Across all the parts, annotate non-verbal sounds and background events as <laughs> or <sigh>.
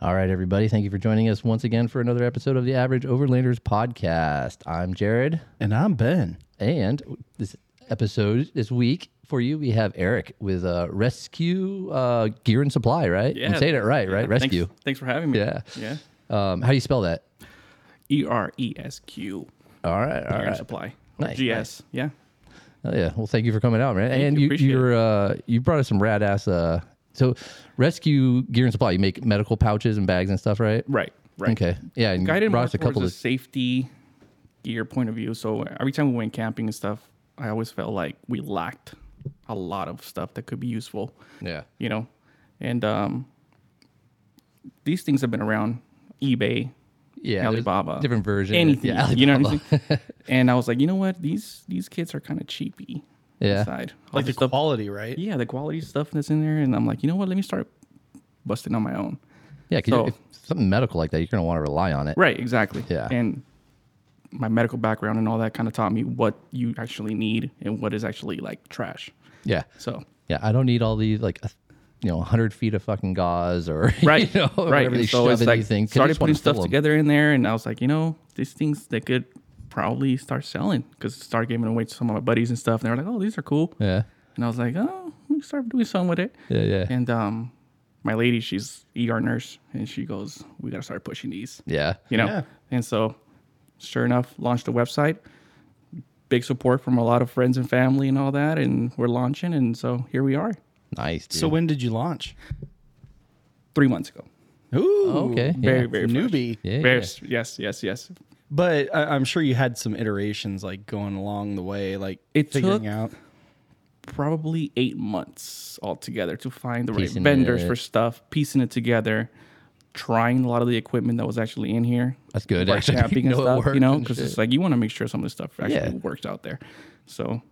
All right, everybody. Thank you for joining us once again for another episode of the Average Overlanders podcast. I'm Jared, And I'm Ben. and this episode this week for you we have Eric with uh, Rescue uh, Gear and Supply. Right? I'm saying it right, right? Thanks- Rescue. Thanks, for having me. Yeah. Yeah. Um, how do you spell that? E R E S Q. All right, all Air right. supply. Nice, GS. nice. Yeah. Oh, yeah. Well, thank you for coming out, man. and you. you, Appreciate you're uh, you brought us some rad ass. Uh, so, Rescue Gear and Supply. You make medical pouches and bags and stuff, right? Right. Right. Okay. Yeah. And you Guided brought more us towards a couple a of safety gear point of view. So every time we went camping and stuff, I always felt like we lacked a lot of stuff that could be useful. yeah. you know and um these things have been around ebay Yeah, there's Alibaba. different version. anything Yeah, you know what Alibaba. I'm <laughs> saying? and i was like you know what these these kits are kind of cheapy Yeah. side Like the quality, right? yeah the quality stuff that's in there and i'm like you know what let me start busting on my own Yeah, 'cause So- if something medical like that, you're gonna want to rely on it. right exactly Yeah. and my medical background and all that kind of taught me what you actually need and what is actually like trash Yeah, so yeah. I don't need all these like, uh, you know, hundred feet of fucking gauze or <laughs> right <laughs> you know, right whatever And they so shove it's in like these things. 'cause I started just wanna putting stuff fill 'em. together in there and i was like you know these things they could probably start selling because start giving away to some of my buddies and stuff and they were like oh these are cool Yeah, and i was like oh we can start doing something with it yeah, yeah, and um my lady she's er nurse and she goes we gotta start pushing these yeah. you know Yeah. and so sure enough launched a website big support from a lot of friends and family and all that and we're launching and so here we are Nice. Dude. So when did you launch? three months ago Ooh, Oh, okay, very yeah. very fresh. newbie. yeah, yeah. Very- yes yes yes But I, I'm sure you had some iterations like going along the way, like It figuring took- out. probably eight months altogether to find the Piecing right vendors it. for stuff, piecing it together, trying a lot of the equipment that was actually in here. That's good. for <laughs> Actually, camping and know it stuff, worked you know, and because shit. it's like you want to make sure some of the stuff actually Yeah. works out there. So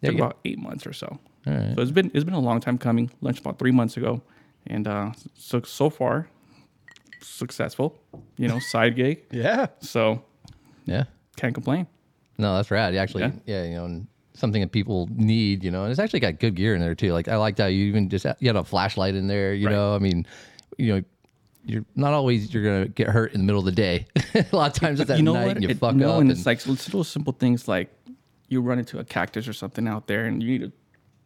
There you took go. about eight months or so. Alright. So it's been it's been a long time coming. Launched about three months ago, and uh, so so far successful. You know, <laughs> side gig. Yeah. So yeah. can't complain. No, that's rad. Actually, yeah, Yeah. you know, and something that people need, you know, and it's actually got good gear in there too. Like I liked how you even just you had a flashlight in there. You know, I mean, you know, you're not always you're gonna get hurt in the middle of the day. <laughs> a lot of times it's at you know night what? and you It- fuck no, up. and And it's like s- little simple things like you run into a cactus or something out there, and you need to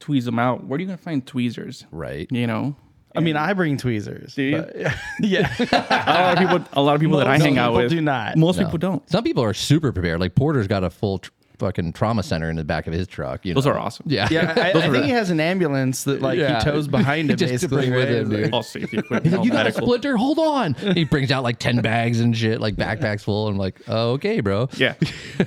tweeze them out. Where are you gonna find tweezers? right. You know, I mean, I bring tweezers. Do you? but- <laughs> yeah. a lot of people, a lot of people <laughs> that I Most hang out people with do not. Most No. people don't. Some people are super prepared. Like Porter's got a full tr- fucking trauma center in the back of his truck. You Those know? are awesome. yeah, Yeah. I, I think he has an ambulance that like Yeah. he tows <laughs> behind him Just to basically. bring with him, right? <laughs> Like, dude. all safety equipment. <laughs> all you got a medical. splinter? Hold on. he brings out like ten bags and shit, like backpacks full. I'm like, oh, okay, bro. <laughs> Yeah,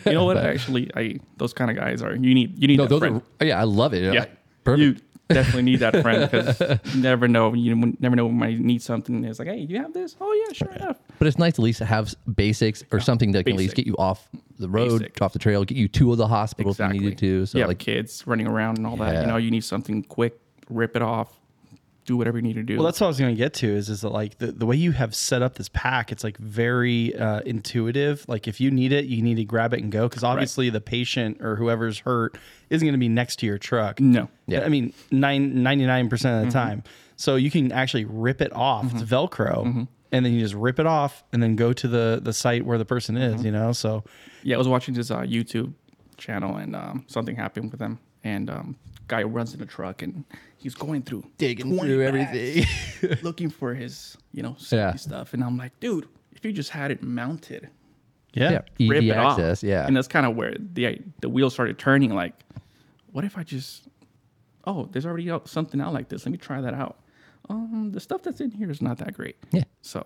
you know what? Actually, I those kind of guys are. You need you need No, that those friend. are yeah. I love it. yeah, Like, perfect. You definitely need that friend <laughs> because you never know. You never know when you need something. It's like, hey, you have this? Oh yeah, sure enough. But it's nice to at least have s- basics or something that can at least basic. get you off the road, Basic. off the trail, get you to the hospital if you needed to. So yeah, like, kids running around and all that. Yeah. You know, you need something quick, rip it off, do whatever you need to do. Well, that's what I was going to get to is is that like the, the way you have set up this pack, it's like very uh, intuitive. Like if you need it, you need to grab it and go because obviously the patient or whoever's hurt isn't going to be next to your truck. no. Yeah. I mean, nine, 99% of the time. So you can actually rip it off. It's Velcro. And then you just rip it off and then go to the, the site where the person is, you know? So Yeah, I was watching this uh, YouTube channel and um, something happened with them. And um, guy runs in a truck and he's going through, Digging 20 through bags, looking for his, you know, safety Yeah. stuff. And I'm like, dude, if you just had it mounted, yeah. <laughs> yeah, rip easy it off. E access. Yeah, and that's kind of where the the wheels started turning. Like, what if I just? Oh, there's already out- something out like this. Let me try that out. Um, the stuff that's in here is not that great. Yeah. So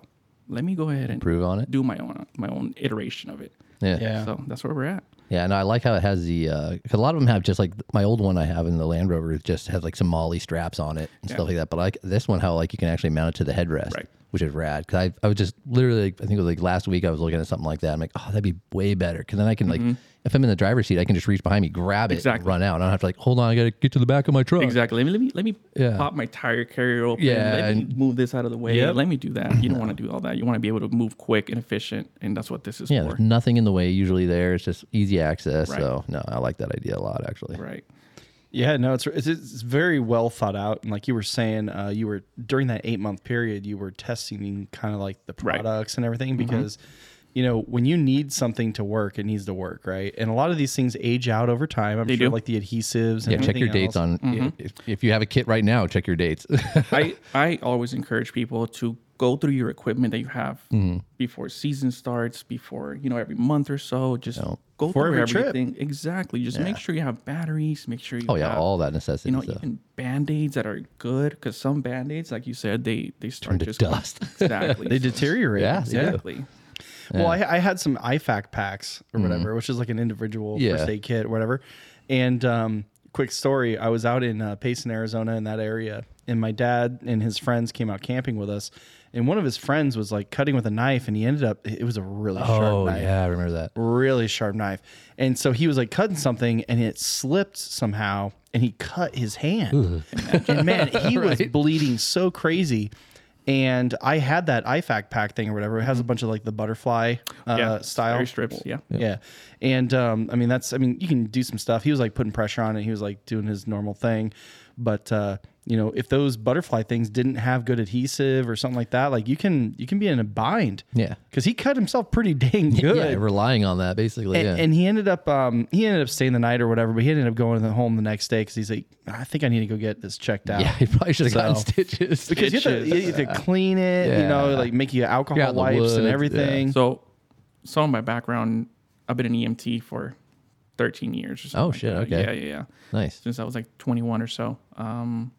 let me go ahead and Improve on it. Do my own my own iteration of it. yeah, yeah. Yeah. So that's where we're at. And I like how it has the. Uh, 'cause a lot of them have just like my old one I have in the Land Rover just has like some Molly straps on it and stuff like that. But I like this one, how like you can actually mount it to the headrest, Right. which is rad. Because I, I was just literally, like, I think it was like last week I was looking at something like that. I'm like, oh, that'd be way better. Because then I can like, if I'm in the driver's seat, I can just reach behind me, grab it, and Mm-hmm. Exactly. run out. I don't have to like, hold on, I gotta get to the back of my truck. Exactly. Let me let me let me Yeah. pop my tire carrier open. Yeah, Let me and- move this out of the way. Yep. Let me do that. You don't want to do all that. You want to be able to move quick and efficient, and that's what this is Yeah, for. there's nothing in the way usually there. It's just easy access. Right. So no, I like that idea a lot actually. Right. Yeah, no, it's it's, it's very well thought out, and like you were saying, uh, you were during that eight month period, you were testing kind of like the Right. Mm-hmm. products and everything because, you know, when you need something to work, it needs to work, right? And a lot of these things age out over time. I'm They sure, do. like the adhesives. And Yeah, check your dates on Mm-hmm. if, if you have a kit right now. Check your dates. <laughs> I, I always encourage people to go through your equipment that you have Mm-hmm. before season starts, before, you know, every month or so. Just go Before through every trip. everything. Exactly. Just make sure you have batteries, make sure you oh yeah, have, all that necessity you know, stuff. even band aids that are good because some band aids, like you said, they they start to just dust. <laughs> Exactly. They deteriorate. Yeah, they do. Exactly. Well, I, I had some IFAC packs or whatever, which is like an individual Mm-hmm. Yeah. first aid kit or whatever. And um, quick story I was out in uh, Payson, Arizona, in that area, and my dad and his friends came out camping with us. And one of his friends was like cutting with a knife, and he ended up, it was a really sharp oh knife. yeah, I remember that. Really sharp knife. And so he was like cutting something and it slipped somehow and he cut his hand. and man, he was bleeding so crazy. And I had that IFAC pack thing or whatever. It has a bunch of like the butterfly uh, yeah. style. Very strips. Yeah. Mm-hmm. Yeah. And um, I mean, that's, I mean, you can do some stuff. He was like putting pressure on it. He was like doing his normal thing. But, uh, you know, if those butterfly things didn't have good adhesive or something like that, like you can, you can be in a bind. Yeah. <laughs> Cause he cut himself pretty <laughs> dang good. Yeah, relying on that basically. And, yeah. and he ended up um, he ended up staying the night or whatever, but he ended up going to the home the next day because he's like, I think I need to go get this <laughs> checked out. yeah, he probably should have gotten So- <laughs> stitches. <laughs> Because you have, to, you have to clean it, you know, Yeah. like make you alcohol You're out in the wipes and woods, everything. So, some of my background, I've been an EMT for 13 years. Or something Oh, like shit, that. okay. Yeah, yeah, yeah. nice. Since I was like 21 or so, um,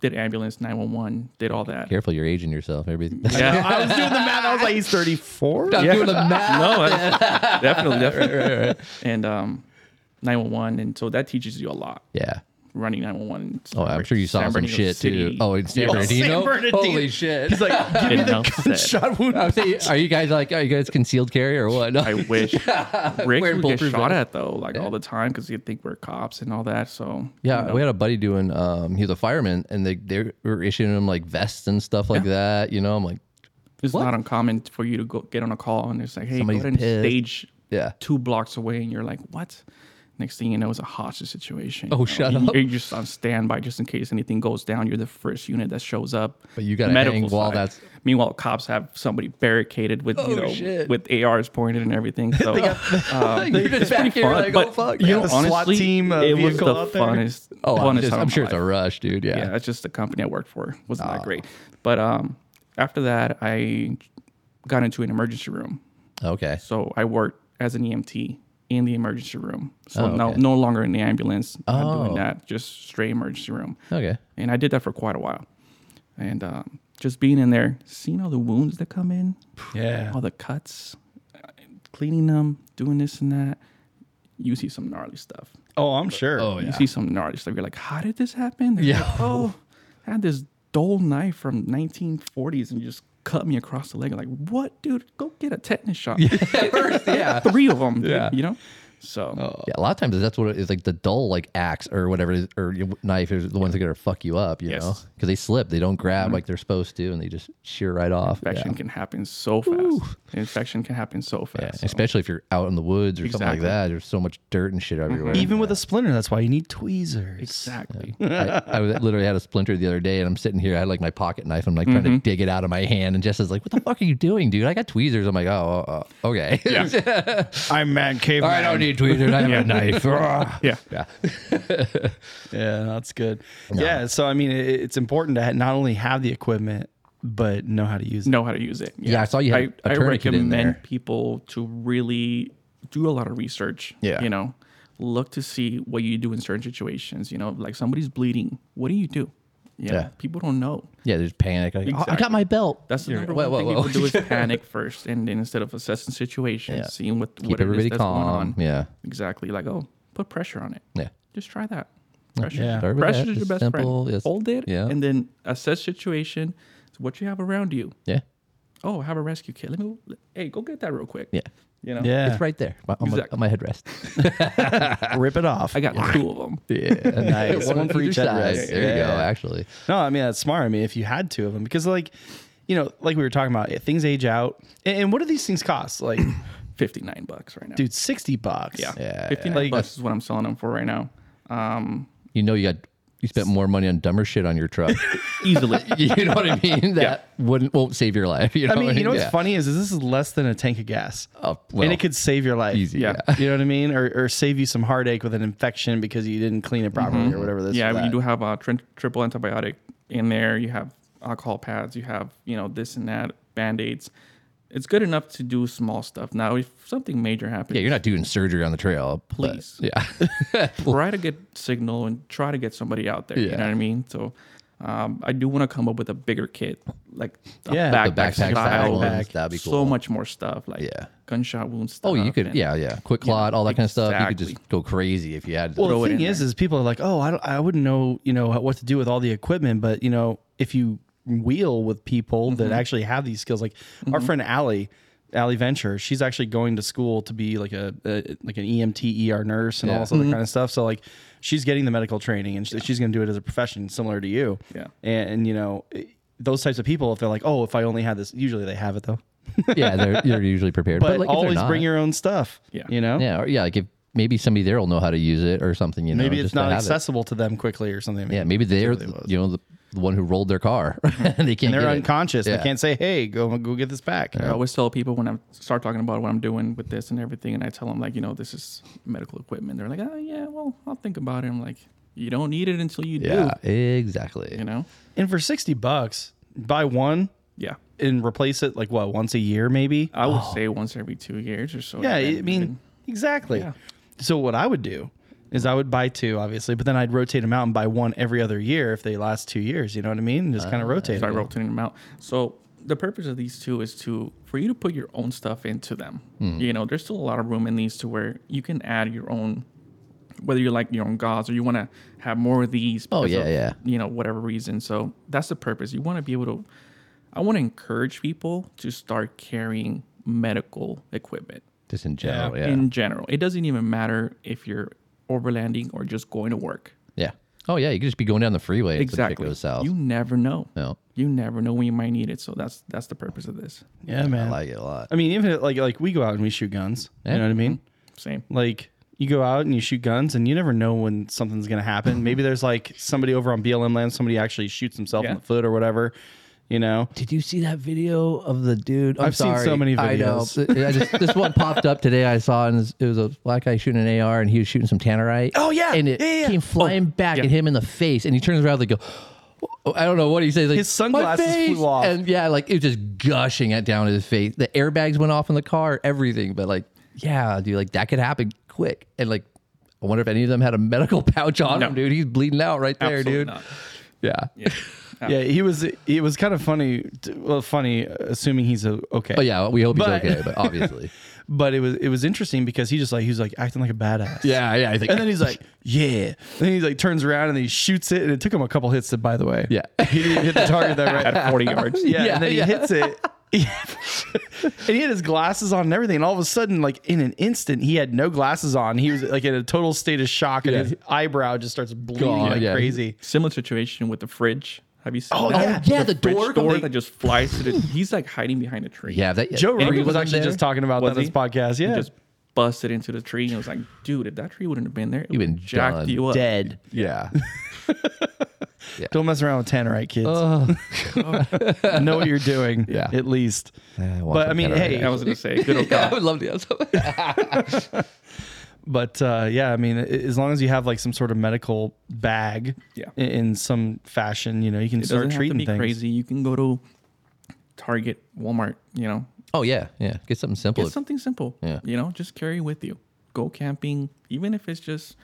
did ambulance 911, did all that. Careful, you're aging yourself. Everything. <laughs> Yeah. <laughs> I was doing the math. I was like, he's 34. I'm Yeah. doing the math. <laughs> no, I- definitely, definitely. And um, 911, and so that teaches you a lot. Yeah. Running 911. Oh, I'm sure you saw some San Bernardino shit City. too. Oh, in <laughs> San Oh, Bernardino. San Bernardino. Holy shit! He's <laughs> like, give me <laughs> Didn't know. the gunshot wound. I'm saying, <laughs> are you guys like? Are you guys concealed carry or what? <laughs> No. I wish Rick Wearing would get bulletproof shot vests. at though, like all the time, because he'd think we're cops and all that. So Yeah, you know. we had a buddy doing. Um, he was a fireman, and they they were issuing him like vests and stuff like that. You know, I'm like, it's not uncommon for you to go get on a call and it's like, hey, Somebody's go ahead and pissed. stage yeah, two blocks away, and you're like, what? Next thing you know, it's a hostage situation. Oh, you know? shut You- up. You're just on standby just in case anything goes down. You're the first unit that shows up. But you gotta Medical hang while side. that's- Meanwhile, cops have somebody barricaded with Oh, you know shit. with ARs pointed <laughs> and everything. So um, you're just back here fun, like, oh but fuck. you yeah. know, a SWAT team, uh, it was vehicle the out there? funnest. oh, I'm, funnest just, time I'm of sure my it's a life. rush, dude. Yeah, Yeah. that's just the company I worked for. Wasn't that great? But um, after that, I got into an emergency room. okay. So I worked as an EMT in the emergency room. So Oh, no, okay. no longer in the ambulance. Not Oh. doing that. Just straight emergency room. Okay. And I did that for quite a while. And um, just being in there, seeing all the wounds that come in, Yeah. all the cuts, cleaning them, doing this and that. You see some gnarly stuff. Oh, I'm sure. Oh yeah. You see some gnarly stuff. You're like, how did this happen? They're Yeah. Like, oh, I had this dull knife from 1940s and just cut me across the leg. I'm like, what, dude? Go get a tetanus <laughs> shot. <laughs> yeah. Three of them. dude, Yeah. Oh, You know. So Yeah, a lot of times that's what it is like the dull like axe or whatever it is, or your knife is the ones that are gonna fuck you up, you know? 'Cause know, Yes. Mm-hmm. because they slip, they don't grab like they're supposed to, and they just shear right off. Yeah. infection can happen so fast. Infection can happen so Yeah, fast. so- especially if you're out in the woods or something like Exactly. Mm-hmm. that. There's so much dirt and shit everywhere. Even with a splinter, that's why you need <laughs> tweezers. Exactly. I, I was- literally had a splinter the other day, and I'm sitting here. I had like my pocket knife. I'm like trying to Mm-hmm. dig it out of my hand, and Jess is like, "What the fuck are you doing, dude? I got tweezers." I'm like, "Oh, oh, oh, okay. <laughs> I'm mad All caveman. right, I don't need tweezers. I have a <laughs> knife." Yeah. yeah, <laughs> Yeah, that's good. Yeah, so I mean, it, it's important to ha- not only have the equipment but know how to use it. Know how to use it. Yeah, I saw you had a I tourniquet in recommend there. people to really do a lot of research. Yeah. You know, look to see what you do in certain situations. You know, like somebody's bleeding. What do you do? You know, Yeah. People don't know. yeah. There's panic. Like, "Oh, I got Exactly. my belt. That's the number Whoa, one whoa, thing whoa. <laughs> people do is panic first, and then instead of assessing situations, Yeah. seeing what Keep what it is everybody that's calm. going on. Yeah, Exactly. Like, oh, put pressure on it. yeah. Just try that. Pressure. Yeah. Start with Pressure that. is your It's best simple. friend. It's- Hold it, Yeah, and then assess situation. It's what you have around you. yeah, Oh, I have a rescue kit. Let me. Hey, go get that real quick. yeah. You know. Yeah, It's right there on my, Exactly. on my <laughs> headrest. rip it off. I got two of them. <laughs> Yeah, Nice. One for each headrest. There you go. Yeah. Actually, No, I mean that's smart. I mean, if you had two of them, because like, you know, like we were talking about, if things age out. And, and what do these things cost? Like, Fifty nine bucks right now. dude, sixty bucks. Yeah. Yeah, Fifty nine yeah. bucks is what I'm selling them for right now. um, You know, you got you spent more money on dumber shit on your <laughs> truck. <laughs> <laughs> easily. you know what I mean? That wouldn't won't save your life. <laughs> You know I mean, what you know what's Yeah. funny is, is this is less than a tank of gas, Oh, well, and it could save your life. easy. Yeah. Yeah. You know what I mean, or, or save you some heartache with an infection because you didn't clean it properly Mm-hmm. or whatever. This yeah, or when you that. do have a trin- triple antibiotic in there. You have alcohol pads. You have you know this and that band aids. It's good enough to do small stuff. Now, if something major happens, Yeah, you're not doing surgery on the trail. but- Please. yeah. <laughs> try to get signal and try to get somebody out there. You Yeah. know what I mean? So. Um, I do want to come up with a bigger kit, like a Yeah, the the backpack style, style backpack. ones, That'd be cool. so much more stuff, like Yeah. gunshot wound stuff. Oh, you could, and- yeah, yeah. Quick clot, all that kind of stuff. You could just exactly. go crazy if you had. Well, throw it the thing in is, there. is people are like, oh, I, don't, I wouldn't know, you know, what to do with all the equipment, but you know, if you wheel with people that actually have these skills, like our friend Allie, Allie Venture, she's actually going to school to be like a, a like an EMT ER nurse and all Yeah. this other kind of stuff. So like, she's getting the medical training and sh she's going to do it as a profession, similar to you. Yeah. and, and, you know. eh, those types of people, if they're like, "Oh, if I only had this," usually they have it though. yeah, they're, they're usually prepared. But, like, if they're always not- bring your own stuff. Yeah. you know. Yeah, or, yeah. Like if maybe somebody there will know how to use it or something. You know, Maybe it's just to not have it. accessible to them quickly or something. Yeah, maybe they're the- you know the, the one who rolled their car. <laughs> they can't. and they're get it. unconscious. They Yeah. can't say, "Hey, go go get this back." I always tell people when I start talking about what I'm doing with this and everything, and I tell them like, you know, this is medical equipment. They're like, oh yeah, well, I'll think about it. I'm like, you don't need it until you Yeah, exactly. do. You know? And for sixty bucks, buy one Yeah. and replace it like what once a year, maybe. I Oh. would say once every two years or so. yeah, And I mean, then- exactly. Yeah. So what I would do is I would buy two, obviously, but then I'd rotate them out and buy one every other year if they last two years. You know what I mean? And just Ah, kind of rotate. so I it. rotating them out. So the purpose of these two is to for you to put your own stuff into them. Hmm. You know, there's still a lot of room in these to where you can add your own, whether you like your own gods or you want to have more of these. Oh, because yeah, yeah. You know, whatever reason. So that's the purpose. You want to be able to. I want to encourage people to start carrying medical equipment Just in general. Yeah. in general. It doesn't even matter if you're overlanding or just going to work. yeah. Oh yeah, you could just be going down the freeway. and some chick Exactly. goes south. You never know. no, You never know when you might need it. So that's that's the purpose of this. Yeah, man. I I, like it mm-hmm. a lot. mean, even if, like like we go out and we shoot guns. You know what I mean? Same. Like you go out and you shoot guns and you never know when something's going to happen. Maybe there's like somebody over on BLM land, somebody actually shoots himself Yeah. in the foot or whatever, you know? Did you see that video of the dude? i I've seen so many I know. videos. I just, this one popped up today. I saw, and it was- it was a black guy shooting an AR, and he was shooting some tannerite. Oh, yeah. and it Yeah, yeah, yeah. came flying back yeah. at him in the face, and he turns around and go. "Oh," I don't know what he says. Like, His sunglasses "My face!" flew off. and yeah, like it was just gushing it down his face. The airbags went off in the car, everything. But like, yeah, dude, like that could happen quick. And like, I wonder if any of them had a medical <laughs> pouch on No. him, dude. He's bleeding out right there, Absolutely dude. not. Yeah. Yeah, he was. It was kind of funny. t- Well, funny, assuming he's a, okay. But Oh, yeah, we hope he's But- okay. But obviously, <laughs> But it was it was interesting because he just like he was like acting like a badass. yeah, yeah. I think. And then he's like, yeah. then he like turns around and he shoots it, and it took him a couple hits. By the way, Yeah. he didn't hit the target that right at forty yards. <laughs> Yeah, Yeah, and then yeah. he <laughs> hits it. and he had his glasses on and everything. And all of a sudden, like in an instant, he had no glasses on. He was like in a total state of shock, and Yeah. his eyebrow just starts bleeding God, like yeah. crazy. Similar situation with the fridge. Have you seen? Oh, that? yeah. Yeah, the fridge door door completely- that just flies to the. He's like hiding behind a <laughs> tree. Yeah, that Joe Anybody Rogan was in actually there? just talking about Was that on his he? podcast. He Yeah, just busted into the tree and was like, dude, if that tree wouldn't have been there, it would been have jacked done. you up. dead. Yeah. <laughs> Don't mess around with tannerite, kids. <laughs> know what you're doing. Yeah. At least. I want but I some mean, tannerite, hey, I was gonna say, good <laughs> old yeah, I God. would love to have something. <laughs> but uh, yeah, I mean, a- as long as you have like some sort of medical bag Yeah. i- in some fashion, you know, you can It doesn't start have to treating be things. crazy. You can go to Target, Walmart. You know, Oh yeah, yeah. Get something simple. It's something simple. Yeah. You know, just carry with you. Go camping, even if it's just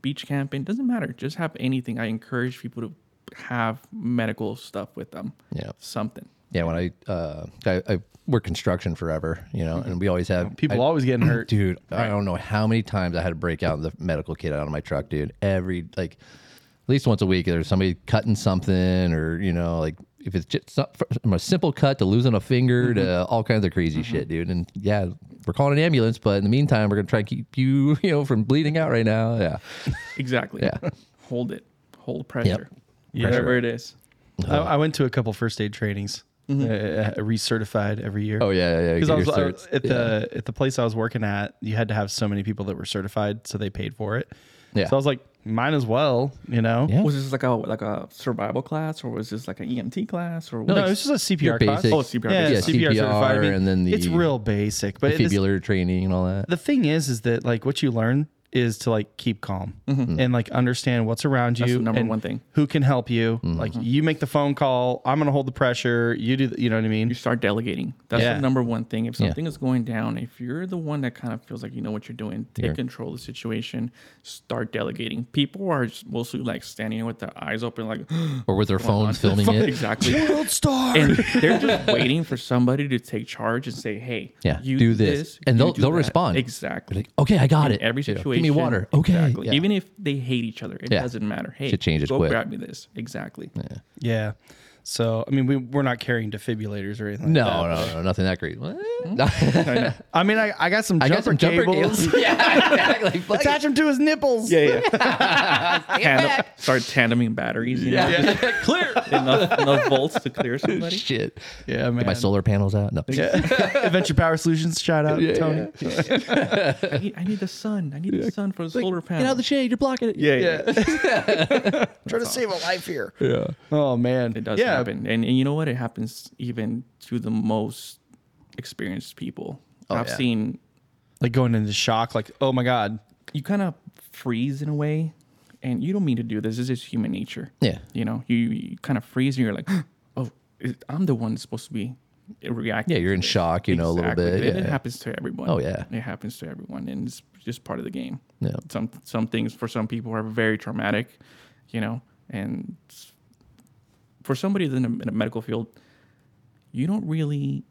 beach camping, doesn't matter. Just have anything. I encourage people to have medical stuff with them. Yeah. Something. yeah, when I uh, I, I work construction forever, you know, and we always have Mm-hmm. People I- always getting <clears throat> hurt. dude. I don't know how many times I had to break out the medical kit out of my truck, dude. Every like, at least once a week, there's somebody cutting something, or you know, like if it's just some- from a simple cut to losing a finger to Mm-hmm. all kinds of crazy shit, dude. And yeah, we're calling an ambulance, but in the meantime, we're gonna try and keep you, <laughs> you know, from bleeding out right now. Yeah, Exactly. <laughs> Yeah. Hold it. Hold pressure. Yeah. Whatever it is. I, I went to a couple first aid trainings, uh, uh, recertified every year. Mm-hmm. Oh yeah, yeah. yeah. Because I Get was your I- certs. at the at the place I was working at, you had to have so many people that were certified, so they paid for it. Yeah. So I was like, might as well, you know. Yeah. Was this like a like a survival class, or was this like an EMT class, or No, what? it was just a Your CPR class. basic- Oh, CPR Yeah, basic. Yeah, CPR, certified. I CPR, mean, and then the- it's real basic, but it is- Fibular training and all that. the thing is, is that like what you learn is to like keep calm Mm. and like understand what's around you. Mm-hmm. the number and one thing. Who can help you? Mm-hmm. Like you make the phone call. I'm gonna hold the pressure. You do. The, you know what I mean? you start delegating. That's Yeah. the number one thing. If something is going down, if you're the one that kind of feels like you know what you're doing, take control of the situation. Start delegating. People are just mostly like standing there with their eyes open, like <gasps> Or with their <laughs> phones filming <laughs> it. exactly. World star. and they're just waiting for somebody to take charge and say, "Hey, Yeah, do this." And you they'll- do they'll that. respond. exactly." Like, okay, I got in it. every You know, situation, Give me water. Okay. exactly. Yeah. Even if they hate each other, it Yeah. doesn't matter. Hey, Should change it go quick. grab me this. Exactly. yeah. So I mean, we we're not carrying defibrillators or anything. like no, no, no, nothing that great. What? <laughs> Hmm? that. I, know. I mean, I, I got some I jumper got some jumper cables. <laughs> cables. <laughs> yeah, exactly. Fuck it. <laughs> Attach them to his nipples. Yeah, <laughs> yeah. Tandem, start tandeming batteries. You Know, Yeah. <laughs> Clear. enough, enough volts to clear <laughs> somebody. Shit. <laughs> Yeah, Get my man. solar panels out. No. <laughs> Adventure Power Solutions. Shout out, Tony. I need, I need the sun. I need the sun for the solar panel. Get out of the shade. You're blocking it. yeah, yeah, <laughs> Trying to save a life here. Yeah. Oh man, It does yeah, happen, and, and you know what? It happens even to the most experienced people. I've Oh, yeah. seen Like going into shock. Like, oh my god. you kind of freeze in a way, and you don't mean to do this. This is human nature. Yeah. You know, you, you kind of freeze, and you're like, <gasps> oh, it- I'm the one that's supposed to be reacting. Yeah, you're in to this." shock, you know, a little bit, It- It yeah. happens to everyone. Oh, yeah. it happens to everyone, and it's just part of the game. Yeah. Some some things for some people are very traumatic, you know, and s- for somebody that's in a, in a medical field, you don't really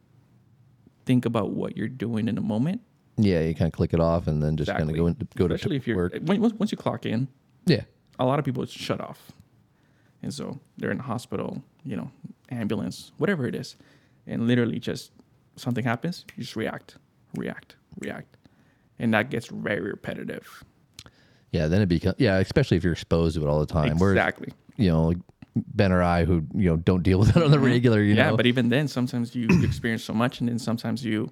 think about what you're doing in a moment. Yeah, you kind of click it off and then just kind Exactly. of go into go to Especially if you're work. when, once once you clock in, Yeah. a lot of people it's shut off and so they're in the hospital you know ambulance whatever it is and literally just something happens you just react react react and that gets very repetitive Yeah, then it becomes yeah, especially if you're exposed to it all the time. Where exactly you know, like Ben or I who, you know, don't deal with it on the regular, you Mm-hmm. yeah know. but even then sometimes <clears throat> you experience so much and then sometimes you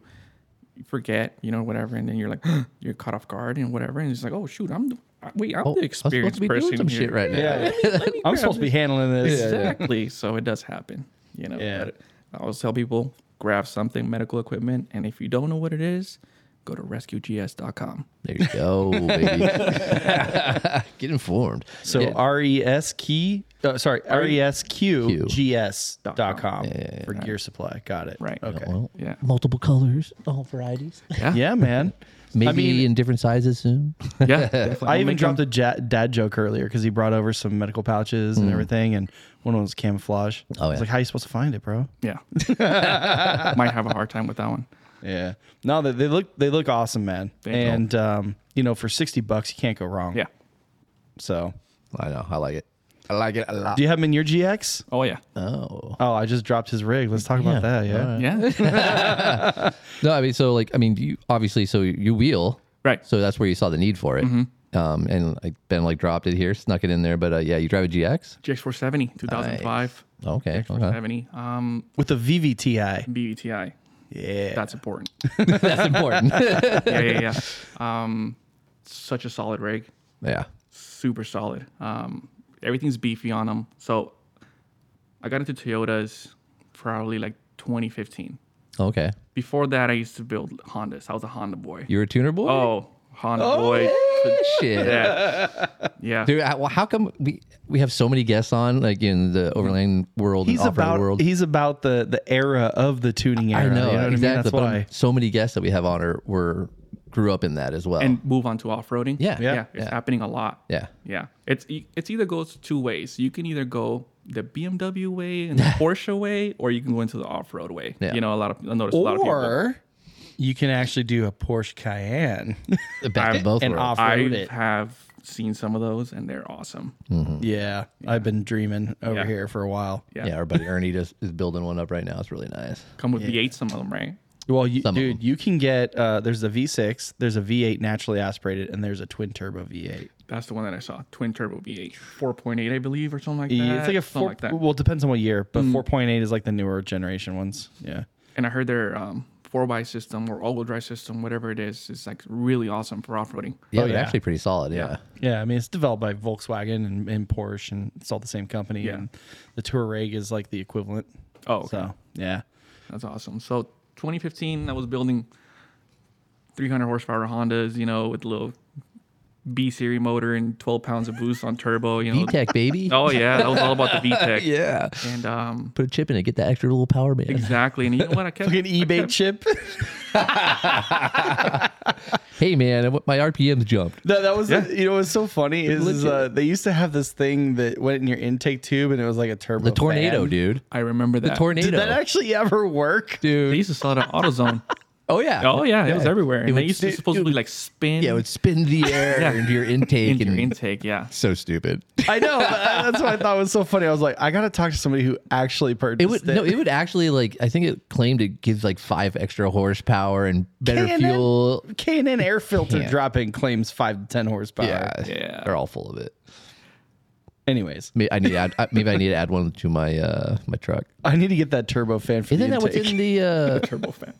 forget you know whatever and then you're like <gasps> you're caught off guard and whatever and it's like oh shoot i'm the, wait i'm Oh, the I'm supposed to experienced be doing person some here. shit right now. <laughs> I'm supposed to be handling this. Exactly. So it does happen. You know. Yeah. But I always tell people grab something medical equipment, and if you don't know what it is, go to <laughs> rescuegs.com. There you go, <laughs> baby. Get informed. So R E S key, uh, sorry, R E S Q G S dot com for gear supply. Got it. Right. Okay. Well, Yeah. multiple colors, all varieties. Yeah, man. <laughs> Maybe I mean- in different sizes soon. Yeah. definitely. I We'll even make dropped them- a ja- dad joke earlier because he brought over some medical pouches and everything, and one of them was camouflage. Oh, I was yeah. like, how you supposed to find it, bro? Yeah. <laughs> Might have a hard time with that one. Yeah. No, they, they look they look awesome, man. Thank you. and um, you know, for sixty bucks, you can't go wrong. Yeah. So, I know. I like it. I like it a lot. do you have them in your GX? Oh yeah. Oh. Oh, I just dropped his rig. Let's talk about that. Yeah. Yeah. No, I mean, so like, I mean, you obviously, so you wheel, right. so that's where you saw the need for it. Mm-hmm. Um, and like Ben like dropped it here, snuck it in there, but uh, yeah, you drive a GX. GX470, 2005. Okay, okay. 70. Um, With the VVTI. BUTI. Yeah. <laughs> That's important. that's important. <laughs> <laughs> yeah, yeah, yeah. Um, such a solid rig. yeah, super solid. Um, everything's beefy on them. So I got into Toyotas probably like 2015. okay. Before that, I used to build Hondas. I was a Honda boy. You were a tuner boy. oh, Honda boy. shit. Yeah. <laughs> Yeah. Dude, I- well, how come we we have so many guests on like in the overland world he's and off road about world? he's about the the era of the tuning I era. know you know what exactly. I mean? That's but I'm- why. so many guests that we have on are were grew up in that as well. And move on to off roading. Yeah. Yeah. yeah. It's Yeah. happening a lot. yeah, Yeah, it's e- it's either goes two ways. You can either go the BMW way and the Porsche way, or you can go into the off road way. Yeah. You know, a lot of I notice a lot of people. you can actually do a Porsche Cayenne. the best of both and worlds. off- I Off-road it. have seen some of those, and they're awesome. <laughs> yeah, I've been dreaming over Yeah. here for a while. Yeah. Yeah, our buddy Ernie just is building one up right now. It's really nice. Come with V8, some of them, right? Well, you, Some of dude, you can get uh, there's a V6, there's a V8 naturally aspirated, and there's a twin turbo V8. That's the one that I saw. Twin turbo V8, 4.8, I believe, or something like that. Yeah, it's like something a four. like that. Mm. Well, it depends on what year, but 4.8 is like the newer generation ones. Yeah. And I heard their um, four by system or all-wheel drive system, whatever it is, is like really awesome for off-roading. Yeah, Oh, they're yeah. actually pretty solid. Yeah. Yeah, I mean it's developed by Volkswagen and, and Porsche, and it's all the same company. Yeah. And the Touareg is like the equivalent. Oh, okay. So yeah, That's awesome. So 2015, I was building 300 horsepower Hondas, you know, with little B series motor and 12 pounds of boost on turbo, you know. VTEC <laughs> baby. Oh yeah, that was all about <laughs> the VTEC. yeah. And um, Put a chip in it, get that extra little power man. exactly. And you know what? I kept like an eBay chip. <laughs> hey man, my RPMs jumped. No, that was you know what's so funny is, is, Legit. uh, they used to have this thing that went in your intake tube and it was like a turbo. The tornado, fan. dude. I remember that. The Did tornado. that actually ever work? They dude. used to sell it at AutoZone. Oh <laughs> yeah. Oh yeah, it was everywhere. And would they used to sti- supposedly like spin Yeah, it would spin <laughs> the air Yeah. into your intake into your and intake. Yeah. so stupid. I know. but uh, that's what I thought was so funny. I was like, I gotta talk to somebody who actually purchased It it. would no, it would actually like I think it claimed it gives like five extra horsepower and better K&N fuel. K and N air filter Can't. dropping claims five to ten horsepower. Yeah, Yeah. they're all full of it. Anyways, Maybe I need to add, I- maybe I need to add one to my uh my truck. I need to get that turbo fan for Isn't the that what's <laughs> intake. in the uh Turbo fan.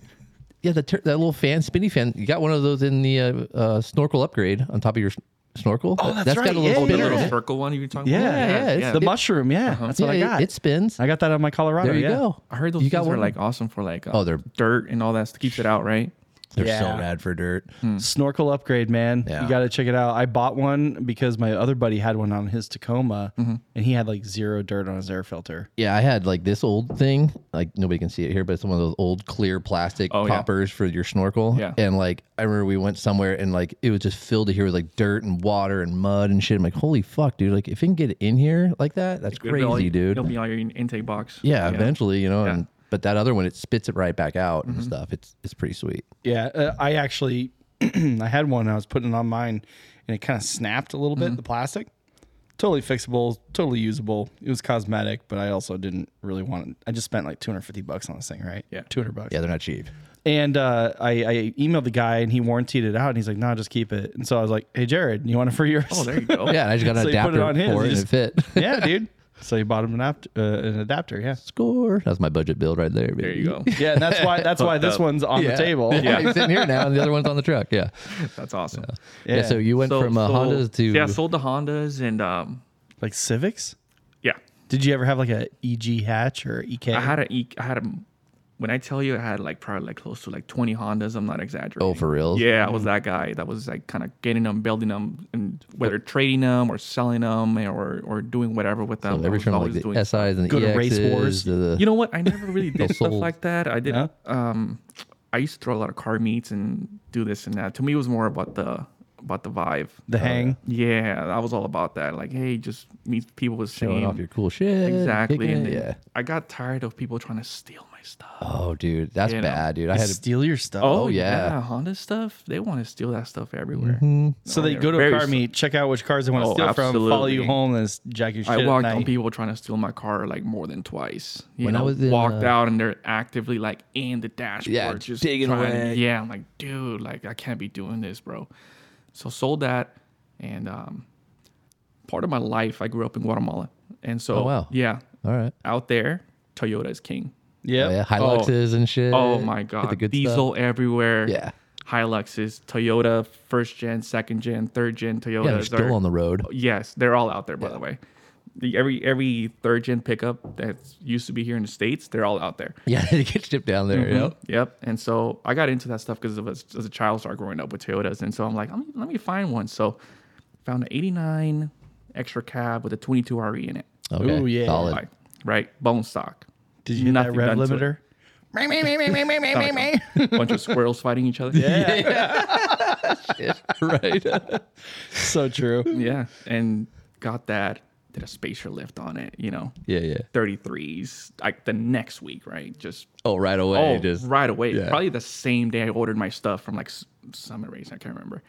yeah the tur that little fan spinny fan? You got one of those in the uh, uh snorkel upgrade on top of your s- snorkel. Oh, that's got right. a Yeah, little Oh, the spinner. little Yeah, circle one you were talking Yeah, about. yeah, it's the it- mushroom. Yeah, that's what I it- got. It spins. I got that on my Colorado. There you yeah. go. I heard those You you got things are one? like awesome for like uh, Oh, they're- dirt and all that stuff keeps it out, right? They're so Yeah. rad for dirt. Snorkel upgrade, man. Yeah. You got to check it out. I bought one because my other buddy had one on his Tacoma and he had like zero dirt on his air filter. Yeah, I had like this old thing. Like nobody can see it here, but it's one of those old clear plastic Oh, yeah. poppers for your snorkel. Yeah. And like I remember we went somewhere and like it was just filled to here with like dirt and water and mud and shit. I'm like, holy fuck, dude! Like if you can get it in here like that, that's It'll be all- crazy, dude. It'll be on your in- intake box. yeah, eventually, you know. Yeah. And but that other one, it spits it right back out and stuff. It's it's pretty sweet. Yeah. Uh, I actually, <clears throat> I had one. I was putting it on mine and it kind of snapped a little bit, the plastic. Totally fixable, totally usable. It was cosmetic, but I also didn't really want it. I just spent like 250 bucks on this thing, right? Yeah. 200 bucks. Yeah, they're not cheap. And uh, I, I emailed the guy and he warrantied it out and he's like, no, just keep it. And so I was like, hey, Jared, you want it for yours? Oh, there you <laughs> <laughs> go. Yeah, and I just got an So you put it adapter on his, for it you and it fit. <laughs> yeah, dude. So he bought him an, apt, uh, an adapter. Yeah. Score. That's my budget build right there. There <laughs> you go. Yeah, and that's why that's why Hooked this up. one's on <laughs> the table. Yeah, it's sitting here now, and the other one's on the truck. Yeah. That's awesome. Yeah. Yeah. so you went from uh, Hondas to yeah, sold the Hondas and um, Like Civics? yeah, Did you ever have like a EG hatch or EK? I had a e- I had a when I tell you I had like probably like close to like twenty Hondas. I'm not exaggerating. oh for reals. Yeah, I was that guy that was like kind of getting them, building them, and whether trading them or selling them or or doing whatever with them. So I every was from like always the doing- SIs and the Go to race EXs, wars. to the- You know what? I <laughs> never really did stuff sold. like that. I did. No? not Um, I used to throw a lot of car meets and do this and that. To me, it was more about the about the vibe. the hang. Yeah, I was all about that. Like, hey, just meet people with showing same. off your cool shit. exactly. kicking And it, then yeah. I got tired of people trying to steal my stuff. Oh, dude, that's You know. bad, dude. I had. to steal your stuff. Oh. Oh, yeah. Mm-hmm. Honda stuff. They want to steal that stuff everywhere. so No, they they're go to a very car sl- meet, check out which cars they want to Oh, steal from, follow you absolutely. home, and s- jack your shit. I walked at on night. people trying to steal my car like more than twice. You When I know, was in, walked uh, out and they're actively like in the dashboard, Yeah, just digging trying- away. Yeah, I'm like, dude, like I can't be doing this, bro. So sold that, and um, part of my life, I grew up in Guatemala, and so Oh, wow. yeah, <laughs> all right. out there, Toyota is king. Oh, yeah, Yeah. Hiluxes and shit. Oh my Get god, the good diesel everywhere. Yeah. Hiluxes, Toyota, first gen, second gen, third gen Toyotas. Stuff. Yeah, they're are- Oh, still on the road. <laughs> Yes, they're all out there. By the way, the, every every third gen pickup that used to be here in the states, they're all out there. Yeah, they get shipped down there. Mm-hmm. you know? Mm-hmm. Yep. And so I got into that stuff because as, as a child, started growing up with Toyotas, and so I'm like, let me, let me find one. So found an '89 extra cab with a 22 RE in it. Okay, Ooh, yeah. solid. <laughs> Like, right, bone stock. Did you hit that Nothing done rev to it. <laughs> limiter? Sound like a bunch of squirrels fighting each other. <laughs> Yeah, <laughs> right. so true. <laughs> Yeah. And got that. Did a spacer lift on it. You know, yeah, yeah. 33s like the next week, right? Just Oh, right away. oh, just right away. yeah. Probably the same day I ordered my stuff from like S- Summit Race. I can't remember.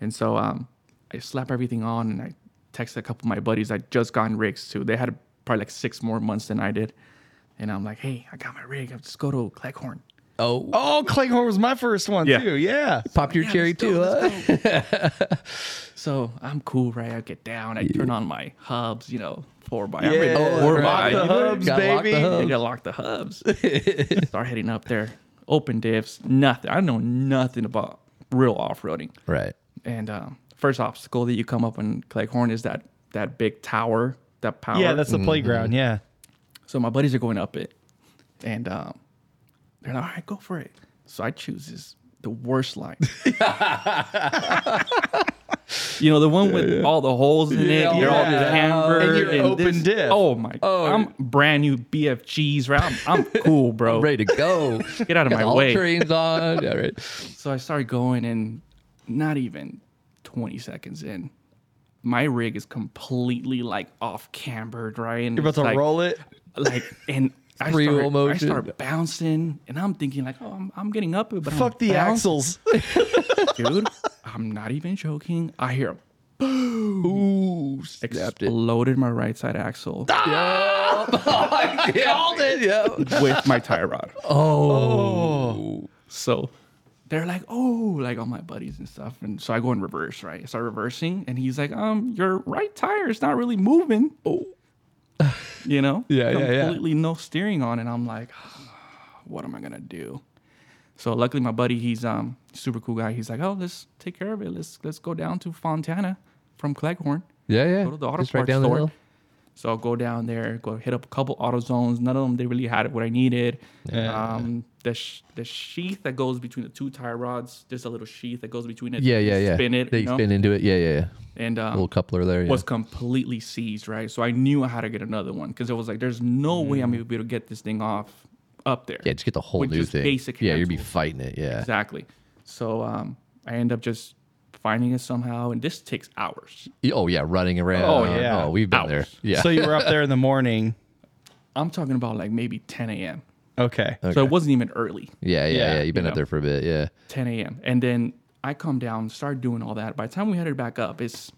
And so um, I slap everything on and I texted a couple of my buddies I just gotten rigs too. They had probably like six more months than I did. And I'm like, hey, I got my rig. I'll just go to Cleghorn. oh, Oh, Clayhorn was my first one Yeah. too. Yeah. pop your Yeah, cherry let's go, too. Huh? let's <laughs> go. so I'm cool, right? I get down. I turn on my hubs, you know, four by. I'm Oh, ready to Yeah. four Lock by. the hubs, Gotta lock the baby. hubs. They gotta lock the hubs. <laughs> Start heading up there. open diffs, nothing. I know nothing about real off roading. Right. And um, first obstacle that you come up on Cleghorn is that that big tower, that power. Yeah, that's the playground. Yeah. So my buddies are going up it, and um, they're like, "All right, go for it." So I choose this the worst line. <laughs> you know the one with all the holes in it. Yeah. They're all Yeah. cambered And you're open this- diff. Oh my! Oh. I'm brand new BFGs, right? I'm, <laughs> I'm cool, bro. Ready to go. <laughs> Get out of Got my all way. trains on. Yeah, right. So I started going, and not even 20 seconds in, my rig is completely like off cambered, right? And You're about to like, roll it. like and I Three-wheel start, I motion. start bouncing, and I'm thinking like, oh, I'm, I'm getting up, but Fuck I'm the back, axles. dude. I'm not even joking. I hear a Ooh, snapped it. exploded my right side axle <laughs> Oh, Called it. Yeah. with my tie <laughs> rod. Oh. So they're like, oh, like all my buddies and stuff. And so I go in reverse, right? I start reversing, and he's like, um, your right tire is not really moving. Oh. <laughs> You know? Yeah, yeah, yeah. Completely no steering on. And I'm like, <sighs> what am I gonna do? So luckily my buddy, he's um super cool guy. He's like, Oh, let's take care of it. Let's let's go down to Fontana from Cleghorn. Yeah, yeah. Go to the auto Just parts store. So I'll go down there, go hit up a couple auto zones. None of them they really had what I needed. Um, the sh- the sheath that goes between the two tire rods, there's a little sheath that goes between it. Yeah, You yeah, yeah. Spin it, They you know? spin into it. Yeah, yeah, yeah. and um, Little coupler there. Yeah. was completely seized, right? So I knew I had to get another one because it was like, there's no way I'm gonna be able to get this thing off up there. yeah, just Mm. get the whole with new just thing. basic yeah, hand you'd be tools. fighting it. Yeah. Exactly. So um, I end up just finding it somehow, and this takes hours. Y- Oh yeah, running around. Oh, yeah. Oh, we've been Hours. there. <laughs> Yeah. So you were up there in the morning. I'm talking about like maybe 10 a.m. Okay. So it wasn't even early. yeah, yeah, Yeah, yeah. You've been you up know. there for a bit. Yeah. 10 a.m. And then I come down, start doing all that. By the time we headed back up, it's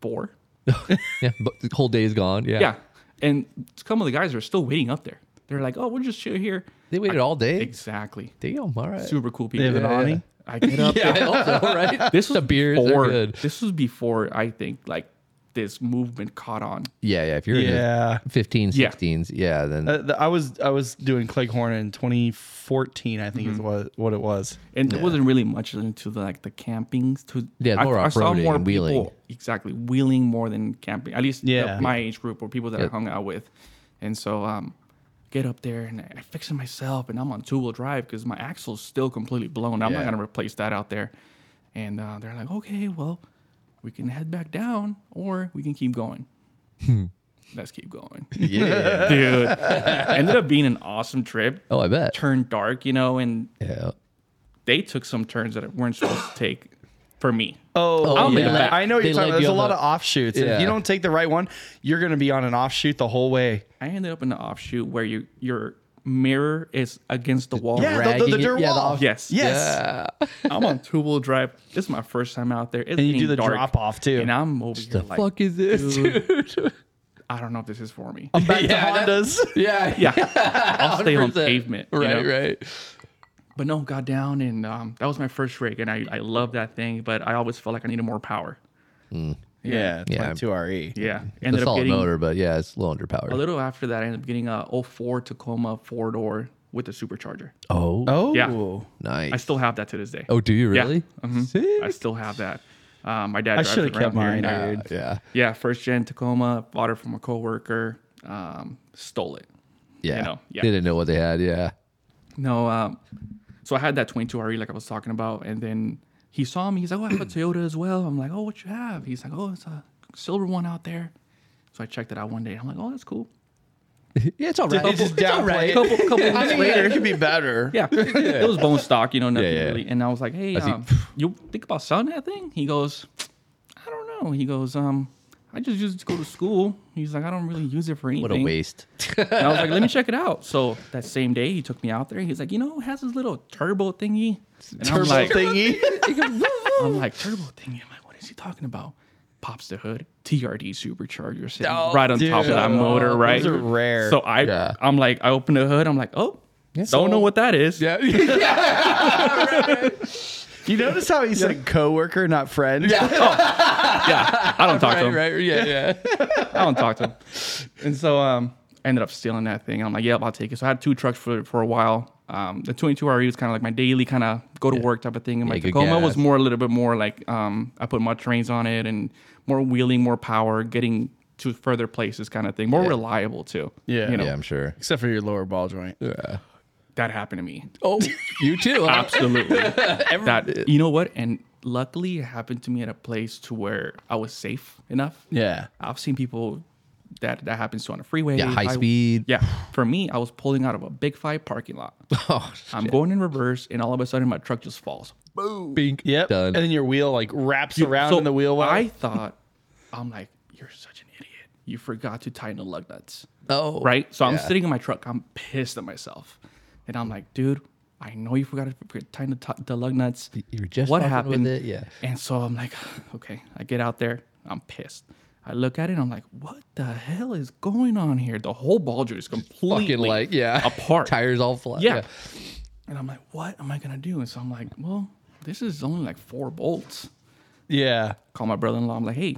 four. Yeah. But the whole day's gone. Yeah. Yeah. And some of the guys are still waiting up there. They're like, oh, we'll just chill here. They waited all day. Exactly. Damn. All right. Super cool They people. have an awning. I get up. Yeah, I hope so, right? This was the beers are before, good. This was before I think like this movement caught on. Yeah, yeah. If you're Yeah. in the 15, Yeah. 16s, yeah, then Uh, the- I was I was doing Cleghorn in 2014, I think is Mm-hmm. what what it was. and there wasn't really much into the, like the campings. To Yeah, I, more I saw off-roading more and wheeling. people exactly wheeling more than camping. At least Yeah. the- my age group or people that I hung out with, and so um, get up there and I fix it myself, and I'm on two wheel drive because my axle's still completely blown. I'm Yeah. not gonna replace that out there, and uh, they're like, okay, well, we can head back down or we can keep going. Hmm. Let's keep going, <laughs> yeah. dude. ended up being an awesome trip. Oh, I bet. Turned dark, you know, and Yeah. they took some turns that weren't supposed to take for me. Oh, I'll make it back. I know what They you're led talking about. There's you a on lot the- of offshoots. Yeah. If you don't take the right one, you're going to be on an offshoot the whole way. I ended up in the offshoot where you, your mirror is against the wall. Yeah, the- the, Ragging the it. dirt Yeah, the wall. off- Yes. Yes. I'm on two wheel drive. This is my first time out there. It's And you getting do the dark, drop off too. And I'm over here The like, fuck is this, dude? I don't know if this is for me. I'm <laughs> back Yeah, to Hondas. yeah, <laughs> yeah. I'll stay on 100%. pavement. you Right, know? right. But no, got down and um, that was my first rig and I, I love that thing, but I always felt like I needed more power. Yeah, it's Yeah. like E. 2RE. Yeah. The Ended up solid getting motor, but yeah, it's a little a underpowered. little after that I ended up getting a 04 Tacoma four door with a supercharger. Oh, Oh. Yeah. I nice. still have that to this day. Oh, do you Yeah. really? Mhm. Sick. I still have that. Um, my dad. I drives should have it around kept here, mine, and I- dude. Uh, Yeah. Yeah, first gen Tacoma. Bought it from a coworker. Um, stole it. Yeah. You know, yeah. They didn't know what they had. Yeah. No, um, so I had that 22 RE like I was talking about, and then he saw me. He's like, "Oh, I <clears throat> have a Toyota as well." I'm like, "Oh, what you have?" He's like, "Oh, it's a silver one out there." So I checked it out one day. I'm like, "Oh, that's cool." Yeah, it's all right. They just It's all <laughs> downplay right. it. Couple, couple <laughs> I weeks mean, later, it could be better. Yeah, it was bone stock, you know, nothing Yeah, yeah. really. And I was like, hey, see. um, you think about selling that thing? He goes, I don't know. He goes, um, I just use it to go to school. He's like, I don't really use it for anything. <laughs> What a waste. And I <laughs> was like, let me check it out. So that same day, he took me out there. He's like, you know, it has this little turbo thingy. And Turbo <laughs> I'm like, thingy. I'm like, turbo thingy. I'm like, what is he talking about? Pops the hood, TRD supercharger sitting Oh, right on top of dude. that motor, right? are rare. So I, Yeah. I'm like, I open the hood. I'm like, oh, don't know what that <laughs> is. yeah. <laughs> yeah. You notice how he said coworker, not friend? Yeah. yeah, I don't talk to Right, him. right. Yeah, yeah. I don't talk to him. And so um, I ended up stealing that thing. I'm like, yep, I'll take it. So I had two trucks for for a while. Um, the 22 RE was kind of like my daily kind of go to work type of thing. And my Yeah, good Tacoma was gas. more a little bit more like um, I put mud trains on it and more wheeling, more power, getting to further places kind of thing. More reliable too. Yeah. you know Yeah, I'm sure. Except for your lower ball joint. that happened to me. Oh, you too. huh? <laughs> Absolutely. that you know what? And luckily, it happened to me at a place to where I was safe enough. Yeah. I've seen people that that happens to on a freeway. Yeah, high I- speed. Yeah. For me, I was pulling out of a big five parking lot. <laughs> Oh, I'm going in reverse, and all of a sudden, my truck just falls. bink. Yep. Done. And then your wheel like wraps around So in the wheel well. I thought, I'm like, you're such an idiot. You forgot to tighten the lug nuts. oh, right? So I'm Yeah. sitting in my truck. I'm pissed at myself, and I'm like, dude, I know you forgot to tighten the, t- the lug nuts. you were just what fucking with happened? it, yeah. And so I'm like, <sighs> okay. I get out there. I'm pissed. I look at it. I'm like, what the hell is going on here? The whole ball joint is completely Fucking like, yeah. <laughs> apart. Tires all flat. Yeah. And I'm like, what am I gonna do? And so I'm like, well, this is only like four bolts. yeah. Call my brother-in-law. I'm like, hey,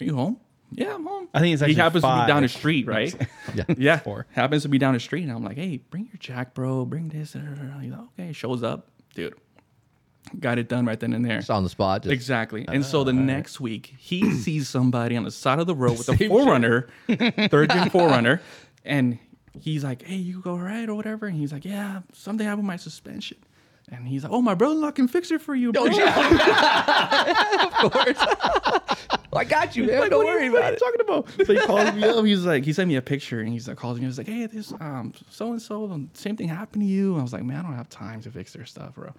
are you home? Yeah, I'm home. I think it's he actually happens to five. be down the street, right? <laughs> Yeah. yeah. Four. Happens to be down the street, and I'm like, hey, bring your jack, bro. Bring this. da, da, da, da." He's like, okay, shows up, dude. Got it done right then and there. Just on the spot. Just, Exactly. And so the next week, he <clears throat> sees somebody on the side of the road with a forerunner, third gen forerunner, and he's like, "Hey, you go right or whatever." And he's like, "Yeah, something happened with my suspension." And he's like, "Oh, my brother-in-law can fix it for you, Oh, <laughs> bro." <laughs> I got you, man. Don't worry about it. talking about? <laughs> So he calls me up. He's like, he sent me a picture and he's like, calls me. He's like, hey, this um so and so, same thing happened to you. And I was like, man, I don't have time to fix their stuff, bro.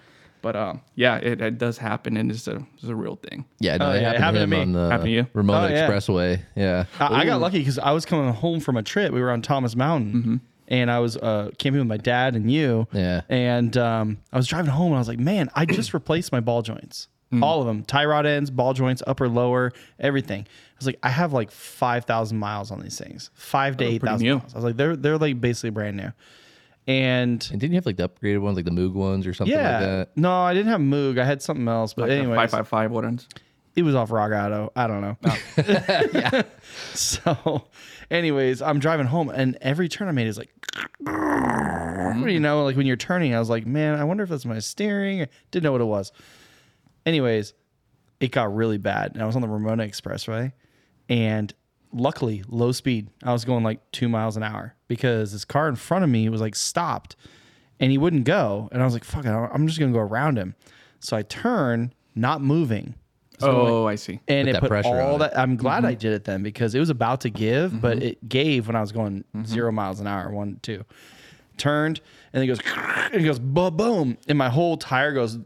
But um, yeah, it, it does happen and it's a it's a real thing. Yeah, no, Oh, it yeah, it happened to him happened to on me. the Happened to you? Ramona Oh, yeah. Expressway. Yeah. I, I got lucky because I was coming home from a trip. We were on Thomas Mountain, and I was uh, camping with my dad and you. Mm-hmm. Yeah. And um, I was driving home, and I was like, "Man, <clears throat> I just replaced my ball joints, Mm. all of them, tie rod ends, ball joints, upper, lower, everything." I was like, "I have like five thousand miles on these things, five Oh, to eight thousand new. miles." I was like, "They're they're like basically brand new," and And didn't you have like the upgraded ones, like the Moog ones or something yeah, like that? no, I didn't have Moog. I had something else, but anyway, five five five ones. it was off Ragato. I don't know. <laughs> So, anyways, I'm driving home, and every turn I made is like, you know, like when you're turning, I was like, man, I wonder if that's my steering. Didn't know what it was. Anyways, it got really bad, and I was on the Ramona Expressway, and luckily, low speed. I was going like two miles an hour because this car in front of me was like stopped, and he wouldn't go, and I was like, fuck it, I'm just gonna go around him. So I turn, not moving Oh, I see. and Put it that put pressure all on that. I'm glad Mm-hmm. I did it then because it was about to give, but it gave when I was going Mm-hmm. zero miles an hour, one, two, turned, and it goes, and it goes, boom, boom, and my whole tire goes.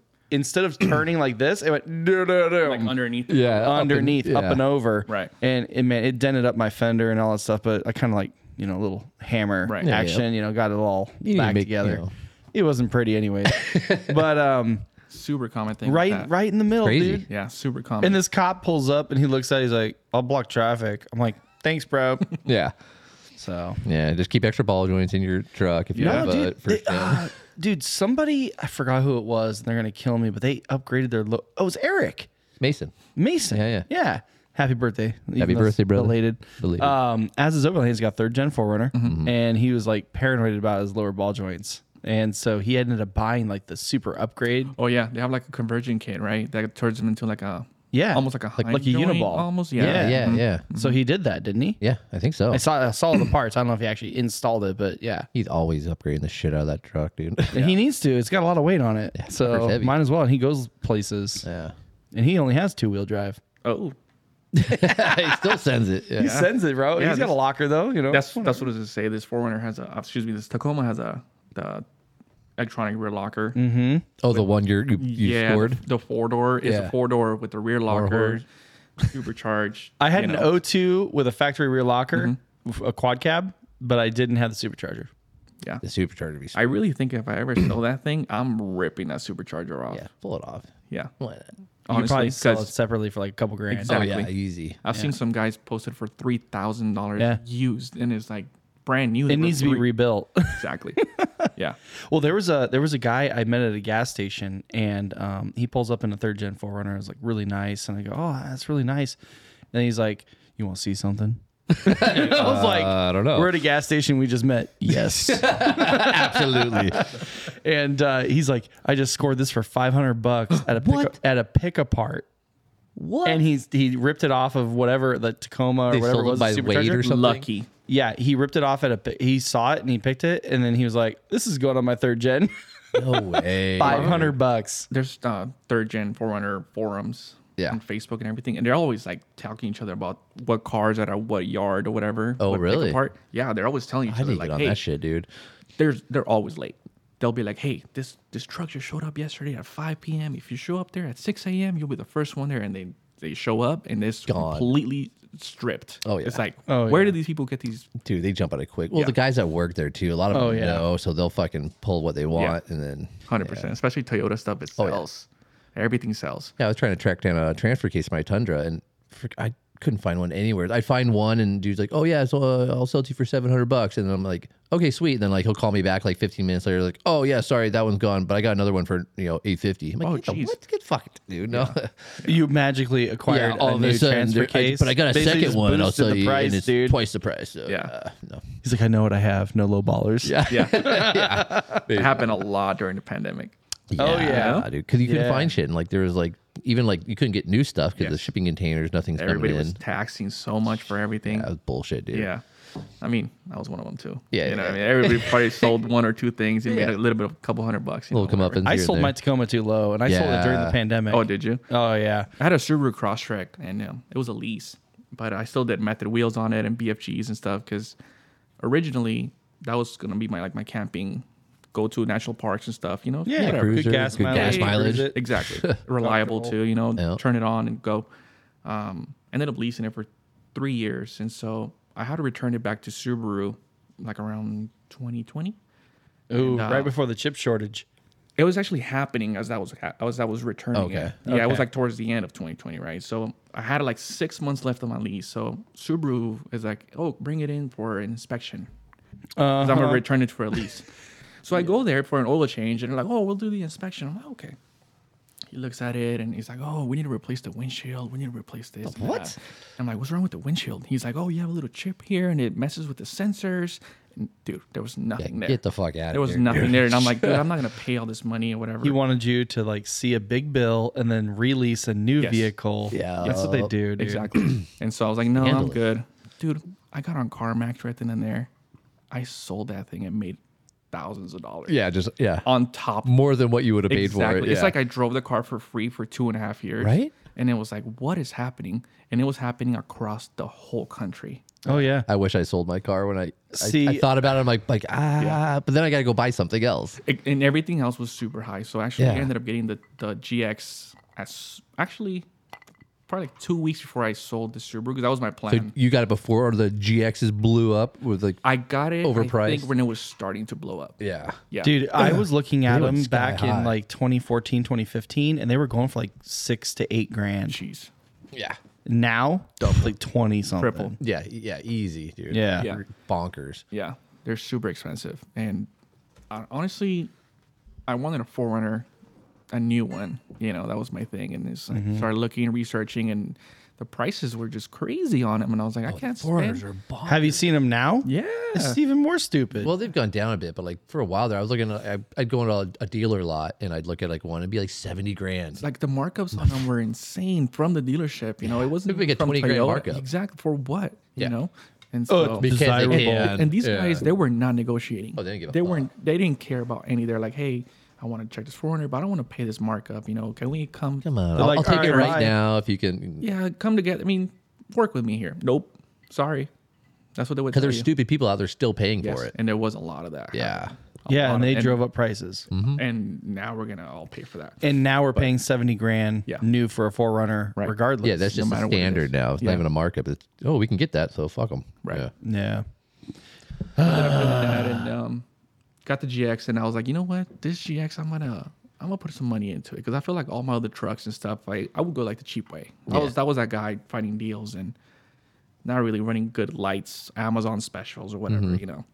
<clears throat> Instead of turning like this, it went do, do, do, Like underneath. Yeah. up and- underneath, up and, yeah. over, Right. And it man, it dented up my fender and all that stuff. But I kind of like you know a little hammer Right. Yeah, yeah. action, you know, got it all need to back make- you together. know. It wasn't pretty <laughs> anyway, but um, Super common thing. right, Like that. right in the middle, Crazy. dude. Yeah, super common. And this cop pulls up and he looks at it, he's like, I'll block traffic. I'm like, thanks, bro. <laughs> Yeah. so Yeah. Just keep extra ball joints in your truck if you have a dude, first they- uh, dude, somebody I forgot who it was, and they're gonna kill me, but they upgraded their look. Oh, it was Eric Mason. Mason. Yeah, yeah. Yeah. Happy birthday. Happy birthday, brother. Related. Belated. Mm-hmm. Um, as his overlay, he's got third gen forerunner, and he was like paranoid about his lower ball joints. And so he ended up buying like the super upgrade. oh yeah, they have like a convergent kit, right? That turns them into like a Yeah. almost like a like, hind like a joint, uniball. Almost Yeah. yeah. Yeah. Mm-hmm. Yeah. So he did that, didn't he? Mm-hmm. Yeah. I think so. I saw I saw all the parts. I don't know if he actually installed it, but yeah. He's always upgrading the shit out of that truck, dude. <laughs> He needs to. It's got a lot of weight on it. fucker's so heavy. might as well. And he goes places. yeah. And he only has two wheel drive. Oh, <laughs> he still sends it. Yeah. sends it, bro. Yeah, He's got a this- locker though, you know. that's that's what it is to say. This Forerunner has a uh, excuse me. This Tacoma has a the electronic rear locker. <laughs> Mm-hmm. Oh, the one you're, you, you yeah, scored? the, the four door is Yeah. a four door with the rear locker, horse. <laughs> supercharged. <laughs> I had you an know. Mm-hmm. O2 with a factory rear locker, with a quad cab, but I didn't have the supercharger. Yeah, The supercharger. Be I really think if I ever sell that thing, I'm ripping that supercharger off. yeah. Pull it off. Yeah, Why not? You could probably honestly, sell it because separately for like a couple grand. Exactly. Oh, yeah. <laughs> Easy. I've seen some guys posted for three thousand Yeah. dollars used, and it's like brand new. It needs to be rebuilt. <laughs> exactly. yeah, well, there was a there was a guy I met at a gas station, and um, he pulls up in a third gen forerunner. It was like really nice, and I go, "Oh, that's really nice." And he's like, "You want to see something?" <laughs> I was like, Uh, I don't know. We're at a gas station. We just met. <laughs> Yes. <laughs> Absolutely. and uh, he's like, I just scored this for 500 bucks at a pick, What? at a pick apart. what? And he's he ripped it off of whatever the Tacoma or They whatever sold it it was by the weight supercharger. or something? Lucky. Yeah, he ripped it off at a. pi- He saw it and he picked it, and then he was like, "This is going on my third gen, <laughs> no way. five hundred bucks." There's uh, third gen Forerunner forums Yeah. on Facebook and everything, and they're always like talking each other about what cars are at what yard or whatever. Oh, what pick really? Apart. Yeah, they're always telling each I other didn't like, get on "Hey, that shit, dude. there's they're always late. They'll be like, "Hey, this this truck just showed up yesterday at 5 p.m. If you show up there at 6 a.m., you'll be the first one there." And they they show up and it's Gone. completely stripped. Oh, yeah. it's like, Oh, where yeah. did these people get these? Dude, they jump on it quick. Well, Yeah. the guys that work there too, a lot of Oh, them yeah. know, so they'll fucking pull what they want, and then. Hundred percent, especially Toyota stuff. It Oh, yeah. sells. Everything sells. Yeah, I was trying to track down a transfer case for my Tundra, and for, I couldn't find one anywhere. I find one, and dude's like, "Oh yeah, so uh, I'll sell it to you for seven hundred bucks," and I'm like, "Okay, sweet." And then like he'll call me back like fifteen minutes later, like, "Oh yeah, sorry, that one's gone, but I got another one for you know eight fifty. I'm like, Oh, "What the- jeez. what? Get fucked, dude. No, <laughs> You magically acquired yeah, all a of new a sudden, transfer there- uh, I, case, but I got a Basically second just one. I'll boosted sell the you, price, and it's dude. twice the price. So, Yeah. uh, no, He's like, I know what I have. No low ballers. yeah, Yeah, it happened a lot during the pandemic. Oh, yeah. dude, because you couldn't Yeah. find shit, and like there was like even like you couldn't get new stuff because the shipping containers, nothing's Everybody coming was in. taxing so much for everything. That was bullshit, dude. Yeah. I mean, I was one of them too. Yeah, You yeah. know, what I mean, everybody <laughs> probably sold one or two things and Yeah. made a little bit of a couple hundred bucks. You little know, come up whatever. and I sold my Tacoma too low, and I sold it during the Yeah. pandemic. Oh, did you? Oh yeah. I had a Subaru Crosstrek and um, it was a lease, but I still did method wheels on it and BFGs and stuff because originally that was gonna be my like my camping, go to national parks and stuff. You know, Yeah, Yeah, good cruiser, gas good gas mileage. mileage. cruise it. <laughs> exactly reliable too. You know, Yeah. turn it on and go. Um, ended up leasing it for three years, and so I had to return it back to Subaru like around 2020. Ooh, uh, right before the chip shortage. it was actually happening as I was as I was returning. Okay. It. Yeah, it was Okay. like towards the end of 2020, right? So I had like six months left on my lease. So Subaru is like, "Oh, bring it in for an inspection. Uh-huh. 'Cause I'm gonna return it for a lease." so I go there for an oil change, and they're like, "Oh, we'll do the inspection." I'm like, "Okay." He looks at it and he's like, "Oh, we need to replace the windshield. We need to replace this." and What? that." I'm like, "What's wrong with the windshield?" He's like, "Oh, you have a little chip here, and it messes with the sensors." And dude, there was nothing there. Get the fuck out There of was here. nothing there, and I'm like, dude, I'm not gonna pay all this money or whatever. He wanted you to like see a big bill and then release a new Yes. vehicle. Yeah. that's what they do. <clears throat> Dude. exactly. and so I was like, no, Handle I'm it. good, dude. I got on CarMax right then and there. I sold that thing and made thousands of <laughs> dollars. Yeah, just yeah, on top more than what you would have paid exactly. for it. It's yeah. like I drove the car for free for two and a half years, Right? And it was like, what is happening? And it was happening across the whole country. Oh yeah. I wish I sold my car when I I- I, See- thought about it. I'm like like ah, but then I got to go buy something else. It- and everything else was super high. So actually, I Yeah. ended up getting the the GX as actually probably like two weeks before I sold the Subaru because that was my plan. So you got it before the GXs blew up with like I got it I think, Overpriced. when it was starting to blow up. yeah. Yeah, Dude, I was looking at They went them sky back in high. like 2014, 2015, and they were going for like six to eight grand. Jeez. Yeah. Now, like 20 something. Triple. Yeah, e-, yeah, easy, dude. Yeah. Yeah. bonkers. Yeah, they're super expensive, and I, honestly, I wanted a Forerunner, a new one. You know, that was my thing, and it's like Mm-hmm. started looking, researching, and the prices were just crazy on them, and I was like, I can't Foreigners spend. Oh, are bonkers. Have you seen them now? yeah, It's even more stupid. Well, they've gone down a bit, but like for a while there, I was looking. At, I- I'd go into a, a dealer lot and I'd look at like one and be like seventy grand. like the markups on them were insane from the dealership. You know, it wasn't Maybe like a from 20 grand Toyota. markup. Exactly for what? Yeah. You know, and Oh, so be Because they Desirable. can. and, and these Yeah. guys they were not negotiating. Oh, they didn't give a They fuck. weren't. They didn't care about any. They're like, hey, I want to check this 400, but I don't want to pay this markup. You know, can we come? Come on, They're I'll, like, I'll take "Alright, it right bye." now if you can. Yeah, come together. I mean, work with me here. Nope. Sorry. That's what they would. Because Tell there's you. stupid people out there still paying Yes, for it. And there was a lot of that. Yeah. A yeah, lot and they of- drove up prices. Mm-hmm. And now we're gonna all pay for that. And now we're paying 70 grand Yeah. new for a Forerunner Right. regardless. Yeah, that's just matter a what it standard is. now. It's Yeah. not even a markup. It's, oh, we can get that, so fuck them. Right. Yeah. Yeah. that and um, got the GX, and I was like, you know what, this GX, I'm gonna, I'm gonna put some money into it because I feel like all my other trucks and stuff, I, I would go like the cheap way. I was that was that guy finding deals and not really running good lights, Amazon specials or whatever, Mm-hmm. you know.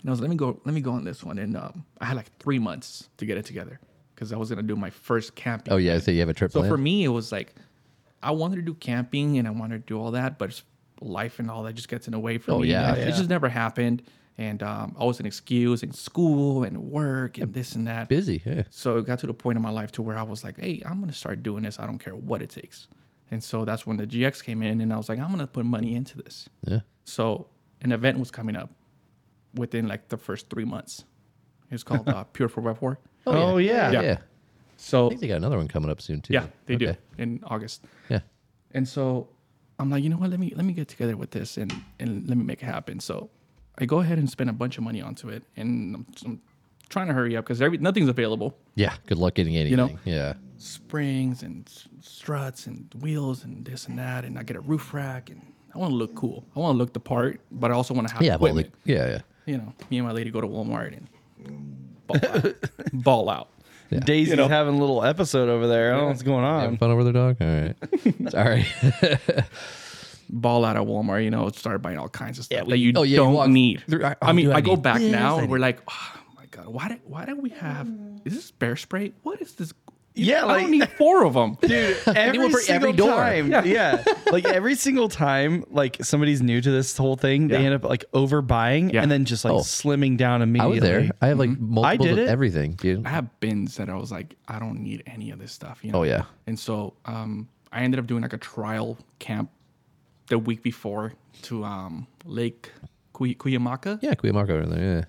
And I was like, let me go, let me go on this one, and um, I had like three months to get it together because I was gonna do my first camping. Oh yeah, so you have a trip So plan. for me, it was like I wanted to do camping and I wanted to do all that, but life and all that just gets in the way for Oh, me. yeah, it, it yeah. just never happened. And um, always an excuse and school and work and this and that. Busy. Yeah. So it got to the point in my life to where I was like, hey, I'm gonna start doing this. I don't care what it takes. And so that's when the GX came in, and I was like, I'm gonna put money into this. Yeah. So an event was coming up within like the first three months. It <laughs> was called uh, Pure for Web War. Oh, yeah. yeah. Yeah. So I think they got another one coming up soon too. yeah, they do Okay. in August. Yeah. And so I'm like, you know what? Let me let me get together with this and and let me make it happen. So I go ahead and spend a bunch of money onto it, and I'm, I'm trying to hurry up because nothing's available. Yeah. Good luck getting anything. know? yeah. springs and s- struts and wheels and this and that and I get a roof rack and I want to look cool. I want to look the part, but I also want to have Yeah. Well, equipment. like, yeah. Yeah. you know, me and my lady go to Walmart and ball <laughs> out. ball out. Daisy's having a little episode over there. I don't know what's going on. Having fun over there, dog. All right. <laughs> Sorry. Ball out at Walmart, you know, start buying all kinds of stuff well, that you oh, yeah, you don't walk need. through- I- I, oh, mean, do I I go need back this? now I and we're need- like, oh my God, why did, why do we have, is this bear spray? What is this? Yeah, I like- don't need four <laughs> of them. dude <laughs> every one for single every door. time yeah. <laughs> like every single time like somebody's new to this whole thing they Yeah. end up like overbuying Yeah. and then just like Oh. slimming down I immediately was there. I have like Mm-hmm. multiples did of it. everything, dude. I have bins that I was like, I don't need any of this stuff. You know? Oh, yeah. And so um, I ended up doing like a trial camp the week before to um, Lake Cuy- Cuyamaca. Yeah. Cuyamaca over there. Yeah.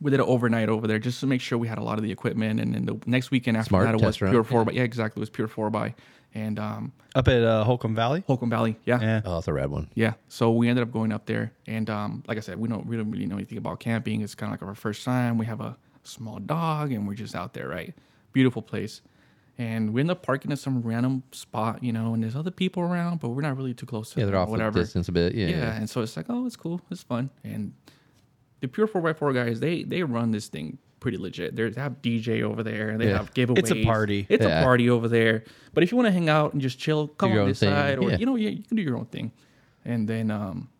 We did it overnight over there just to make sure we had a lot of the equipment. And then the next weekend after Smart that, it was test run. pure four by. Yeah, exactly. It was pure four by and um, up at uh, holcomb valley Holcomb Valley. Yeah. yeah Oh, that's a rad one. Yeah. So we ended up going up there, and um, like I said, we don't we don't really know anything about camping. It's kind of like our first time. We have a small dog, and we're just out there, right? Beautiful place, and we end up parking at some random spot, you know, and there's other people around, but we're not really too close to Yeah. They're them or off whatever. the distance a bit. Yeah. Yeah. and so it's like, oh, it's cool, it's fun, and the pure four x four guys, they they run this thing pretty legit. They're, they have DJ over there, and they Yeah. have giveaways. It's a party. It's Yeah. a party over there. But if you want to hang out and just chill, come your on own this thing. side, or Yeah. you know, yeah, you can do your own thing. And then um,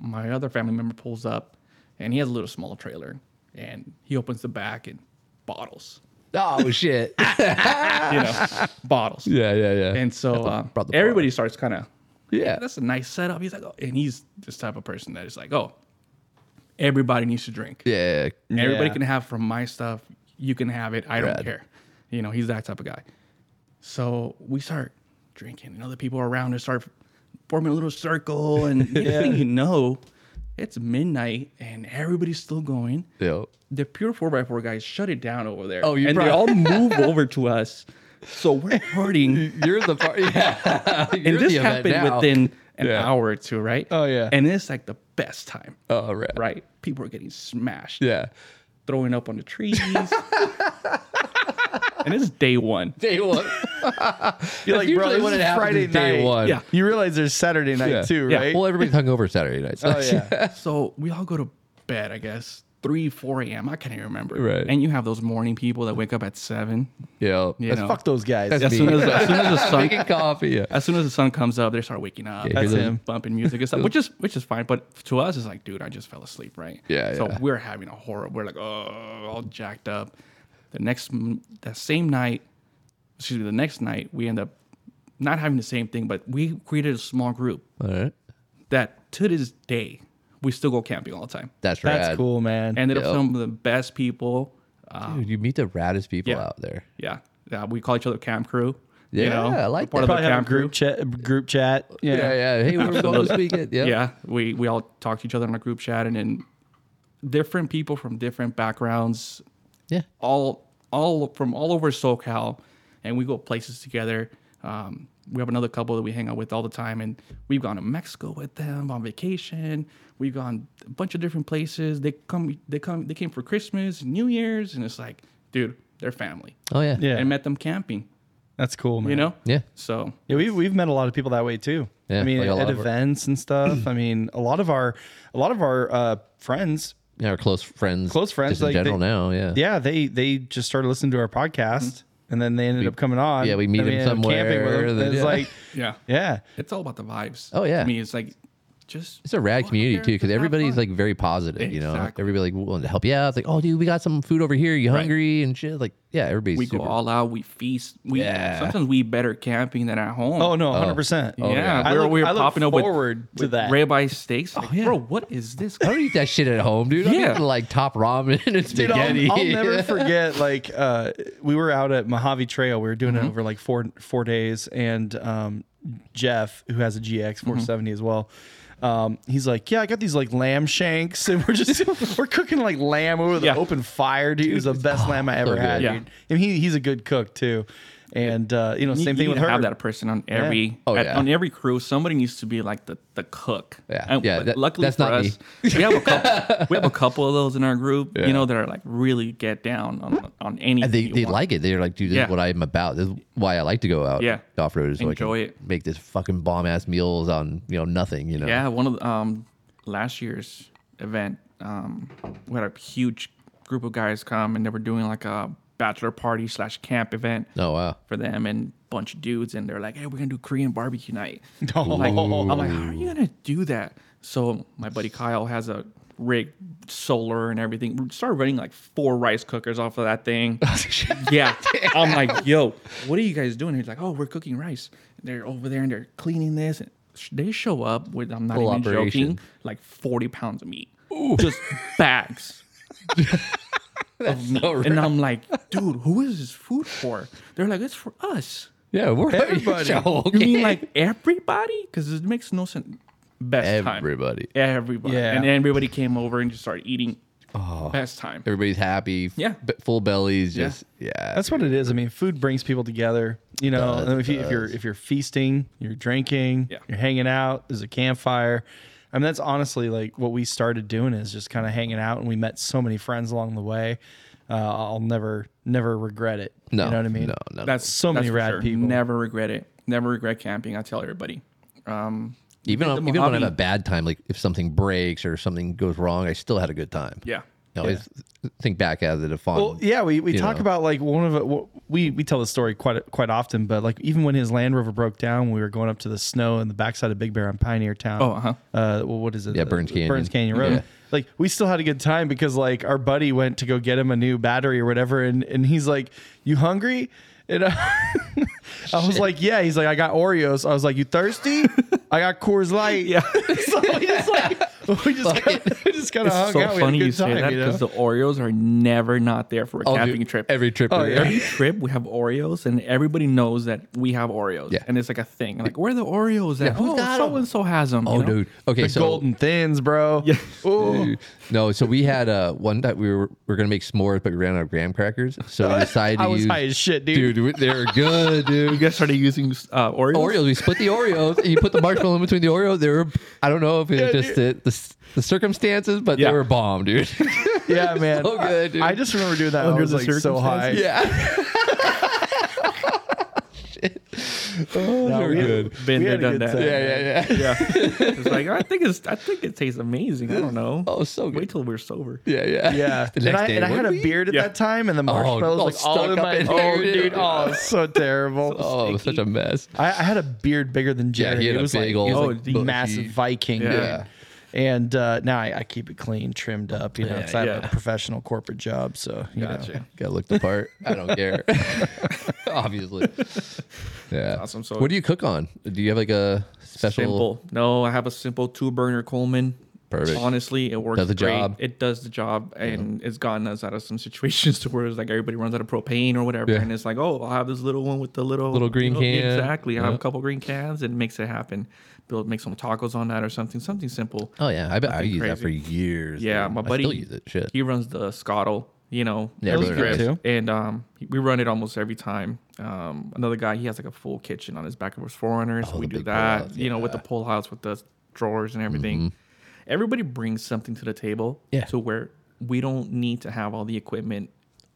my other family member pulls up, and he has a little small trailer, and he opens the back and bottles, <laughs> Oh <laughs> shit. yeah. you <laughs> know, bottles. Yeah. Yeah. And so uh, brought the everybody starts kind of yeah. that's a nice setup. He's like, oh, and he's this type of person that is like, oh, everybody needs to drink. Yeah. Everybody Yeah. can have from my stuff. You can have it. I Rad. don't care. You know, he's that type of guy. So we start drinking, and other people around us start forming a little circle. And <laughs> next thing you know, it's midnight, and everybody's still going Yeah. the pure four x four guys shut it down over there. Oh, you and they all <laughs> probably- move over to us. So <laughs> we're partying, You're the part. Yeah. and this happened within an Yeah. hour or two, right? Oh, yeah. and it's like the best time, <laughs> Oh, rad. right? People are getting smashed, Yeah. throwing up on the trees, <laughs> and it's day one. Day <laughs> one. you're That's usually this what is it happens is day one. Yeah. you realize there's saturday night Yeah. too Yeah. right Well, everybody's hung over Saturday night. So <laughs> oh yeah So we all go to bed, I guess. 3, 4 a.m. I can't even remember. Right. And you have those morning people that wake up at 7. yeah. You That's know, fuck those guys That's as, me. soon as, as soon as the <laughs> sun Making coffee. Yeah. as soon as the sun comes up, they start waking up. Yeah, That's hear those- him. Bumping music <laughs> and stuff, which is which is fine. But to us, it's like, dude, I just fell asleep, right? Yeah, So yeah. we're having a horror. We're like, oh, all jacked up. The next m- that same night, excuse me, the next night we end up not having the same thing, but we created a small group All right. that to this day we still go camping all the time. That's, that's rad. cool man Ended Yep. up some of the best people. Uh, Dude, you meet the raddest people Yeah. out there. yeah, yeah, we call each other camp crew. Yeah, you know, I like We're part that. of the probably have a camp crew. group chat group chat yeah, Yeah, yeah. Hey, where we going this weekend? Yeah. <laughs> yeah we we all talk to each other in a group chat and then different people from different backgrounds Yeah. all all from all over socal and we go places together um, we have another couple that we hang out with all the time and we've gone to mexico with them on vacation we've gone a bunch of different places they come they come they came for christmas and new year's and it's like dude they're family Oh, yeah. Yeah. i met them camping that's cool man you know Yeah. so Yeah, we've we've met a lot of people that way too. Yeah, I mean, like a lot at of our- events and <clears throat> stuff. I mean, a lot of our a lot of our uh, friends, Yeah, Our close friends. Close friends, Just in like, general they- now. Yeah. yeah, they they just started listening to our podcast, and then they ended up coming on. yeah, Mm-hmm. we meet and them ended up somewhere, Camping with them. then- It's yeah. like, yeah yeah, it's all about the vibes. Oh, yeah. I mean, it's like just It's a rad go out community there, too, just because have everybody's fun. like very positive, you know. Exactly. Everybody like willing to help you out. It's like, oh, dude, we got some food over here. You Right. hungry and shit? Like, yeah, everybody's we super. go all out, we feast. We Yeah. sometimes we better camping than at <laughs> home. Oh no, hundred percent. yeah, yeah. Oh, I we were, look- we were I look popping up with, forward to with that. ribeye steaks. Like, yeah. bro, what is this? I don't eat that shit at home, dude. I'm Yeah. eating, like top ramen and Dude, I'll- spaghetti. I'll, never forget. Like uh, we were out at Mojave Trail. We were doing Mm-hmm. it over like four four days, and um, Jeff, who has a GX Mm-hmm. 470 as well. Um, he's like, yeah, I got these like lamb shanks, <laughs> and <laughs> we're just we're cooking like lamb over the Yeah. Oh, open fire, dude. It was the best lamb I ever good. had, Yeah. dude. And he he's a good cook too, and uh, you know, same you, thing you with have her. that person on every Oh, at- yeah. on every crew. Somebody needs to be like the, the cook. Yeah. Yeah, but that- luckily that's for not us, we have a couple. <laughs> we have a couple of those in our group. You know that are like really get down on on anything. And they you they want. like it. They're like, dude, this Yeah. is what I'm about. This is why I like to go out. Yeah. off road. So Enjoy I can it. Make this fucking bomb ass meals on you know nothing. You know. Yeah, one of the, um last year's event, um, we had a huge group of guys come and they were doing like a bachelor party slash camp event Oh <laughs> wow. for them and bunch of dudes and they're like, hey, we're gonna do Korean barbecue night. Oh, Like, I'm like, how are you gonna do that? So my buddy Kyle has a rig, solar and everything. We started running like four rice cookers off of that thing. <laughs> yeah, I'm like, yo, what are you guys doing? He's like, oh, we're cooking rice. They're over there and they're cleaning this. And sh- they show up with, I'm not Full even operation. joking, like 40 pounds of meat, just <laughs> bags. of meat. so and I'm like, dude, who is this food for? They're like, it's for us. Yeah, we're Everybody. You mean like everybody? Because it makes no sense. Best time. everybody? Everybody. Yeah. And everybody came over and just started eating. Best time. <laughs> Everybody's happy. f- Yeah. b- full bellies. Yeah. Just yeah. That's what it is. I mean, food brings people together. You know, and if, you, if you're if you're feasting, you're drinking, Yeah. you're hanging out. There's a campfire. I mean, that's honestly like what we started doing is just kind of hanging out, and we met so many friends along the way. Uh, I'll never never regret it. no. you know what I mean. No, no. That's So that's many for rad people. Never regret it. Never regret camping. I tell everybody. Um, even did on, the even when I have Mojave- a bad time, like if something breaks or something goes wrong, I still had a good time. yeah. You know, it's- think back at it. A fun. Well, yeah, we, we you talk know. about like one of the- we we tell the story quite quite often, but like even when his Land Rover broke down, we were going up to the snow in the backside of Big Bear on Pioneer Town. Oh, uh-huh. uh, well, what is it? Yeah, Burns Uh, Canyon. Burns Canyon Road. Yeah. Like we still had a good time because like our buddy went to go get him a new battery or whatever, and and he's like, "You hungry?" And I, <laughs> I was like, "Yeah." He's like, "I got Oreos." I was like, "You thirsty?" I got Coors Light. <laughs> Yeah. so we just Fuck like <laughs> we just kinda, <laughs> we just kind of hung It's so out. funny you Oh, we had a good say time, that you because know? the Oreos are never not there for a Oh, dude, camping trip. Every trip. Oh, we- yeah. Every trip we have Oreos, and everybody knows that we have Oreos. Yeah. And it's like a thing. Like, where are the Oreos at? who oh, got 'em? so and so has them. Oh, dude. Okay, The so golden <laughs> thins, bro. Yeah. Dude. <laughs> No, so we had uh, one night we were we were gonna make s'mores, but we ran out of graham crackers, so we decided to <laughs> I was use. high as shit, dude. dude, we- they're good, You <laughs> dude. guys started using uh, Oreos? Oreos, we split the Oreos. and You put the marshmallow in between the Oreos. They were, I don't know if it was just the, the the circumstances, but Yeah. they were bomb, dude. <laughs> Yeah, man. So good, dude. I, I just remember doing that. when I Under was the like so high. circumstances? <laughs> yeah, No, we had- Oh, Been we there, had a done good that. yeah, time. <laughs> yeah, yeah. Yeah. it's like I think it's I think it tastes amazing. I don't <laughs> know. Oh, so good. Wait till we're sober. Yeah, yeah, Yeah, <laughs> The and next I, day, and I had what a we- beard at Yeah. that time, and the marshmallows all like all stuck in up my. in oh, here, dude. dude! Oh, <laughs> it's so terrible. Oh, it was such a mess. I, I had a beard bigger than Jared. he had it a was like, big it was old like the bushy- massive Viking. dude. Yeah. And uh, now I, I keep it clean, trimmed up. You know, 'cause I have yeah. a professional corporate job, so you know. Gotcha. Got to look the part. I don't care. <laughs> Obviously. Yeah. awesome. So- what do you cook on? Do you have like a special? Simple. No, I have a simple two burner Coleman. Perfect. Honestly, it works Does the great. job. It does the job, and it's gotten us out of some <laughs> situations to where it's like everybody runs out of propane or whatever, Yeah. and it's like, oh, I'll have this little one with the little Little green can. Exactly. I have Yeah. a couple green cans, and it makes it happen. Build, make some tacos on that or something. Something simple. Oh yeah, I bet I use that for crazy. years. Yeah, dude. my I buddy. still use it. Shit. He runs the Scottle, you know. Yeah, those really nice. trips. And um, we run it almost every time. Um, another guy, he has like a full kitchen on his back of his foreigners. we Oh, the do big that, pull-outs, Mm-hmm. you know, with the pull outs, with the drawers and everything. Everybody brings something to the table Yeah. to where we don't need to have all the equipment.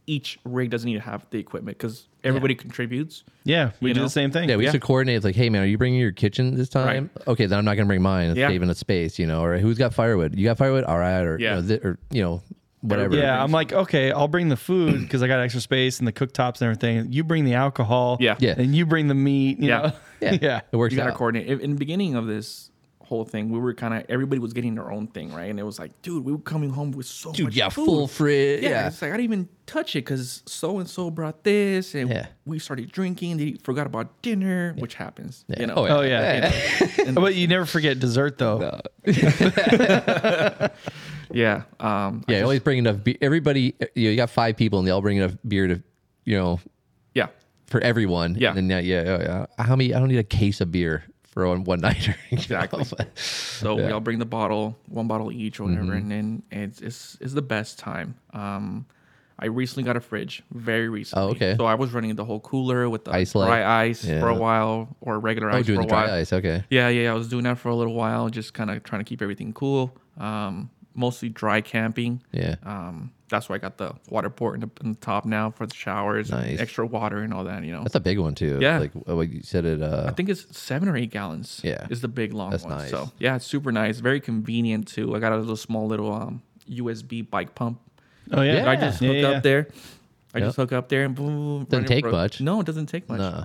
Each rig doesn't need to have the equipment because everybody contributes. Yeah, we You do know? the same thing. yeah, we used to coordinate. It's like, hey man, are you bringing your kitchen this time? Okay, then I'm not gonna bring mine. It's Yeah. saving a space, you know. Or who's got firewood? You got firewood? All right. Or you Yeah. know, thi- or you know, whatever. Yeah, I'm like, okay, I'll bring the food because I got extra space and the cooktops and everything. You bring the alcohol, Yeah. Yeah. and you bring the meat, you Yeah. know? <laughs> Yeah. It works You got to out. coordinate. In in the beginning of this whole thing, we were kind of everybody was getting their own thing, right? And it was like, dude, we were coming home with so Dude, much yeah, food. full fridge. Yeah, Yeah. it's like I didn't even touch it because so and so brought this, and Yeah. we started drinking. They forgot about dinner, which happens. Yeah. You know? Oh, Oh yeah. <laughs> but you never forget dessert though. yeah. Um, Yeah, you always bring enough beer. Everybody, you, know, you got five people, and they all bring enough beer to, you know, yeah. for everyone. Yeah. And then, yeah, yeah, yeah. How many? I don't need a case of beer for one, one nighter. <laughs> you know, Exactly. but- So we all bring the bottle, one bottle each or whatever, Mm-hmm. and then it's, it's it's the best time. Um, I recently got a fridge, very recently. Oh, okay. So I was running the whole cooler with the Ice leg. dry ice for a Yeah. while or regular oh, ice doing for the a dry while. ice. Okay. Yeah, yeah, I was doing that for a little while, just kind of trying to keep everything cool. Um, mostly dry camping. Yeah. Um, that's why I got the water port in the, in the top now for the showers, and Nice. extra water and all that. You know, That's a big one, too. Yeah. Like what you said it. Uh, I think it's seven or eight gallons. Yeah. is the big long That's one. nice. So yeah, it's super nice, very convenient too. I got a little small little um, USB bike pump. Oh yeah. Yeah. I just hook yeah, yeah. up there. I Yep. just hook up there and boom. boom, boom, Doesn't run it take for- much. No, it doesn't take much. Nah.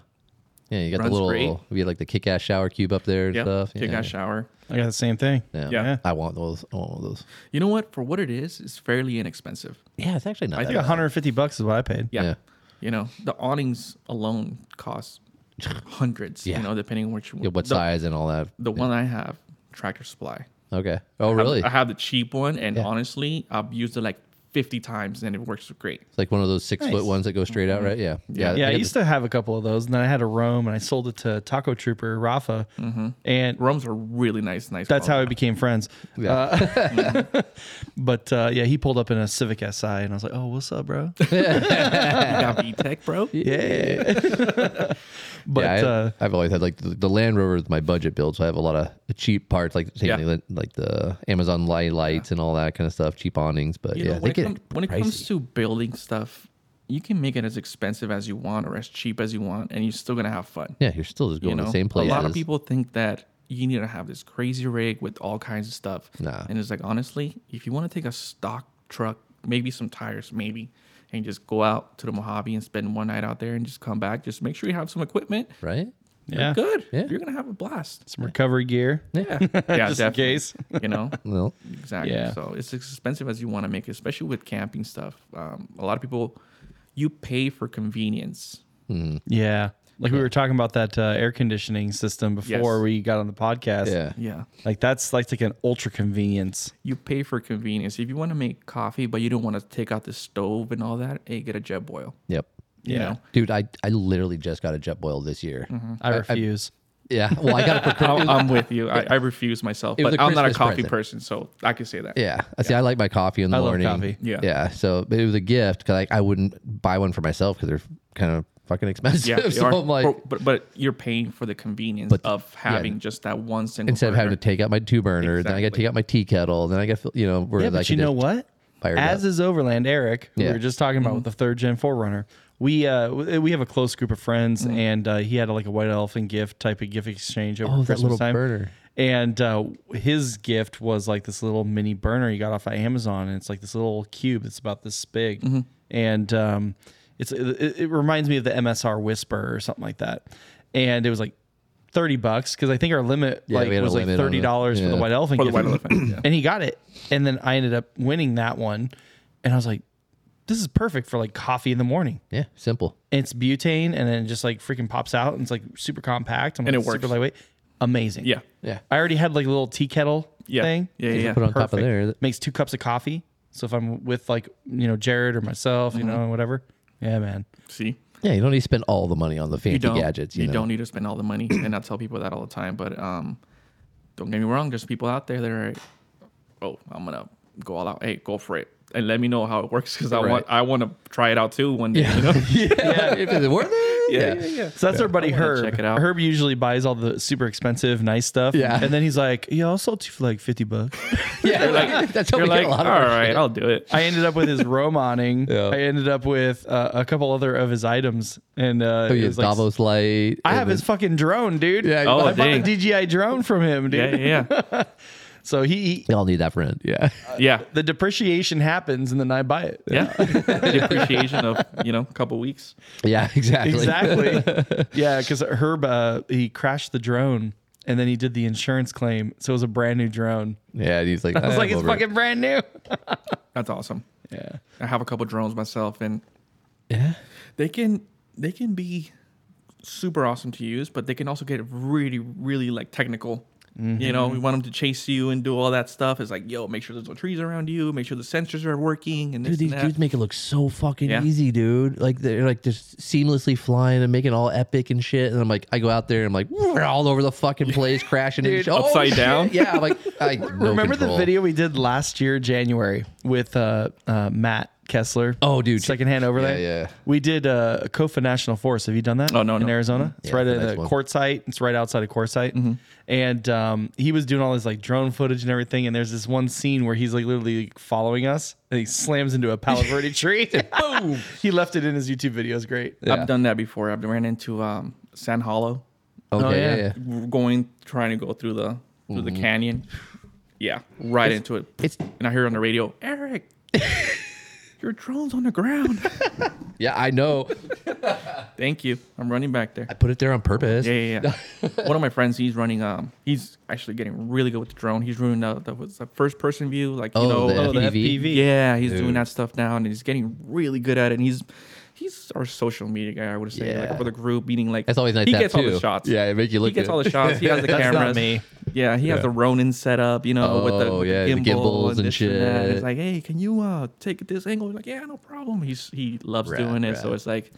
Yeah, you got the Runs little. great. We had like the kick ass shower cube up there and Yeah, stuff. take yeah. a shower. I got the same thing. Yeah. Yeah. I want those. I want one of those. You know what? For what it is, it's fairly inexpensive. Yeah, it's actually not. I that I think 150 bucks is what I paid. Yeah. Yeah. You know, the awnings alone <laughs> cost hundreds, Yeah. you know, depending on which one. Yeah, what the, size and all that. The one I have, Tractor Supply. Okay. Oh, I have- really? I have the cheap one, and Yeah. honestly, I've used it like 50 times and it works great. It's like one of those six Nice. foot ones that go straight Mm-hmm. out, right? Yeah. Yeah. Yeah, I got used to have a couple of those, and then I had a Rome, and I sold it to Taco Trooper Rafa, and Rums are really nice, nice. that's rums. how we became friends. Yeah. Uh, but uh, yeah, he pulled up in a Civic Si, and I was like, "Oh, what's up, bro?" you <laughs> got VTech, bro. yeah. <laughs> but yeah, I, uh, I've always had like the, the Land Rover is my budget build, so I have a lot of cheap parts, like say, Yeah. like- like the Amazon light lights and all that kind of stuff, cheap awnings. But You yeah, know, they um, when, it get come- when it pricey. comes to building stuff, you can make it as expensive as you want or as cheap as you want, and you're still gonna have fun. yeah, you're still just you going to know, the same places. A lot of people think that you need to have this crazy rig with all kinds of stuff. Nah. And it's like, honestly, if you want to take a stock truck, maybe some tires, maybe, and just go out to the Mojave and spend one night out there and just come back, just make sure you have some equipment. right? yeah, You're good. Yeah. You're going to have a <laughs> blast. some recovery gear. Yeah. Yeah, Just in case. You know? Well, Exactly. Yeah. So it's as expensive as you want to make it, especially with camping stuff. Um, a lot of people, you pay for convenience. Yeah, like we were talking about that uh, air conditioning system before Yes. we got on the podcast. yeah, Yeah. like that's like, like an ultra convenience. you pay for convenience. If you want to make coffee, but you don't want to take out the stove and all that, hey, get a Jetboil. yep. You know? Dude, I, I literally just got a Jetboil this year. Mm-hmm. I refuse. Yeah, well, <laughs> <laughs> I got it for Christmas. I'm, <laughs> I'm with you. I, I refuse myself, It was but a I'm not a Christmas coffee present. person, so I can say that. Yeah, I see. I like my coffee in the I love morning. coffee. Yeah. yeah. So but it was a gift because I, I wouldn't buy one for myself because they're kind of fucking expensive. <laughs> Yeah, they so are- I'm like, but- but but you're paying for the convenience of having just that one single. instead of having to burger. take out my two burner, then I got to Exactly. take out my tea kettle, then I got to, you know, where Yeah, I but can you know just- what? fire it As up. is Overland Eric, who Yeah. we were just talking about with the third gen Forerunner. We uh w- we have a close group of friends, and uh, he had like a white elephant gift type of gift exchange over Oh, that Christmas little time. burner. And uh, his gift was like this little mini burner he got off of Amazon, and it's like this little cube. It's about this big, and um, it's it, it reminds me of the MSR Whisper or something like that. And it was like thirty bucks because I think our limit Yeah, like we had a was like limit on it. thirty dollars for the Yeah. white elephant For the gift. white elephant, yeah. <clears throat> and he got it. And then I ended up winning that one, and I was like, this is perfect for like coffee in the morning. Yeah, simple. And it's butane, and then it just like freaking pops out, and it's like super compact and, And like, it works. super lightweight. Amazing. yeah, Yeah. I already had like a little tea kettle Yeah. thing. Yeah, yeah, It's yeah. Put it on top of perfect. there. Makes two cups of coffee. So if I'm with like you know Jared or myself, Mm-hmm. you know whatever. Yeah, man. see, Yeah, you don't need to spend all the money on the fancy you don't gadgets. You, you know? <laughs> don't need to spend all the money, and I tell people that all the time. But um, don't get me wrong, there's people out there that are, oh, I'm gonna go all out. Hey, go for it, and let me know how it works because I Right. want I want to try it out too one day. Yeah. You know? yeah. Is it worth it? yeah, yeah, yeah. So that's our buddy I wanna Herb. check it out. Herb usually buys all the super expensive, nice stuff. Yeah. and then he's like, "Yeah, I'll sell it to you for like fifty bucks." Yeah. <laughs> That's how You're we like, get a all lot of our right, shit. I'll do it. I ended up with his <laughs> Romaning. Yeah. I ended up with uh, a couple other of his items, and uh, Oh, it yeah, was like- Davos Light. I and have his then- fucking drone, dude. Yeah, Oh, I bought dang. the DJI drone from him, dude. Yeah, yeah, yeah. So he, he- We all need that friend. Yeah. <laughs> yeah. the depreciation happens, and then I buy it. Yeah. Depreciation of, you know, a couple weeks. Yeah, exactly. <laughs> Exactly. yeah, because Herb uh, he crashed the drone, and and then he did the insurance claim. So it was a brand new drone. Yeah, and he's like, I was like, I'm it's over it." fucking brand new. That's awesome. Yeah. I have a couple drones myself, and Yeah. they can they can be super awesome to use, but they can also get really really like technical. You know, we want them to chase you and do all that stuff. It's like, yo, make sure there's no trees around you. Make sure the sensors are working and this Dude, these and that. dudes make it look so fucking Yeah. easy, dude. Like they're like just seamlessly flying and making all epic and shit. And I'm like, I go out there and I'm like, we're all over the fucking place, crashing into Dude, each- oh, upside shit. down? Yeah, I'm like, I no Remember control. the video we did last year, January, with uh, uh, Matt Kessler? Oh, dude. Secondhand overlay. Yeah, yeah. We did uh, Kofa National Forest. Have you done that? Oh, no, in no. Arizona. It's Yeah, right the at next the one. Mm-hmm. quartzite. It's right outside of quartzite. And um, he was doing all this like drone footage and everything. And there's this one scene where he's like literally following us, and he slams into a Palo <laughs> Verde tree. Boom! <laughs> he left it in his YouTube video. It's great. Yeah. I've done that before. I've ran into um, San Hollow, Okay, yeah. yeah, yeah. Mm-hmm. We're going trying to go through the through the canyon. Yeah, right into it. It's and I hear on the radio, <laughs> Eric, your drone's on the ground. yeah, I know. Thank you. I'm running back there. I put it there on purpose. Yeah, yeah, <laughs> yeah. One of my friends, he's running. Um, he's actually getting really good with the drone. He's doing the the, what's the first person view, like you Oh, know, the uh, Oh, the FPV? FPV. yeah, he's doing that stuff now, and he's getting really good at it. And he's he's our social media guy, I would say, Yeah. like for the group, meaning like That's always nice. He to have gets all too. the shots. Yeah, it make you look. he gets good. all the shots. He <laughs> has the That's not cameras. me. Yeah, he has the Ronin set up, you know, with the, Oh, with yeah, the the gimbal gimbals and and, shit. And that. shit. It's like, hey, can you uh, take this angle? He's like, yeah, no problem. He's he loves Rad, doing it, so rad. it's like,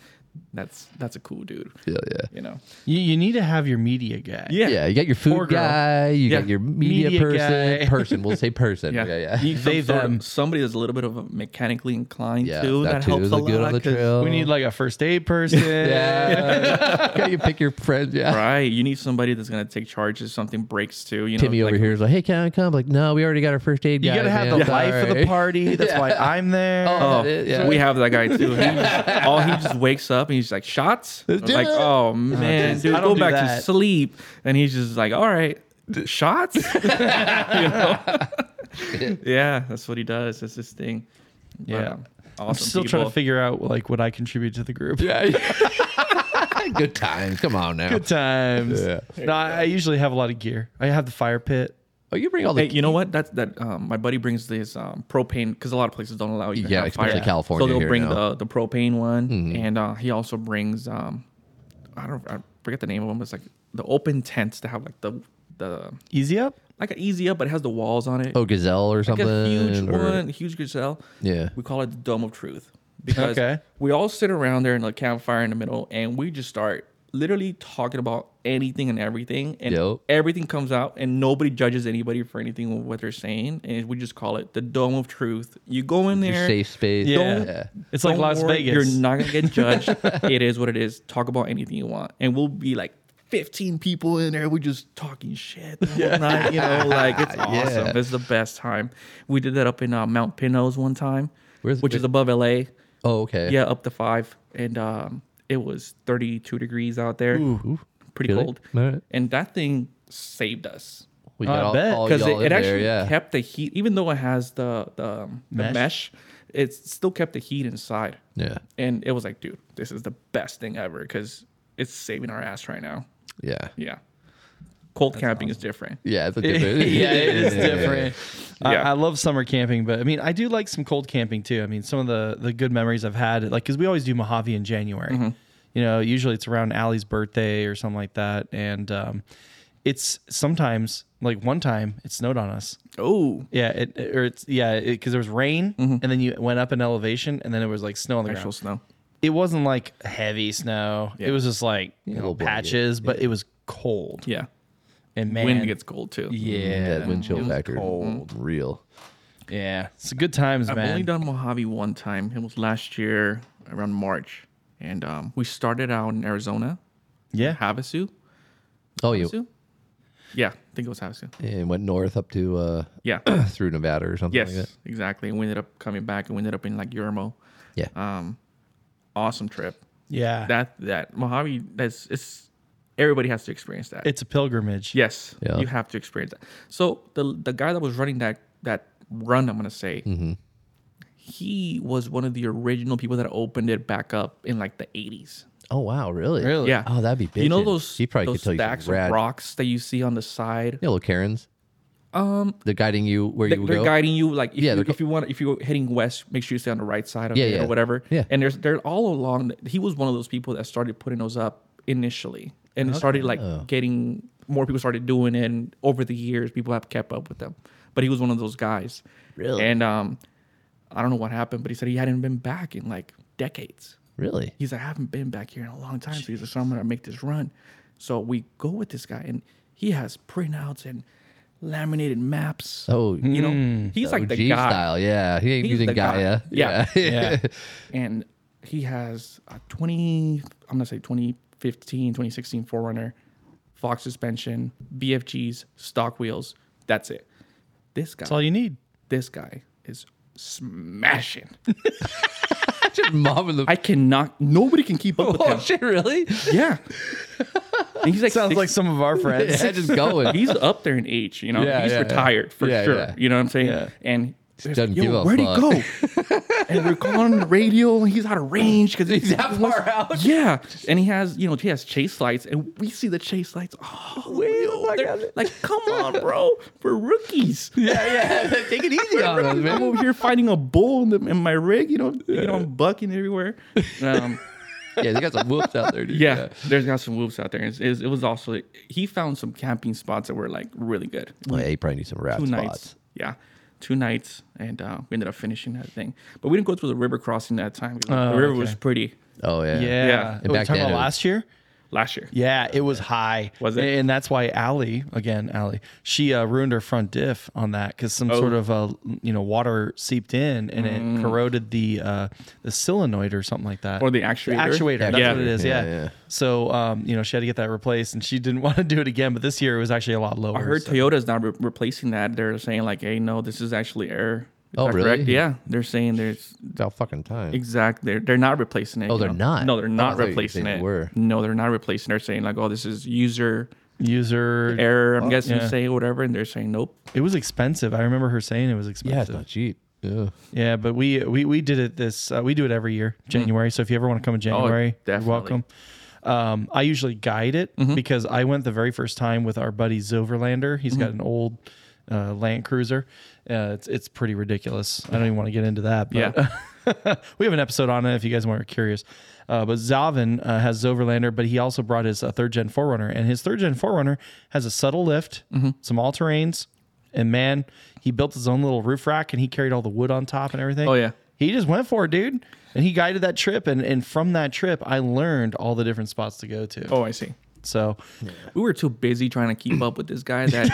that's that's a cool dude, Yeah, yeah. you know. You, you need to have your media guy. Yeah, Yeah, you got your food Poor girl. guy, you Yeah. got your media, Media person, guy. person. We'll say person. Yeah. Yeah, yeah, yeah. You- they Some sort of- them. somebody that's a little bit of a mechanically inclined too. That, too helps is a a good lot. on <laughs> the 'cause- trail. We need like a first aid person. Yeah. Can you pick your friends? Yeah. Right, you need somebody that's gonna take charge if something breaks too. You know, Timmy like, over here is like, hey, can I come? Like, no, we already got our first aid You guy. gotta have man. the life of the Sorry." <laughs> party. That's why I'm there. Oh, Oh, that- yeah. we have that guy too. He just, all he just wakes up and he's like, "Shots!" I was do like, it. oh man, geez. dude, I go don't do back to that. sleep. And he's just like, "All right, shots." <laughs> You know? <laughs> yeah, that's what he does. That's his thing. But, Yeah. um, I'm awesome still people. trying to figure out like what I contribute to the group. Yeah. <laughs> good times. Come on now. <laughs> Good times. Yeah. No, I, I usually have a lot of gear. I have the fire pit. Oh, you bring all the. Hey, you know what? That's that. Um, my buddy brings this um, propane because a lot of places don't allow you. To Yeah, have especially fire. California So they'll here Mm-hmm. bring now. the the propane one, and uh, he also brings um, I don't I forget the name of them. It's like the open tents that have like the the Easy up. like an easy up, but it has the walls on it. oh, gazelle or like something. a huge or- one, huge gazelle. Yeah. we call it the dome of truth because Okay. we all sit around there in the campfire in the middle, and we just start literally talking about anything and everything, and Yep. everything comes out, and nobody judges anybody for anything of what they're saying, and we just call it the dome of truth. You go in Your there. safe space. Yeah. yeah. It's like don't Las worry, <laughs> Vegas. You're not gonna get judged. it is what it is. Talk about anything you want, and we'll be like 15 people in there. We're just talking shit. The whole night, you know, like it's awesome. It's the best time. We did that up in uh, Mount Pinos one time, Where's- which is above LA. Oh, okay. Yeah, up to five, and um, it was 32 degrees out there. Pretty Really? cold. All right. And that thing saved us We I got all, bet. all because Oh, y'all it, it in there, actually yeah. kept the heat, even though it has the the, um, the Mesh? mesh. It still kept the heat inside. Yeah. And it was like, dude, this is the best thing ever because it's saving our ass right now. Yeah. Yeah, cold camping is different. Yeah. <laughs> It's a yeah, different. it is different. I, Yeah. I love summer camping, but I mean, I do like some cold camping too. I mean, some of the the good memories I've had, like because we always do Mojave in January. Mm-hmm. You know, usually it's around Allie's birthday or something like that, and um, it's sometimes like one time it snowed on us. Oh, Yeah, it, or it's yeah, because there was rain, Mm-hmm. and then you went up in elevation, and then it was like snow on the actual ground. snow. It wasn't like heavy snow; it was just like you know, little blanket. patches, but it was cold. Yeah, And man, wind gets cold too. Yeah. yeah, That wind chill was factor. cold. Real. yeah. It's good times, I've man. only done Mojave one time. It was last year around March, and um, we started out in Arizona, yeah, Havasu. Oh, you Havasu? Yeah, I think it was Havasu. and went north up to uh <laughs> <coughs> Yeah. <coughs> through Nevada or something Yes, like that. exactly. And we ended up coming back and we ended up in like Yermo. Yeah. Um, awesome trip. yeah. That that Mojave. That's it's everybody has to experience that. it's a pilgrimage. yes, Yeah. you have to experience that. So the the guy that was running that that run, I'm gonna say, Mm-hmm. he was one of the original people that opened it back up in like the 80s. Oh wow, really? Really? Yeah. Oh, that'd be big. You know those, He probably those could tell you stacks some of rad rocks that you see on the side? you know, little Karens. Um, They're guiding you where they, you are would go. guiding you. Like if, Yeah, you, they're co- if you want, if you're heading west, make sure you stay on the right side of Yeah, it yeah. or whatever. Yeah. And there's they're all along. He was one of those people that started putting those up initially, and it started like Oh. getting more people started doing it. And over the years, people have kept up with them. But he was one of those guys. Really? And um, I don't know what happened, but he said he hadn't been back in like decades. really? He's like, I haven't been back here in a long time. So he's like, so I'm gonna make this run. So we go with this guy, and he has printouts and laminated maps. Oh, you know, he's like the OG guy, style. Yeah, he ain't He's using the guy. Gaia. Yeah. yeah. <laughs> and he has a 20. I'm gonna say 2015, 2016 Forerunner, Fox suspension, BFGs, stock wheels. That's it. This guy, That's all you need. this guy is smashing. Just mobbing the. I cannot. Nobody can keep up <laughs> with oh <laughs> him. shit! Really? Yeah. And he's like Sounds like some of our <laughs> friends. yeah, just going. he's up there in age, you know. Yeah, he's yeah, yeah. retired for Yeah, sure. yeah. You know what I'm saying? Yeah. And there's like, doesn't give yo, a where'd he fuck." <laughs> go? and we're calling the radio, and he's out of range because <laughs> He's that far <laughs> out. Yeah, and he has you know he has chase lights, and we see the chase lights. Oh, fuck they're- out of- like come on, bro, we're rookies. <laughs> yeah, yeah. Take it easy on us, I'm man. over here fighting a bull in, the, in my rig, you know, you know, I'm bucking everywhere. Um, <laughs> Yeah, they got some whoops out there. Dude. yeah, there's got some wolves out there. It's, it's, it was also he found some camping spots that were like really good. Well, Oh, yeah, you probably need some rap two spots. nights. Yeah, two nights, and uh, we ended up finishing that thing. But we didn't go through the river crossing that time. 'cause the river was pretty Oh yeah. Yeah. Yeah. And Oh, back talking then about it was- last year? last year. Yeah, it was high. Was it? And that's why Allie, again, Allie, she uh, ruined her front diff on that because some Oh. sort of uh, you know water seeped in and it corroded the uh, the solenoid or something like that, Mm. Or the actuator. actuator, that's Yeah. what it is. Yeah. Yeah, yeah. So um, you know she had to get that replaced, and she didn't <laughs> want to do it again. But this year it was actually a lot lower. I heard so- Toyota's not re- replacing that. They're saying like, hey, no, this is actually error. Is Oh, that really? Yeah, they're saying there's About fucking time. exact. They're they're not replacing it. Oh, you they're know? not? No, they're Oh, I not thought you replacing said it. they were. No, they're not replacing. They're saying like, oh, this is user user. error. I'm guessing yeah. they say whatever, and they're saying nope. It was expensive. I remember her saying it was Yeah, it's expensive. not cheap. Yeah. Yeah, but we we we did it this uh, we do it every year January. So if you ever want to come in January, you're Hmm. Oh, definitely. Mm-hmm. welcome. Um, I usually guide it because I went the very first time with our buddy Zoverlander. He's Mm-hmm. got an old uh, Land Cruiser. Uh, it's it's pretty ridiculous. I don't even want to get into that. But Yeah. <laughs> we have an episode on it if you guys weren't curious. Uh, but Zavin uh, has Zoverlander, but he also brought his uh, third gen Forerunner, and his third gen Forerunner has a subtle lift, Mm-hmm. some all terrains, and man, he built his own little roof rack and he carried all the wood on top and everything. Oh, yeah. he just went for it, dude, and he guided that trip, and and from that trip, I learned all the different spots to go to. Oh, I see. So We were too busy trying to keep up with this <clears throat> guy that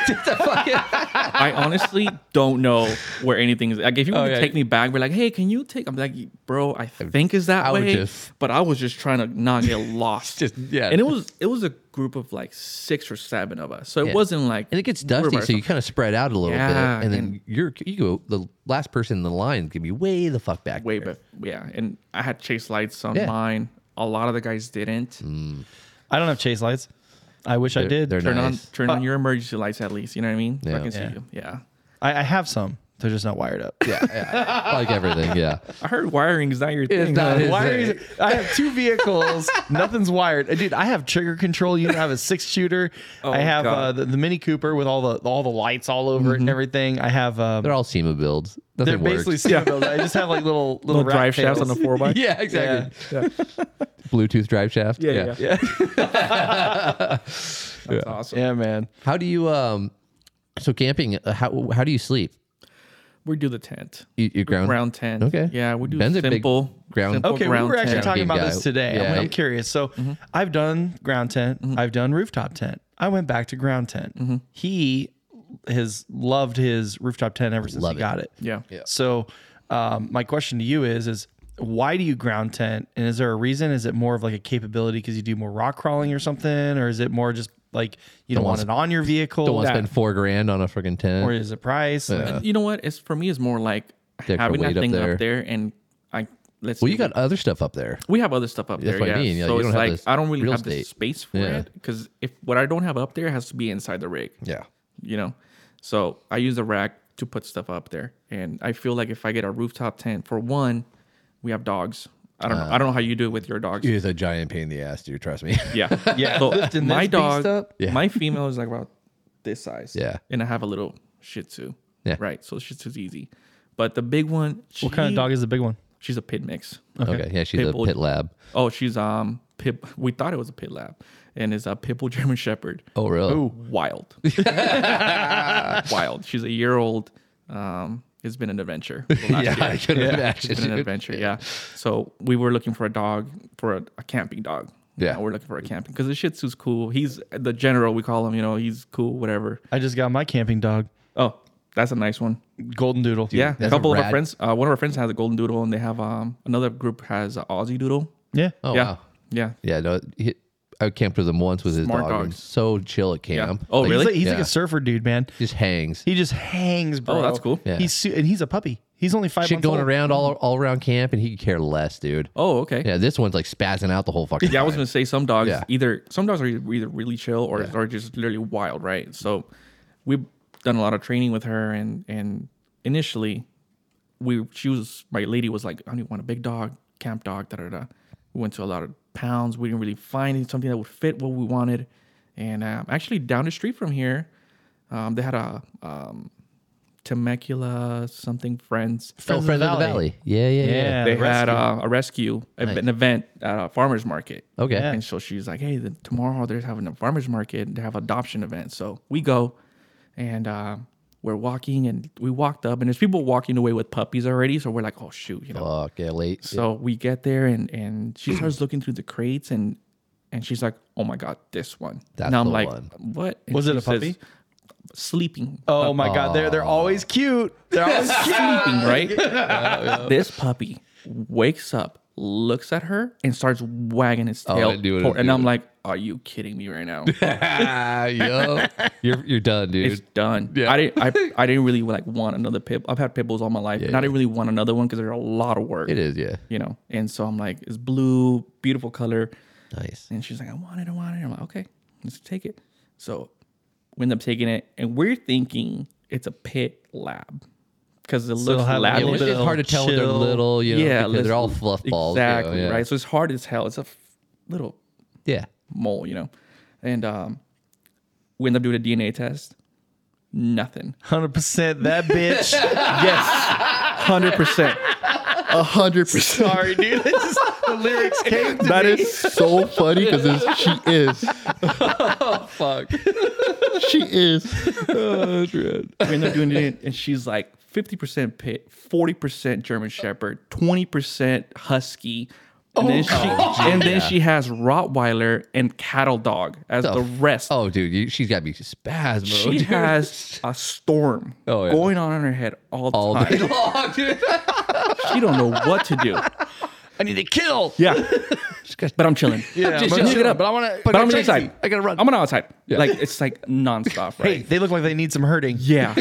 I honestly don't know where anything is. Like, if you want Oh, yeah. to take me back, we're like, hey, can you take? I'm like, bro, I think is that I would way, just- but I was just trying to not <laughs> get lost. Just- yeah. and it was it was a group of like six or seven of us, so it wasn't like And it gets we were dusty, by so you kind of spread out a little Yeah, bit, and then and- you're you go the last person in the line could be way the fuck back. way but yeah. And I had chase lights on Yeah. mine. A lot of the guys didn't I don't have chase lights. I wish I did. they're turn Nice. on turn on your emergency lights at least. You know what I mean? So I Yeah. can see Yeah. you. Yeah. I, I have some. They're just not <laughs> wired up. Yeah, yeah, like everything. Yeah, I heard wiring is not your thing. not huh? his Why Is are it- you, I have <laughs> two vehicles. nothing's wired, Uh, dude. I have trigger control. You have a six shooter. Oh, I have God. uh, the, the Mini Cooper with all the all the lights all over Mm-hmm. it and everything. I have um, they're all SEMA builds. they're Nothing works. basically seatbelts. I just have <laughs> like little little, Little drive shafts on the <laughs> four by. yeah, exactly. Bluetooth drive shaft. yeah. That's awesome. Yeah, man. How do you um? So camping, uh, how how do you sleep? We do the tent. You, you ground. Ground tent. Okay. Yeah, we do Ben's a big simple ground- simple Okay, ground we were actually tent. talking Ground about game this guy. today. Yeah. Mm-hmm. I'm curious. So I've done ground tent. I've done rooftop tent. I went back to ground tent. Mm-hmm. He has loved his rooftop tent ever since Love he it. got it. Yeah. So um, my question to you is is why do you ground tent and is there a reason? Is it more of like a capability because you do more rock crawling or something, or is it more just like you don't, want, want it on your vehicle? Don't want to That- spend four grand on a freaking tent. or is it price? Uh, You know what? It's for me. It's more like extra having that weight up thing up there. there. and I let's. well, see you got other stuff up there. we have other stuff up That's there. what I yeah. mean, yeah, you so it's don't have like this I don't really real have the estate. space for Yeah. it because if what I don't have up there has to be inside the rig. Yeah. You know, so I use the rack to put stuff up there, and I feel like if I get a rooftop tent, for one, we have dogs. I don't Ah. know. I don't know how you do it with your dogs. It is a giant pain in the ass, dude. <laughs> Trust me. Yeah. <laughs> Yeah, So lifting my this beast dog, up? Yeah. my female is like about this size. Yeah. And I have a little Shih Tzu. <laughs> Yeah. Right. So Shih Tzu's easy, but the big one. She, What kind of dog Oh. is the big one? She's a pit mix. Okay. Yeah, she's Pitbull. a pit lab. Oh, she's um pit. We thought it was a pit lab, and it's a pitbull <laughs> German Shepherd. Oh, really? <laughs> <laughs> Wild. Wild. She's a year old. Um, it's been an <laughs> adventure. Last Yeah, year. I can imagine. It's been an dude. adventure, yeah. So we were looking for a dog for a, a camping dog. Yeah. Now we're looking for a camping because the Shih Tzu's cool. He's the general we call him. You know, he's cool, whatever. I just got my camping dog, Oh, that's a nice one. golden doodle. yeah, that's a a couple of our rad- friends. Uh, one of our friends has a golden doodle, and they have um another group has an Aussie doodle. yeah. Oh, yeah, wow. yeah. Yeah, no, he, I camped with him once with his Smart dog. dog. and So chill at camp. Oh, Like, He's, Really? like, he's like Yeah. a surfer dude, man. Just hangs. He just hangs, bro. Oh, that's cool. Yeah. He's su- and he's a puppy. He's only five Shit months going old. around all all around camp, and he could care less, dude. Oh, okay. Yeah. Yeah, this one's like spazzing out the whole fucking. I was gonna say some dogs Yeah. either some dogs are either really chill or are just literally wild, right? So we've done a lot of training with her, and and initially we she was my lady was like, I don't want a big dog, camp dog, da da da. We went to a lot of pounds. We didn't really find something that would fit what we wanted. And um, actually, down the street from here, um, they had a um, Temecula something friends. Oh, Friends of the Valley. Yeah, yeah, yeah. Yeah. They a had rescue. uh, a rescue, a- an event at a farmer's market. Okay. Yeah. And so she's like, hey, the, tomorrow they're having a farmer's market. and They have adoption event. So we go and uh, we're walking and we walked up and there's people walking away with puppies already. So we're like, oh, shoot, you know. Fuck yeah, late. <laughs> So we get there and and <clears throat> she starts looking through the crates and and she's like, "Oh my god, this one." That's and I'm the like, one. "What?" And Was it she a puppy? says, Sleeping. Oh my god, they're they're always cute. <laughs> They're always <laughs> cute. Sleeping, <laughs> right? This puppy wakes up, looks at her, and starts wagging its Oh, tail. I knew it, I toward- and knew I'm it. like, "Are you kidding me <laughs> right now?" Ah, yo, you're you're done, dude. It's done. I didn't. <laughs> I, I didn't really like want another pit. I've had pit bulls all my life, and I didn't really want another one because they're a lot of work. It is, yeah. you know. And so I'm like, it's blue, beautiful color. Nice. And she's like, I want it, I want it. I'm like, okay, let's take it. So we end up taking it, and we're thinking it's a pit lab because it it'll looks have like Yeah, a which lavish. is little hard to tell when they're chill- little, you know, Yeah, because let's- they're all fluff balls. you know, Exactly, yeah. right? So it's hard as hell. It's a f- little Yeah. mole, you know. And um, we end up doing a DNA test. Nothing. Hundred percent <laughs> that bitch. Yes, hundred percent. A hundred percent. Sorry, dude. It's just, the lyrics came to That me. is so funny because she <laughs> is. Oh, Fuck. She is. we end up doing it, and she's like 50% pit, 40% German Shepherd, 20% Husky. And, then, she, and then she has Rottweiler and cattle dog as the, rest. Oh, dude, you, she's got to be spasmo. she dude. has a storm Oh, yeah. going on in her head all <laughs> the all time. day long, dude. <laughs> She don't know what to do. I need to kill. Yeah, <laughs> but I'm chilling. Yeah, Just but- shut it up, but I want but to. I'm Tracy, outside. I gotta run. I'm gonna outside. Like it's like nonstop. Right? Hey, they look like they need some hurting. <laughs> Yeah.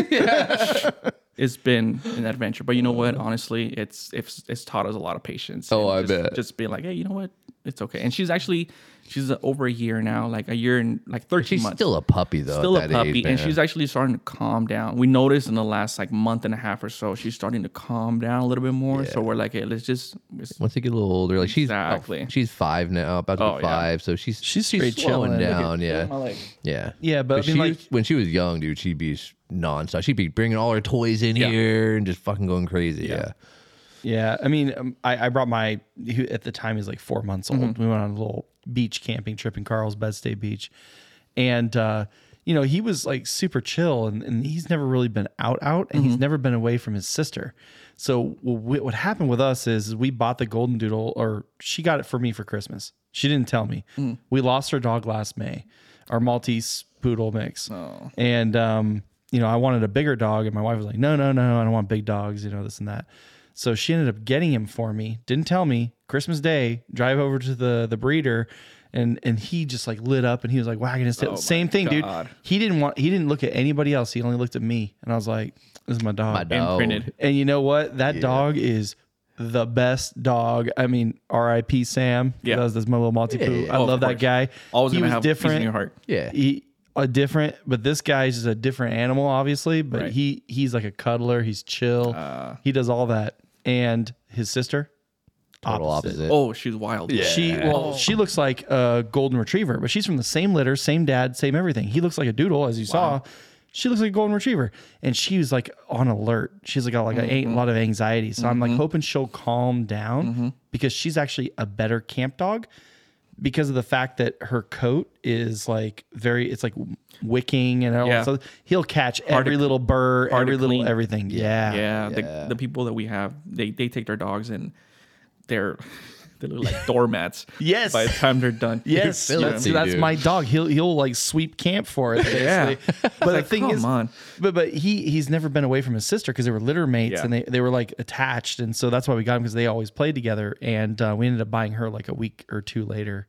it's been an adventure, but you know what? Honestly, it's it's it's taught us a lot of patience. Oh, and I just, bet. Just being like, hey, you know what? It's okay. And she's actually she's uh, over a year now, like a year and like thirteen She's months. still a puppy though. Still at a that puppy, age, and man. she's actually starting to calm down. We noticed in the last like month and a half or so, she's starting to calm down a little bit more. So we're like, hey, let's just it's- once they get a little older, like she's Exactly. oh, she's five now, about to Oh, be yeah. five, so she's She's she's straight slowing chilling. Look at- down, yeah, my leg. yeah, Yeah, but I mean, she, like- when she was young, dude, she'd be s- nonstop. She'd be bringing all her toys in here and just fucking going crazy. Yeah, Yeah, I mean, um, I, I brought my who at the time he's like four months old. We went on a little beach camping trip in Carl's Bedstate Beach, and uh, you know he was like super chill, and, and he's never really been out out, and he's never been away from his sister. So what, what happened with us is we bought the golden doodle, or she got it for me for Christmas. She didn't tell me. We lost our dog last May, our Maltese poodle mix, and um, you know I wanted a bigger dog, and my wife was like, no, no, no, I don't want big dogs, you know this and that. So she ended up getting him for me. Didn't tell me. Christmas Day, drive over to the the breeder, and and he just like lit up and he was like wagging his tail. Same thing, Oh God. dude. He didn't want. He didn't look at anybody else. He only looked at me, and I was like, "This is my dog." My dog. imprinted. And you know what? That dog is the best dog. I mean, R.I.P. Sam. Yeah. that was, that's my little Monty Poo. I Oh, of love that course. guy. Always he gonna was have peace in different your heart. yeah. he a different but this guy's just a different animal obviously but Right. he he's like a cuddler he's chill he does all that and his sister total opposite. Oh, she's wild. Yeah. She well, she looks like a golden retriever, but she's from the same litter, same dad, same everything. He looks like a doodle, as you saw. She looks like a golden retriever, and she was like on alert. She's like got like a, a lot of anxiety. So I'm like hoping she'll calm down because she's actually a better camp dog because of the fact that her coat is like very it's like wicking and all Yeah. that so he'll catch every little burr to every little clean. everything yeah yeah, The, the people that we have they, they take their dogs and they're <laughs> they look like doormats <laughs> Yes. by the time they're done <laughs> Yes, You're that's, filthy, that's dude. my dog. He'll he'll like sweep camp for <laughs> us. Yeah. <laughs> Basically. but the thing come is, on. but but he he's never been away from his sister because they were litter mates Yeah. and they, they were like attached, and so that's why we got him because they always played together. And uh, we ended up buying her like a week or two later,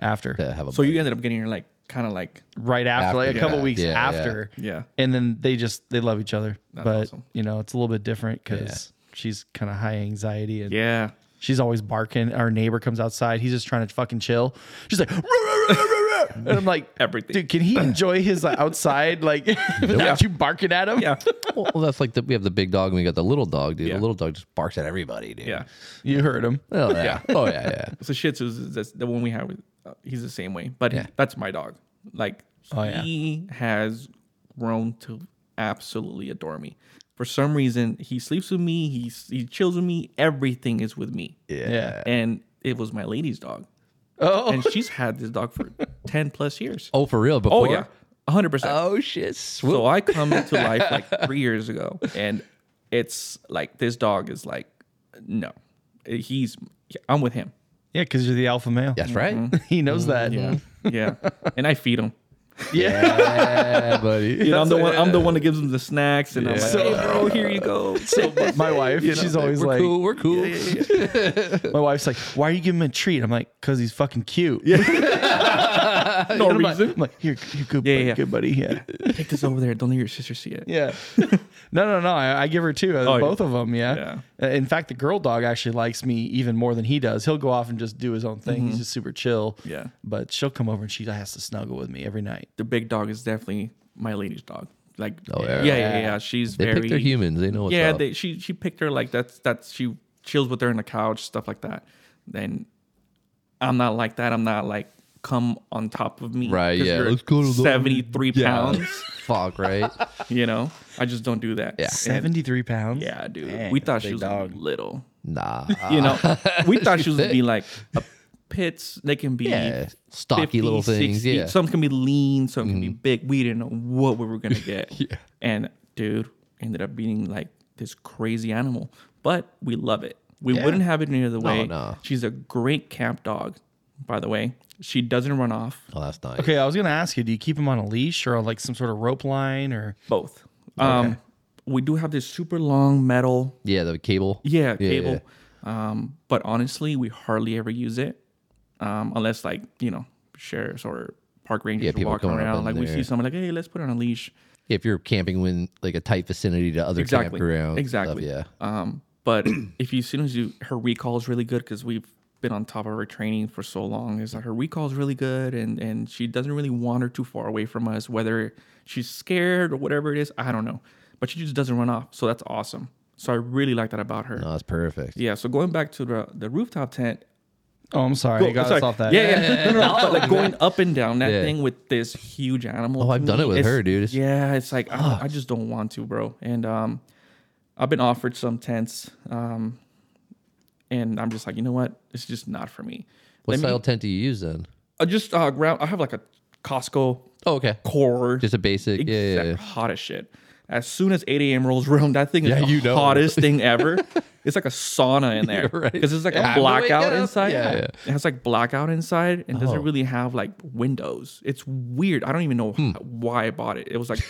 after to have a so you ended up getting her like kind of like right after, After, like a couple yeah, weeks yeah, yeah. after. Yeah. and then they just they love each other, but awesome. you know it's a little bit different because she's kind of high anxiety and yeah She's always barking. Our neighbor comes outside. He's just trying to fucking chill. She's like, "Ruh, ruh, ruh, ruh, ruh," and I'm like, Everything. Dude, can he enjoy his like, outside like <laughs> without you barking at him? yeah <laughs> well, well, that's like the, we have the big dog and we got the little dog, dude. Yeah. The little dog just barks at everybody, dude. <laughs> yeah you heard him. Oh yeah. oh yeah, yeah. <laughs> so shih tzu is that's the one we have with uh, he's the same way but that's my dog like Oh, yeah. he has grown to absolutely adore me for some reason he sleeps with me he, he chills with me everything is with me Yeah. and it was my lady's dog Oh, and she's had this dog for 10 plus years. Oh, for real? Oh, Before? yeah. 100%. Oh shit. Swoop. so I come into life like three years ago, and it's like this dog is like, no, he's, I'm with him. yeah, because you're the alpha male. That's right. <laughs> Mm-hmm. he knows that. Yeah. Yeah. And I feed him. Yeah, <laughs> buddy. You know, I'm the one. I'm the one that gives him the snacks, and I'm like, So- "Hey, bro, here you go." <laughs> So but my wife, she's always we're like, cool. We're cool. my wife's like, why are you giving him a treat? I'm like, because he's fucking cute. <laughs> Yeah. No I'm like, reason. I'm like, here, here, good, Yeah, buddy, yeah. good buddy. Yeah. Take this over there. Don't let your sister see it. Yeah. <laughs> no, no, no. I, I give her two. uh, yeah. both of them. Yeah. Yeah. Uh, In fact, the girl dog actually likes me even more than he does. He'll go off and just do his own thing. He's just super chill. Yeah. But she'll come over and she has to snuggle with me every night. The big dog is definitely my lady's dog. Like, Oh, yeah, yeah. yeah, yeah. She's They very pick their humans. They know what's yeah, up. they, she she picked her like that's that's she chills with her on the couch, stuff like that. Then I'm not like that. I'm not like come on top of me, Right, 'cause yeah. you're Let's go to the- seventy three Yeah. pounds. Fuck, right? You know, I just don't do that. Yeah. And- 73 pounds? yeah, dude. Man, we that's a thought she big was dog. little. <laughs> Nah. You know, <laughs> we thought she was gonna thick. be like a pits. They can be Yeah. Stocky 50, little things. 60. Yeah. Mm-hmm. some can be lean, some can be big. We didn't know what we <laughs> were gonna get. And dude ended up being like this crazy animal, but we love it. We wouldn't have it any other way. no. She's a great camp dog, by the way. She doesn't run off. oh, that's nice. Okay, I was gonna ask you, do you keep him on a leash or on like some sort of rope line or Both. Um, we do have this super long metal Yeah, the cable. Yeah, cable. Um, but honestly, we hardly ever use it, um, unless like you know sheriffs or park rangers Yeah, are people walking coming up around. in Like we see there. someone like, hey, let's put it on a leash. If you're camping in like a tight vicinity to other Exactly. campgrounds. and stuff, Exactly. yeah. Um, but <clears throat> if you as soon as you her recall is really good because we've been on top of her training for so long is that her recall is really good and and she doesn't really wander too far away from us whether she's scared or whatever it is I don't know but she just doesn't run off so that's awesome so I really like that about her No, that's perfect. yeah so going back to the the rooftop tent Oh I'm sorry, I got Sorry. us off that. Yeah, yeah. No, <laughs> no, no, but like going up and down that Yeah. thing with this huge animal. Oh, I've to done me, it with it's- her, dude. It's- yeah, it's like I don't- I just don't want to, bro. And um, I've been offered some tents, um, and I'm just like, you know what? It's just not for me. What Let me- style tent do you use then? I just uh, ground. I have like a Costco Oh, okay. core. Just a basic. Yeah, yeah, Exact- yeah. hot as shit. As soon as 8 a.m. rolls around, that thing is Yeah, the you know. hottest <laughs> thing ever. It's like a sauna in there You're right. because it's like Yeah, a I'm gonna wake blackout up. inside. Yeah, yeah. It has like blackout inside and Oh. doesn't really have like windows. It's weird. I don't even know h- why I bought it. It <laughs> was like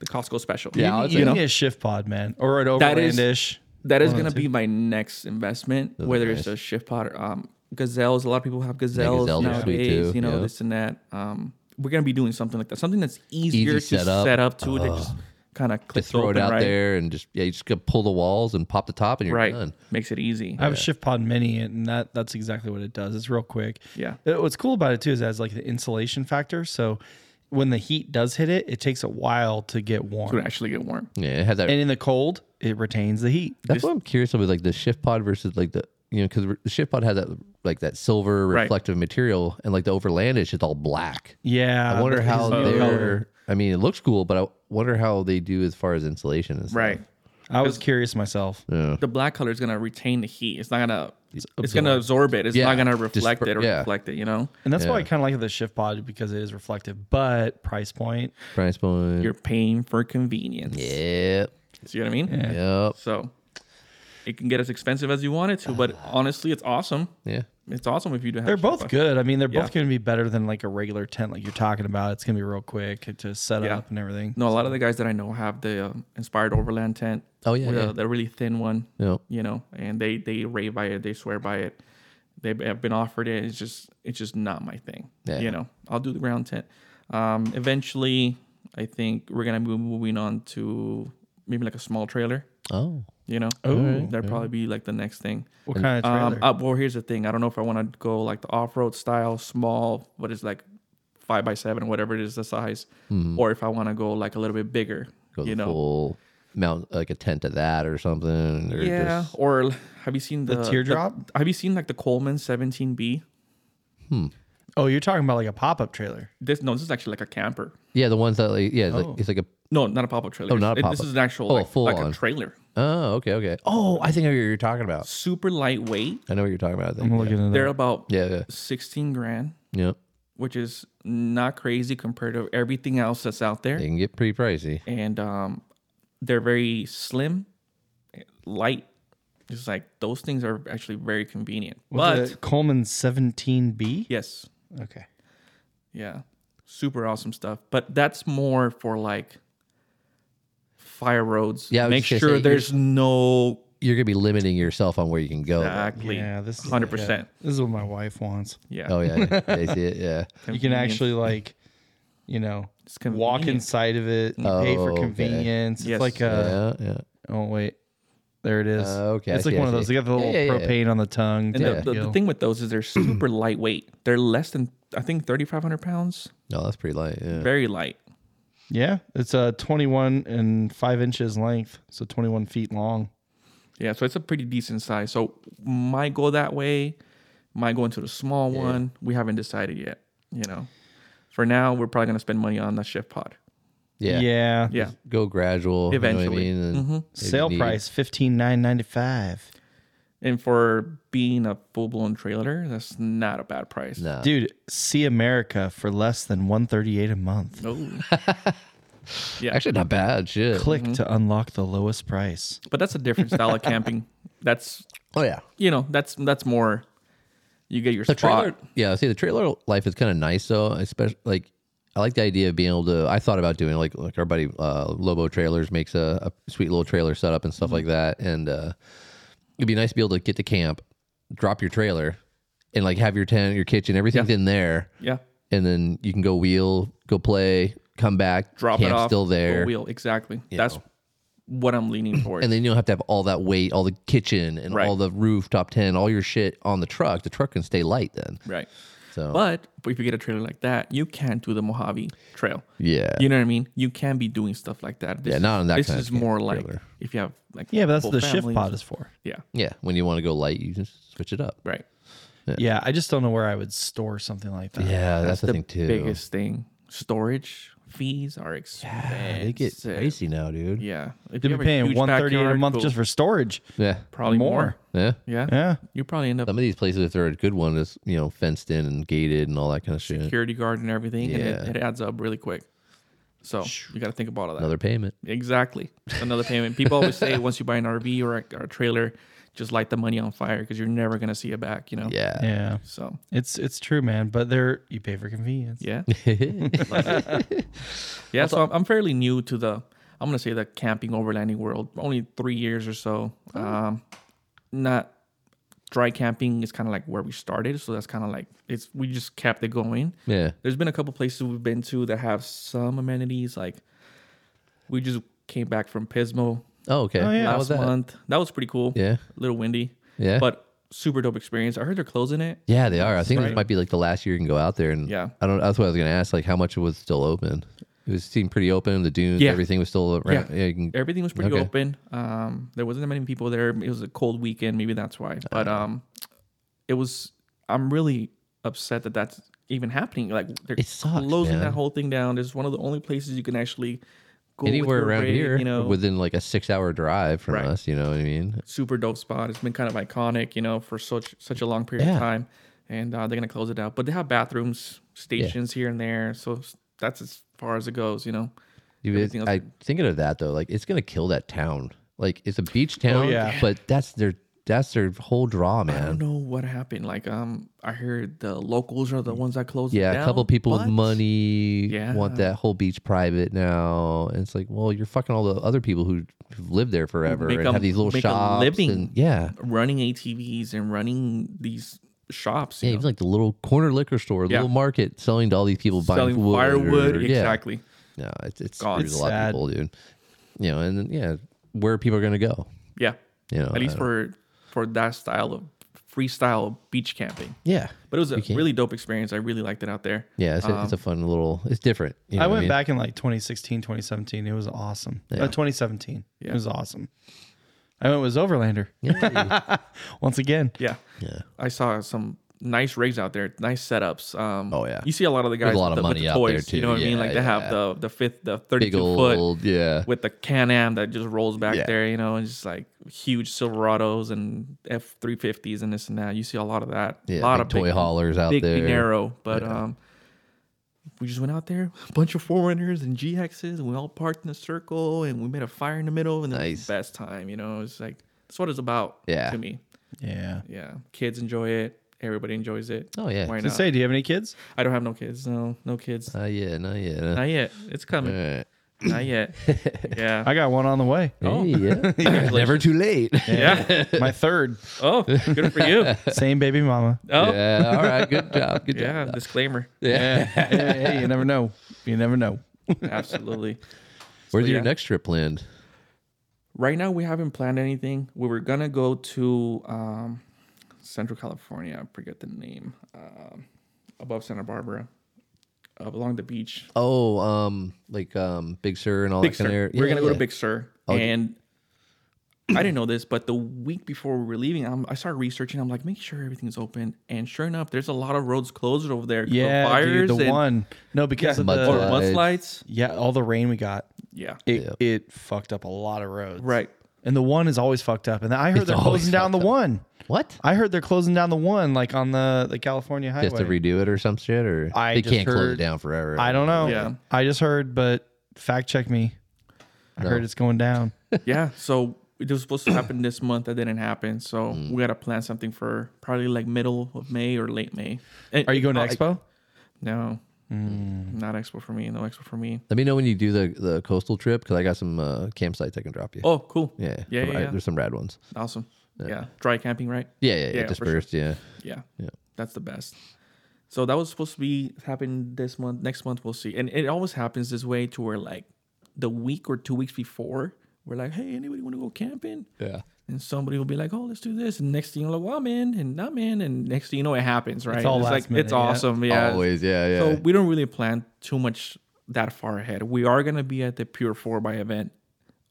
the Costco special. Hmm. Yeah, You, I'll need- say- you need a shift pod, man. Or an That is- overlandish. That is gonna be my next investment, whether it's nice. a shift pot or um, gazelles. A lot of people have gazelles gazelles are sweet nowadays. too, You know yeah. this and that. Um, we're gonna be doing something like that. Something that's easier to set setup. up, to than just kind of click Just throw it open, out right? there and just yeah, you just go pull the walls and pop the top and you're Right, done. makes it easy. I have a shift pod mini, and that that's exactly what it does. It's real quick. Yeah. Uh, What's cool about it too is it has like the insulation factor. So when the heat does hit it, it takes a while to get warm. would actually get warm. Yeah, it has that And in the cold, it retains the heat. That's why I'm curious about like the shift pod versus like the you know, because the shift pod has that like that silver Right. reflective material, and like the overlandish, it's all black. Yeah. I wonder that how is the they're. color. I mean, it looks cool, but I wonder how they do as far as insulation and stuff. Right. I was curious myself. Yeah. The black color is gonna retain the heat. It's not gonna. It's, gonna absorb it. It's Yeah. not gonna reflect Dispar- it or yeah. reflect it. You know, And that's why I kind of like the shift pod because it is reflective, but price point. Price point. you're paying for convenience. Yep. See what I mean? Yep. So it can get as expensive as you want it to, but Ah. honestly, it's awesome. Yeah. It's awesome if you do have. They're both Sherpa. good. I mean, they're Yeah. both going to be better than like a regular tent like you're talking about. It's going to be real quick to set Yeah. up and everything. No, a lot of the guys that I know have the um, inspired overland tent. Oh, yeah, with a- yeah. the really thin one. Yep. You know, and they they rave by it. They swear by it. They have been offered it. It's just it's just not my thing. Yeah. You know, I'll do the ground tent. Um, eventually, I think we're gonna be moving on to maybe like a small trailer. Oh. You know, Ooh. that'd probably be like the next thing. What kind of Um, trailer? uh, well, here's the thing. I don't know if I want to go like the off-road style, small, what is like five by seven, whatever it is, the size, Mm. or if I want to go like a little bit bigger. Hmm. Go you the know, full mount like a tent of that or something. Or yeah. Just, Or l- have you seen the, teardrop? have you seen like the Coleman 17B? hmm. oh, you're talking about like a pop up trailer. This no, this is actually like a camper. yeah. The ones that like yeah. It's, Oh. like, it's like a. No, not a pop-up trailer. Oh, not a It- This pop-up. is an actual Oh, like, full like on. a trailer. Oh. Okay. Okay. Oh, I think I know what you're talking about. Super lightweight. I know what you're talking about. I think. I'm looking at They're that. about Yeah. Yeah. 16 grand, Yep. which is not crazy compared to everything else that's out there. They can get pretty pricey. and um, they're very slim, eh, light. Just like those things are actually very convenient. but Was it Coleman 17B. yes, Okay. yeah, super awesome stuff. But that's more for like fire roads. Yeah, I was make just sure gonna say, Oh, there's no You're gonna be limiting yourself on where you can go. exactly. Yeah, this is 100%. This is what my wife wants. Yeah, Oh yeah. <laughs> yeah. They see it. Yeah. You can Convenience. actually like, you know, It's walk convenient. inside of it, you pay Oh, for okay. convenience. Yes. It's like a Uh, Yeah. Yeah. oh wait, there it is. Uh, okay, I it's like see, one I of those. see. They got the little Yeah, yeah, yeah. propane on the tongue. And type the, the, the deal. thing with those <clears throat> is they're super lightweight. They're less than I think 3,500 pounds. No, that's pretty light. Yeah. Very light. yeah, it's uh 21 and five inches length, so 21 feet long. Yeah, so it's a pretty decent size. So might go that way, might go into the small one. We haven't decided yet. You know, for now we're probably gonna spend money on the shift pod. Yeah. yeah. Yeah, Go gradual. Eventually. Mm-hmm. You know what I mean? And if you Sale need- price 15.995. and for being a full blown trailer, that's not a bad price. No. Dude, see America for less than 138 a <laughs> month. No. Actually, not bad. Shit. Click mm-hmm. to unlock the lowest price. but that's a different style <laughs> of camping. That's Oh yeah. you know that's that's more. You get your The spot. trailer, yeah. See, the trailer life is kind of nice though. Especially like, I like the idea of being able to. I thought about doing like like our buddy uh, Lobo Trailers makes a, a sweet little trailer setup and Mm-hmm. stuff like that, and uh, it'd be nice to be able to get to camp, drop your trailer, and like have your tent, your kitchen, everything's in there, Yeah, and then you can go wheel, go play, come back, drop it camp's off. still go there, Wheel exactly. That's what I'm leaning towards. and then you don't have to have all that weight, all the kitchen, and Right. all the rooftop tent, all your shit on the truck. The truck can stay light then. right. So But if you get a trailer like that, you can't do the Mojave Trail. yeah, You know what I mean? You can be doing stuff like that. This Yeah, not on that This kind of is more camp like trailer. if you have like Yeah, but that's full what the shift families. pod is for. Yeah, Yeah, when you want to go light, you just switch it up. right. Yeah, I just don't know where I would store something like that. Yeah, Ah, Uh, that's, the, thing too. Biggest thing: storage fees are expensive. Yeah, Ah, they get crazy now, dude. Yeah, uh, Yeah, if You'd you be have a paying huge 138 a backyard, month cool. just for storage. yeah, probably more. more. yeah. Yeah. Yeah. you probably end up Some of these places, if they're a good one, is you know fenced in and gated and all that kind of shit. security guard and everything, and Yeah. it, it adds up really quick. So you got to think about all that. Another payment. Exactly. Another payment. People always say once you buy an RV or a, or a trailer, just light the money on fire because you're never gonna see it back. You know. Yeah. Yeah. So It's it's true, man. But there you pay for convenience. yeah. Yeah, so I'm, I'm fairly new to the, I'm gonna say the camping overlanding world. Only three years or so. Oh. Um, not dry camping is kind of like where we started, so that's kind of like it's we just kept it going. <laughs> yeah. There's been a couple places we've been to that have some amenities. Like we just came back from Pismo Oh, okay. Oh, yeah. How That was last that? month. That was pretty cool. Yeah. a little windy. Yeah. but super dope experience. I heard they're closing it. Yeah, they are. I think this might be like the last year you can go out there, and Yeah. I don't. That's what I was gonna ask. Like, how much was still open? It was seemed pretty open. The dunes, Yeah. everything was still around. Yeah. you can- Everything was pretty Okay. open. Um, there wasn't that many people there. It was a cold weekend, maybe that's why. Ah. But um, it was. I'm really upset that that's even happening. Like they're It sucks, closing man. that whole thing down. It's one of the only places you can actually go with anywhere your around rig, here, You know, within like a six-hour drive from Right. us. You know what I mean? super dope spot. It's been kind of iconic, you know, for such such a long period Yeah. of time. And uh, they're gonna close it out, but they have bathrooms, stations here and there. So s- that's as far as it goes, you know. Dude, Everything it, else- I thinking of that though, like it's gonna kill that town. Like it's a beach town, yeah. but that's their that's their whole draw, Oh, I don't man. know what happened. Like, um, I heard the locals are the ones that closed. it Mm. Yeah, down, a couple people with but- money want Yeah. that whole beach private now, and it's like, well, you're fucking all the other people who have lived there forever Make and a- have these little make a shops. living. and- yeah, running ATVs and running these shops. yeah, You even know, like the little corner liquor store, the Yeah. little market, selling to all these people selling buying wood firewood. or- yeah. Exactly. No, it's it's Gone. screws It's a lot sad. of people, dude. You know, and then, yeah, where people are gonna go. Yeah. You know, At least for for that style of freestyle beach camping. yeah, But it was a can't- really dope experience. I really liked it out there. yeah. It's, a, Um, it's a fun little. It's different. You know I what went mean? back in like 2016, 2017. It was awesome. Uh, 2017. It Yeah. was awesome. I went with Overlander once again. Yeah. <laughs> Yeah. I saw some nice rigs out there, nice setups. Um, Oh, yeah. You see a lot of the guys a lot with of the, with money the out toys. there, You too. know what I mean? Yeah, Like they have yeah. the the fifth, the Big <laughs> thirty-two foot old, yeah. with the Can Am that just rolls back Yeah. there, you know, and just like huge Silverados and F three fifties and this and that. You see a lot of that. Yeah, a lot big of toy haulers out big there. Dinero, but um, we just went out there, a bunch of foreigners and GXs, and we all parked in a circle, and we made a fire in the middle, and it was Nice. the best time, you know. It's like that's what it's about. Yeah. to me, Yeah. yeah, kids enjoy it. Everybody enjoys it. Oh, yeah. Oh, why It's To not? say, do you have any kids? I don't have no kids. No, no kids. Not yet, not yet. huh? Not yet. It's coming. All right. Not yet. <laughs> Yeah. I got one on <laughs> the way. Oh. Hey, yeah. <coughs> Never too late. yeah. <laughs> My third, Oh, good for you. same baby mama. Oh, yeah. Yeah. All right. Good job. <laughs> <laughs> Good job. disclaimer. Yeah. hey, hey, you never know. You never know. Absolutely. Where's your yeah. next trip planned? Right now, we haven't planned anything. We were gonna go to um, Central California. I forget the name. Um, above Santa Barbara, up along the beach. Oh, um, like um, Big Sur and all Big that kind of. Sur. area. we're Yeah, gonna go yeah. to Big Sur, and I didn't know this, but the week before we were leaving, I'm, I started researching. I'm like, make sure everything's open. And sure enough, there's a lot of roads closed over there. 'cause of Yeah, dude, fires the and one. uh, No, because of or the Mudslides. mudslides. yeah, all the rain we got. Yeah, It it fucked up a lot of roads. right. And the one is always fucked up. And I heard It's they're always closing down the fucked up. one. What? I heard they're closing down the one, like on the the California highway. Just to redo it or some shit, or I they just can't close it heard- down forever. I don't know. Yeah. I just heard, but fact check me. I heard it's going down. yeah. So it was supposed to happen this month. That didn't happen. So Mm. we got to plan something for probably like middle of May or late May. And- Are you going Oh, to I- Expo? Mm. No. Not expo for me. No expo for me. Let me know when you do the the coastal trip because I got some uh, campsites I can drop you. Oh, cool. yeah, Yeah. I- yeah, yeah. There's some rad ones. Awesome. Yeah. Dry camping, right? Yeah, yeah, yeah, Yeah, for sure. dispersed. Yeah, Yeah. Yeah. That's the best. So that was supposed to be happen this month. Next month we'll see. And it always happens this way to where like the week or two weeks before we're like, hey, anybody want to go camping? yeah. And somebody will be like, "Oh, let's do this," and next thing you're like, "Well, I'm in," and I'm in, and next thing you know, it happens, right? all last like minute, it's yeah. awesome, yeah. Always, yeah, yeah. So we don't really plan too much that far ahead. We are gonna be at the Pure Four by event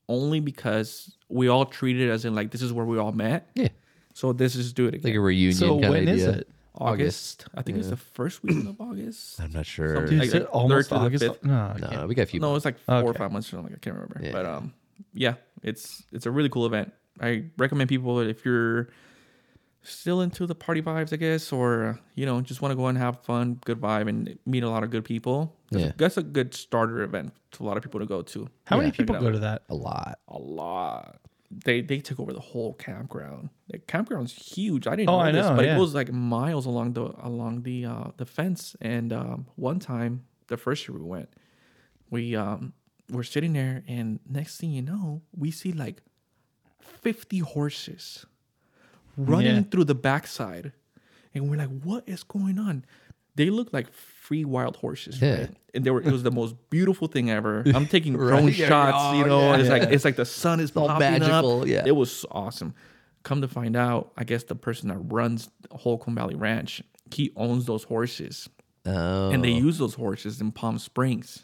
only because we all treat it as in like this is where we all met. Yeah. So this is do it again. like a reunion So kind when of is idea. it? August, I think it's the first week of August. I'm not sure. Something Dude, Like is the it almost third to the August? fifth? No, I can't. No, we got a few. No, it's like four or Okay. five months or something. I can't remember. But um, yeah, it's it's a really cool event. I recommend people if you're still into the party vibes, I guess, or you know just want to go and have fun, good vibe, and meet a lot of good people. That's, Yeah. a, that's a good starter event to a lot of people to go to. How many Check it people out. go to that? a lot. A lot. They they took over the whole campground. The campground's huge. I didn't know Oh, I this, know, but yeah. it goes like miles along the along the uh, the fence. And um, one time, the first year we went, we um, were sitting there, and next thing you know, we see like fifty horses running Yeah. through the backside, and we're like, "What is going on?" They look like free wild horses, Yeah. right? And they were it was the most beautiful thing <laughs> ever. I'm taking drone Yeah, shots, you oh, know. yeah. and It's like it's like the sun is all popping magical, up. yeah. It was awesome. Come to find out, I guess the person that runs Holcomb Valley Ranch, he owns those horses, Oh, and they use those horses in Palm Springs.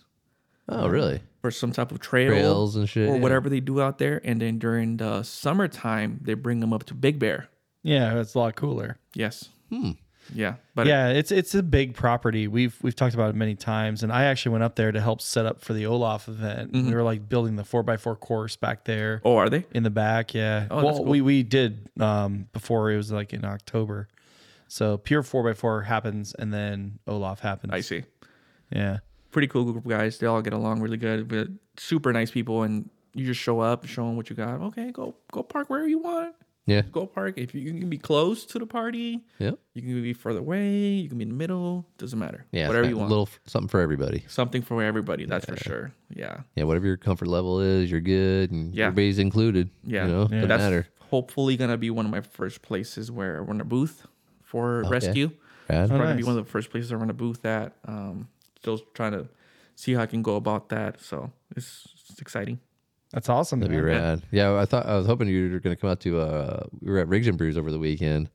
Oh, really? for some type of trail Trails and shit, or yeah. whatever they do out there. And then during the summertime, they bring them up to Big Bear. Yeah, it's a lot cooler. Yes. Hmm. Yeah, but yeah, it's it's a big property. We've we've talked about it many times, and I actually went up there to help set up for the Olaf event. We were like building the four x four course back there Mm-hmm. oh, are they? in the back. Yeah, that's well, cool. we we did um, before it was like in October. So pure four x four happens, and then Olaf happens. I see. Yeah, Pretty cool group of guys. They all get along really good, but super nice people. And you just show up, show them what you got. Okay, go go park wherever you want. Yeah. Go park if you, you can be close to the party. Yep. You can be further away. You can be in the middle. Doesn't matter. Yeah. it's whatever got you A want. little f- something for everybody. Something for everybody. That's for sure. Yeah. Yeah. Whatever your comfort level is, you're good, and Yeah. everybody's included. Yeah, You know, doesn't that's matter. hopefully gonna be one of my first places where I run a booth for rescue. Rad. It's probably gonna be nice. one of the first places I run a booth at. Um, still trying to see how I can go about that. So it's, it's exciting. that's awesome. That'd be man. rad. Yeah, I thought I was hoping you were going to come out to. Uh, we were at Rigs and Brews over the weekend.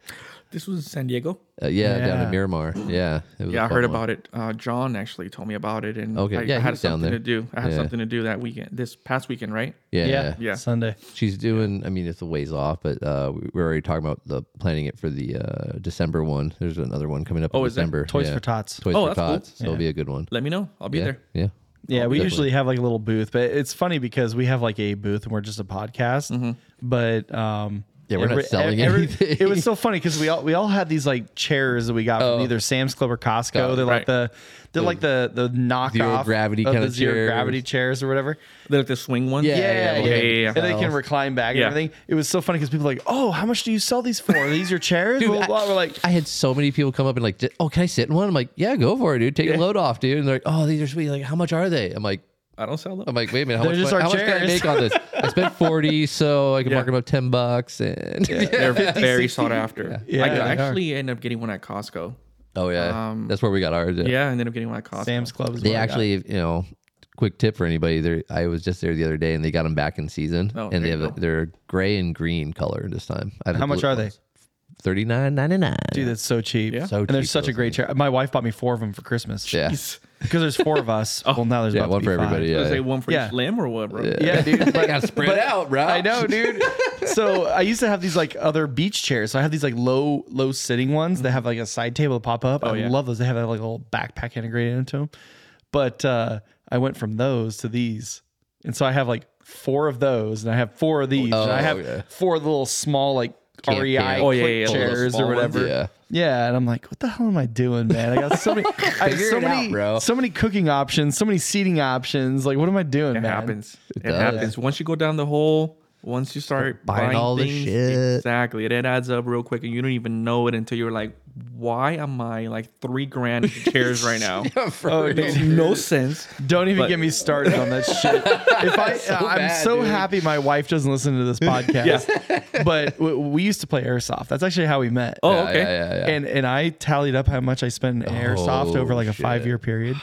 This was San Diego. Uh, yeah, down Yeah. in Miramar. Yeah, it was a Yeah, I fun heard one. about it. Uh, John actually told me about it, and Okay, I, yeah, I he had was down something there. to do. I had Yeah. something to do that weekend, this past weekend, right? Yeah. Yeah, Yeah. Sunday. she's doing. I mean, it's a ways off, but uh, we were already talking about the planning it for the uh, December one. There's another one coming up Oh, in is that December. Toys yeah. for Tots. Toys Oh, for that's cool. Tots. So it'll be a good one. Let me know. I'll be Yeah, there. yeah. Yeah, we definitely. usually have like a little booth, but it's funny because we have like a booth and we're just a podcast. But um, Mm-hmm. Yeah, we're not selling anything. It was so funny because we all we all had these like chairs that we got from either Sam's Club or Costco. Oh, they're right. like the they're like the the knockoff gravity of kinda the zero chairs. gravity chairs or whatever. They're like the swing ones. Yeah, Yeah, yeah, yeah, yeah. yeah, yeah. And they can recline back and Yeah. everything. It was so funny because people are like, oh, how much do you sell these for? Are these your chairs? Dude, Blah, blah, blah. We're like, I had so many people come up and like, oh, can I sit in one? I'm like, yeah, go for it, dude. Take a load off, dude. And they're like, oh, these are sweet. Like, how much are they? I'm like, I don't sell them. I'm like, wait a minute, how, They're much, just money- our how much can I chairs. make on this? I <laughs> spent 40, so I can Yeah. mark them up 10 bucks. And They're very sought after. Yeah, I they are. actually end up getting one at Costco. <laughs> Oh yeah, Um, that's where we got ours. at. Yeah, I ended up getting one at Costco. Sam's Club is they what I got. actually, you know, quick tip for anybody. There, I was just there the other day, and they got them back in season, Oh, and they there have you a, go. they're gray and green color this time. I have How much are they? Thirty nine ninety nine. Dude, that's so cheap. Yeah. So and there's cheap, such a those great chair. My wife bought me four of them for Christmas. Yeah, <laughs> Jeez. Because there's four of <laughs> us. Oh. Well, now there's yeah, about to one be for five. everybody. Yeah, Is it one for Yeah. each limb or what, bro? Yeah, <laughs> dude. But, gotta spread it out, bro. I <laughs> know, dude. So I used to have these like other beach chairs. So I have these like low, low sitting ones that have like a side table to pop up. I Mm-hmm. Oh, yeah. love those. They have like a little backpack integrated into them. But uh, I went from those to these, and so I have like four of those, and I have four of these, and I Oh, have yeah. four little small like Camp REI chairs. Oh, yeah, click yeah, yeah. chairs Small or ones, whatever. yeah. Yeah, and I'm like, what the hell am I doing, man? I got <laughs> so many, I have Figure so it out, many, bro. so many cooking options, so many seating options. Like, what am I doing, It man? happens. It, does. happens. Once you go down the hole, once you start Buying all the shit. exactly, it, it adds up real quick, and you don't even know it until you're like, "Why am I like three grand in chairs right now?" <laughs> Oh, Makes dude. no sense. Don't even But- get me started on that <laughs> shit. If I, I'm bad, so dude. happy my wife doesn't listen <laughs> to this podcast. But w- we used to play airsoft. That's actually how we met. Oh, Yeah, okay. Yeah, yeah, yeah. and and I tallied up how much I spent in airsoft Oh, over like a shit. Oh, five year period.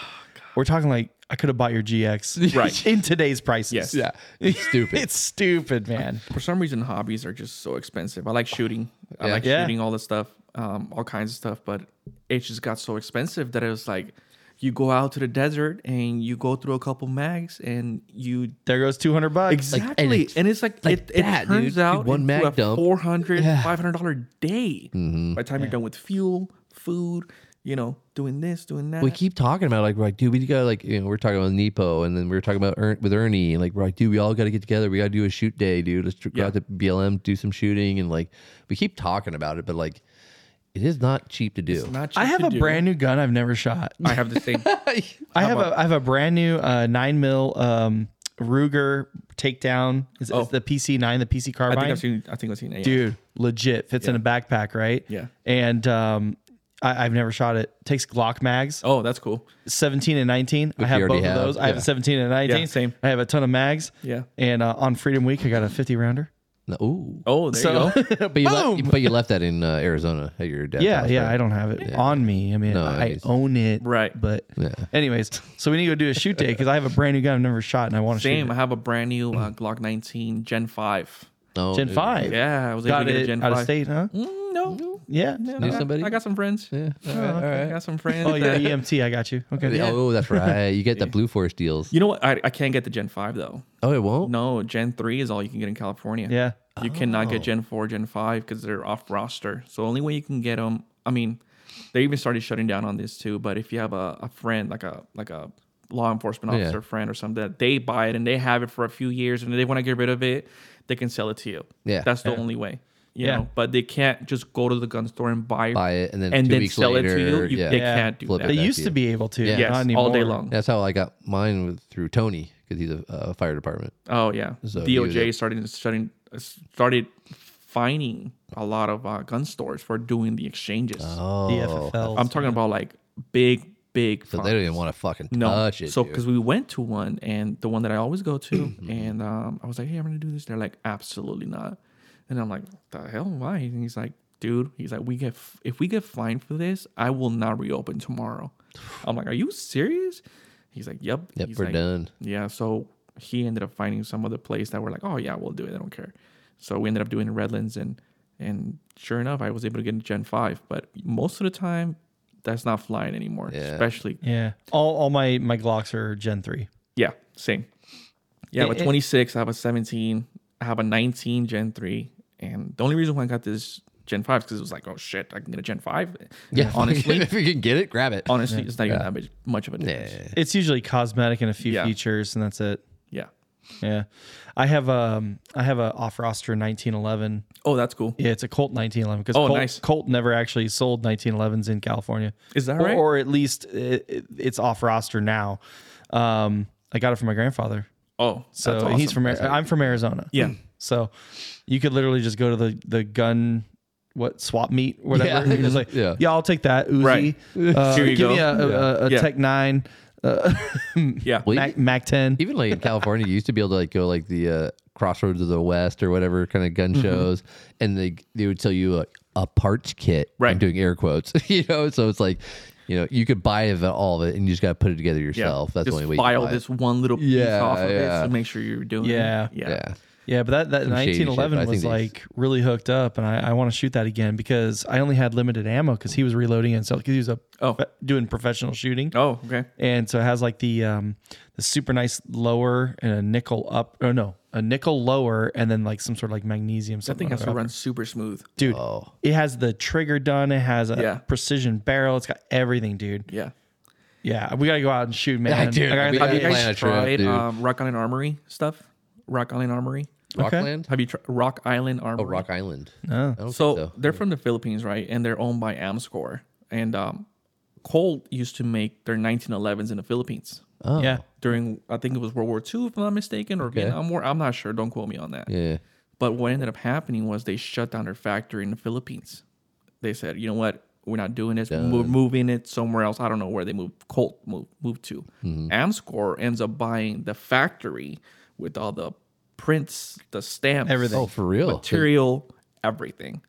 We're talking like I could have bought your GX Right. <laughs> in today's prices. Yes. yeah. It's stupid. <laughs> it's stupid, man. For some reason, hobbies are just so expensive. I like shooting. I Yeah. like Yeah. shooting all this stuff, um, all kinds of stuff. But it just got so expensive that it was like, you go out to the desert and you go through a couple mags and you There goes two hundred bucks. Exactly. and and, it's it's, like, like it, it that, turns dude. out One one mag into a dump. Mm-hmm. 400 500 dollar day by the time you're done with fuel, food, you know, doing this, doing that. we keep talking about like we're like dude we gotta like you know we're talking about Nepo and then we were talking about Ern- with Ernie and like we're like dude we all gotta get together we gotta do a shoot day dude let's tr- go Yeah. out to BLM do some shooting and like we keep talking about it but like it is not cheap to do Not cheap I have to a do. brand new gun I've never shot. I have the same. I have a I have a brand new uh, nine mil um, Ruger takedown. Is, is the PC nine the PC Oh. I carbine? think I've seen. I think I've seen. it, Yeah. Dude, legit fits in a backpack, right? Yeah. And um, I, I've never shot it. Takes Glock mags, Oh, that's cool. seventeen and nineteen. I you have already both have, of those. I have yeah. a seventeen and nineteen. Yeah, same. I have a ton of mags. Yeah. And uh, on Freedom Week, I got a fifty rounder. no, ooh. Oh, there you <laughs> go. but you left but you left that in uh, Arizona at your dad's <laughs> Yeah, house, yeah. right? I don't have it on me. I mean, I it's- own it. Right. But Yeah. <laughs> anyways, so we need to go do a shoot day because I have a brand new gun I've never shot and I want to shoot. Same. I it. have a brand new uh, Glock 19 Gen 5. No, Gen dude. five. Oh, Yeah, I was able Got to get a it Gen out 5. of state, huh? No. <laughs> Yeah. I Know got- somebody? I got some friends. Yeah. All right. I got some friends. Oh yeah, that- EMT. I got you. Okay. Oh, that's right. You <laughs> get the Blue Force deals. You know what? I, I can't get the Gen 5 though. Oh, it won't. No, Gen 3 is all you can get in California. Yeah. You cannot Oh. get Gen 4, Gen 5 because they're off roster. So the only way you can get them, I mean, they even started shutting down on this too. But if you have a, a friend, like a like a law enforcement Yeah. officer friend or something, that they buy it and they have it for a few years and they want to get rid of it, they can sell it to you. Yeah. That's the only way. You Yeah. know, but they can't just go to the gun store and buy, Buy it and then and two then weeks sell later, it to you. you yeah. They Yeah. can't do Flip that. it. They Back used to to you. be able to. Yes, not all day anymore. long. That's how I got mine with, through Tony because he's a, a fire department. Oh yeah, So he was DOJ started starting started fining a lot of uh, gun stores for doing the exchanges. Oh, DFFL. I'm talking about like big, big. so fines. they don't even want to fucking no, touch it. so dude. Mm-hmm. because we went to one and the one that I always <clears throat> go to, and um, I was like, hey, I'm gonna do this. They're like, absolutely not. And I'm like, the hell, why? And he's like, dude, he's like, we get f- if we get fined for this, I will not <sighs> reopen tomorrow. I'm like, are you serious? He's like, yep. yep, He's we're like, done. yeah, so he ended up finding some other place that were like, oh yeah, we'll do it. I don't care. So we ended up doing Redlands, and and sure enough, I was able to get a Gen Five. But most of the time, that's not flying anymore. Yeah. Especially Yeah. All, all my my Glocks are Gen three. yeah, same. Yeah, I have It- a it- 26. I have a 17. I have a 19 Gen 3. And the only reason why I got this Gen 5 is because it was like, oh shit, I can get a Gen 5. Yeah, <laughs> honestly, if you can get it, grab it. honestly, it's not even that much- much of a difference. Yeah. It's usually cosmetic and a few Yeah. features, and that's it. yeah. Yeah. I have um I have a off roster 1911. Oh, that's cool. Yeah, it's a Colt 1911 because Oh, Colt, nice. Colt never actually sold 1911s in California. Is that Or- right? Or at least it, it- it's off roster now. Um, I got it from my grandfather. Oh, So that's and he's awesome. from Ari- I'm from Arizona. Yeah. So you could literally just go to the the gun what swap meet whatever. Yeah. Yeah. <laughs> You're just like Yeah. yeah. I'll take that Uzi. Right. <laughs> Uh, Here you give go. me a, a, a- a Yeah. Tech Nine. Uh, Yeah. Well, Mac, Mac 10. even like in California, you used to be able to like go like the uh, Crossroads of the West or whatever kind of Mm-hmm. gun shows, and they they would sell you a, a parts kit. I'm Right. doing air quotes, <laughs> you know. So it's like, you know, you could buy of it- all of it, and you just got to put it together yourself. That's just the only way. you file can buy it. this one little piece Yeah, off of yeah. it to make sure you're doing Yeah. it. Yeah. Yeah. Yeah, but that, that shady shit, but I 1911 think was these- like really hooked up, and I, I want to shoot that again because I only had limited ammo because he was reloading and so because he was a, Oh. doing professional shooting, Oh, okay. and so it has like the um the super nice lower and a nickel up. Oh no, a nickel lower and then like some sort of like magnesium. That Something thing has to other. run super smooth. dude. Oh. It has the trigger done. It has a Yeah. precision barrel. It's got everything, dude. Yeah. Yeah, we gotta go out and shoot, man. Yeah, dude, I gotta- we I gotta gotta- plan a trip, tried dude. um, Rock Island Armory stuff? Rock Island Armory? Okay. Rockland. Have you tried Rock Island Oh, Armory? Rock Island. No. I don't So, think so. they're from the Philippines, right? And they're owned by Amscor. And um, Colt used to make their 1911s in the Philippines Oh. yeah, during, I think it was World War II, if I'm not mistaken, or Vietnam War. I'm not sure. Don't quote me on that. Yeah. But what ended up happening was they shut down their factory in the Philippines. They said, you know what? We're not doing this. We're moving it somewhere else. I don't know where they moved. Colt moved, moved to. Mm-hmm. Amscor ends up buying the factory with all the prints, the stamps, Everything. Oh, for real. material, everything.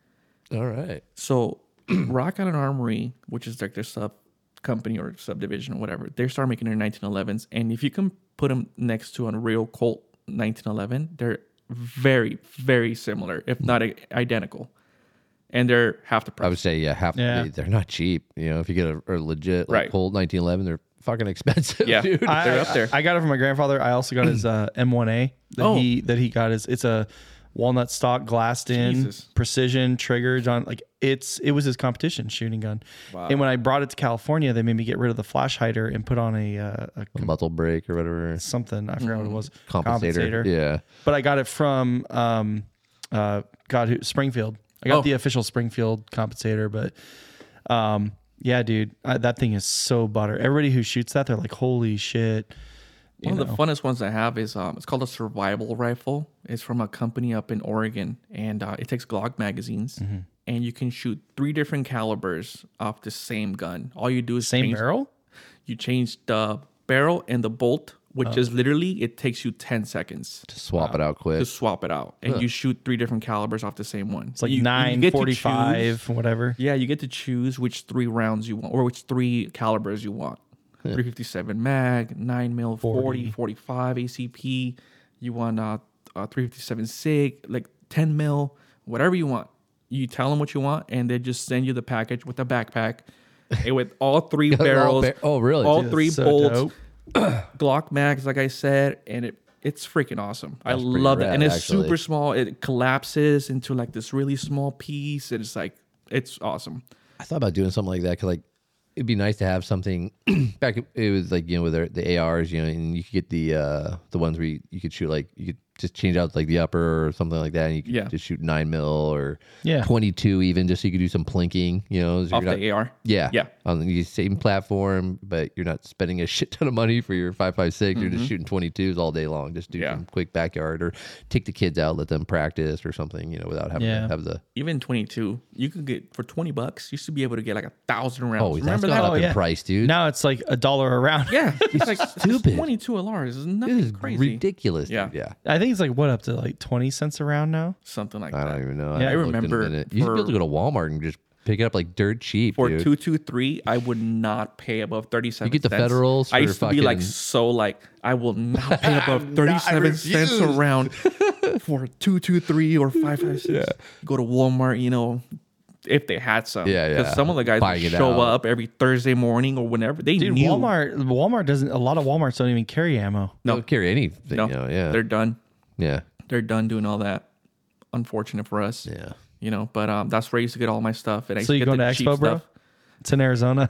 All right. So <clears throat> Rock Island Armory, which is like their sub company or subdivision or whatever, they start making their 1911s. And if you can put them next to a real Colt 1911, they're very, very similar, if not i- identical. And they're half the I price. would say yeah, half. Yeah. They, are not cheap. You know, if you get a, a legit like Right. Colt 1911, they're fucking expensive. <laughs> yeah, dude. <laughs> they're up there. I got it from my grandfather. I also got his uh, M1A that Oh. he that he got is it's a walnut stock glassed in Jesus. precision triggered on like it's it was his competition shooting gun. And when I brought it to California, they made me get rid of the flash hider and put on a, uh, a Muscle break or whatever. something I forgot what it was Mm-hmm. Compensator. Yeah. But I got it from um uh God who Springfield. I got Oh. the official Springfield compensator, but um yeah, dude, I, that thing is so butter. Everybody who shoots that, they're like, "Holy shit!" One of the funnest ones I have is um, it's called a survival rifle. It's from a company up in Oregon, and uh, it takes Glock magazines, Mm-hmm. and you can shoot three different calibers off the same gun. All you do is Same change barrel. you change the barrel and the bolt, which Oh. is literally it takes you 10 seconds To swap it out quick. to swap it out, and you shoot three different calibers off the same one. It's like you, you nine get to choose- forty-five, whatever. Yeah, you get to choose which three rounds you want or which three calibers you want. 357 mag, 9 mil, 40, 45 ACP. You want uh, uh 357 SIG, like 10 mil, whatever you want. you tell them what you want, and they just send you the package with a backpack, and with all three <laughs> barrels, All ba- oh, really? all Dude, three so dope. bolts, Glock mags, like I said, and it it's freaking awesome. I That's pretty love it, and rad, it's actually. super small. It collapses into like this really small piece, and it's like it's awesome. I thought about doing something like that because like it'd be nice to have something. <clears throat> back it was like you know with the, the ARs, you know, and you could get the uh the ones where you, you could shoot like you could just change out like the upper or something like that, and you could Yeah. just shoot nine mil or Yeah. twenty two even, just so you could do some plinking, you know. so Off you're not- the AR, yeah, Yeah. on the same platform, but you're not spending a <laughs> shit ton of money for your five five six. You're just shooting twenty twos all day long. Just do Mm-hmm. Yeah. some quick backyard or take the kids out, let them practice or something, you know, without having Yeah. to have the even twenty two, you could get for twenty bucks. You should be able to get like a thousand rounds. oh, that's Remember gone that? up in yeah. price, dude. Now it's like a dollar a round. <laughs> Yeah, it's like stupid. Twenty two LRs is nothing This is crazy. ridiculous. dude. Yeah. yeah. <laughs> I think it's like what up to like twenty cents a round now. Something like I that. don't even know. Yeah, I haven't looked in a remember minute. You should be able to go to Walmart and just pick it up like dirt cheap, For dude. two two three, I would not pay above thirty seven. get the federals I for used to be like fucking- so like <laughs> I will not pay above thirty seven cents a round for two two three or five five six. Go to Walmart, you know, if they had some. Yeah, yeah. some of the guys Buying would it show out. up every Thursday morning or whenever they Dude, knew. Walmart Walmart doesn't a lot of Walmarts don't even carry ammo. no no. carry anything. No, you know, yeah, they're done. yeah, They're done doing all that. Unfortunate for us. yeah. you know. But um, that's where I used to get all my stuff. And I used So you get going to the cheap Expo, bro? stuff. It's in <laughs> Arizona.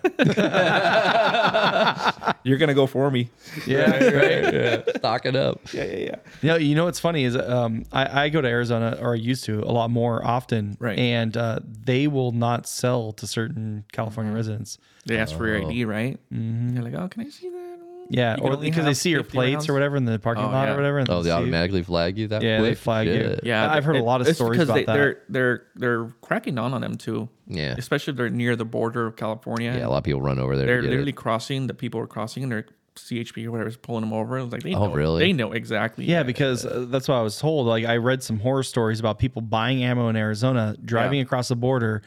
You're gonna go for me. <laughs> yeah. Stock it <laughs> up. <laughs> Yeah, yeah, yeah. You know, you know what's funny is um, I, I go to Arizona or I used to a lot more often, Right. And uh, they will not sell to certain California Mm-hmm. residents. They ask for your Oh. ID, right? Mm-hmm. They're like, oh, can I see that? Yeah, You can or only because they have see your 50 plates rounds. or whatever in the parking Oh, lot yeah. or whatever. and Oh, they see- automatically flag you that Yeah, quick? they flag you. Shit. Yeah, I've heard a it- lot of it's stories because about they, that. They're they're they're cracking down on them too. Yeah. especially if they're near the border of California. Yeah, a lot of people run over there. they're to get literally it. crossing. The people are crossing, and their CHP or whatever is pulling them over. It's like they Oh, know, really? They know exactly. Yeah, because uh, that's what I was told. Like I read some horror stories about people buying ammo in Arizona, driving Yeah. across the border,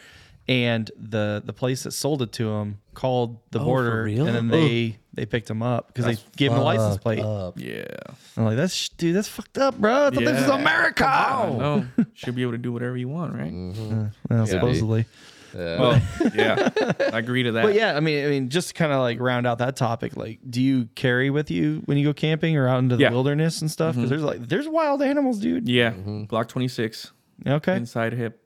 and the the place that sold it to them called the Oh, for border, real? and then they they picked them up because they gave them a license Fucked plate. up. yeah. I'm like, that's sh- dude, that's fucked up, bro. I thought This is Yeah. America. Oh. No, <laughs> should be able to do whatever you want, right? Mm. Well, supposedly. <laughs> Well, yeah, I agree to that. But yeah, I mean, I mean, just to kind of like round out that topic, like, do you carry with you when you go camping or out into the Yeah. wilderness and stuff? Mm-hmm. Because there's like, there's wild animals, dude. yeah. Glock twenty six. Okay, inside hip.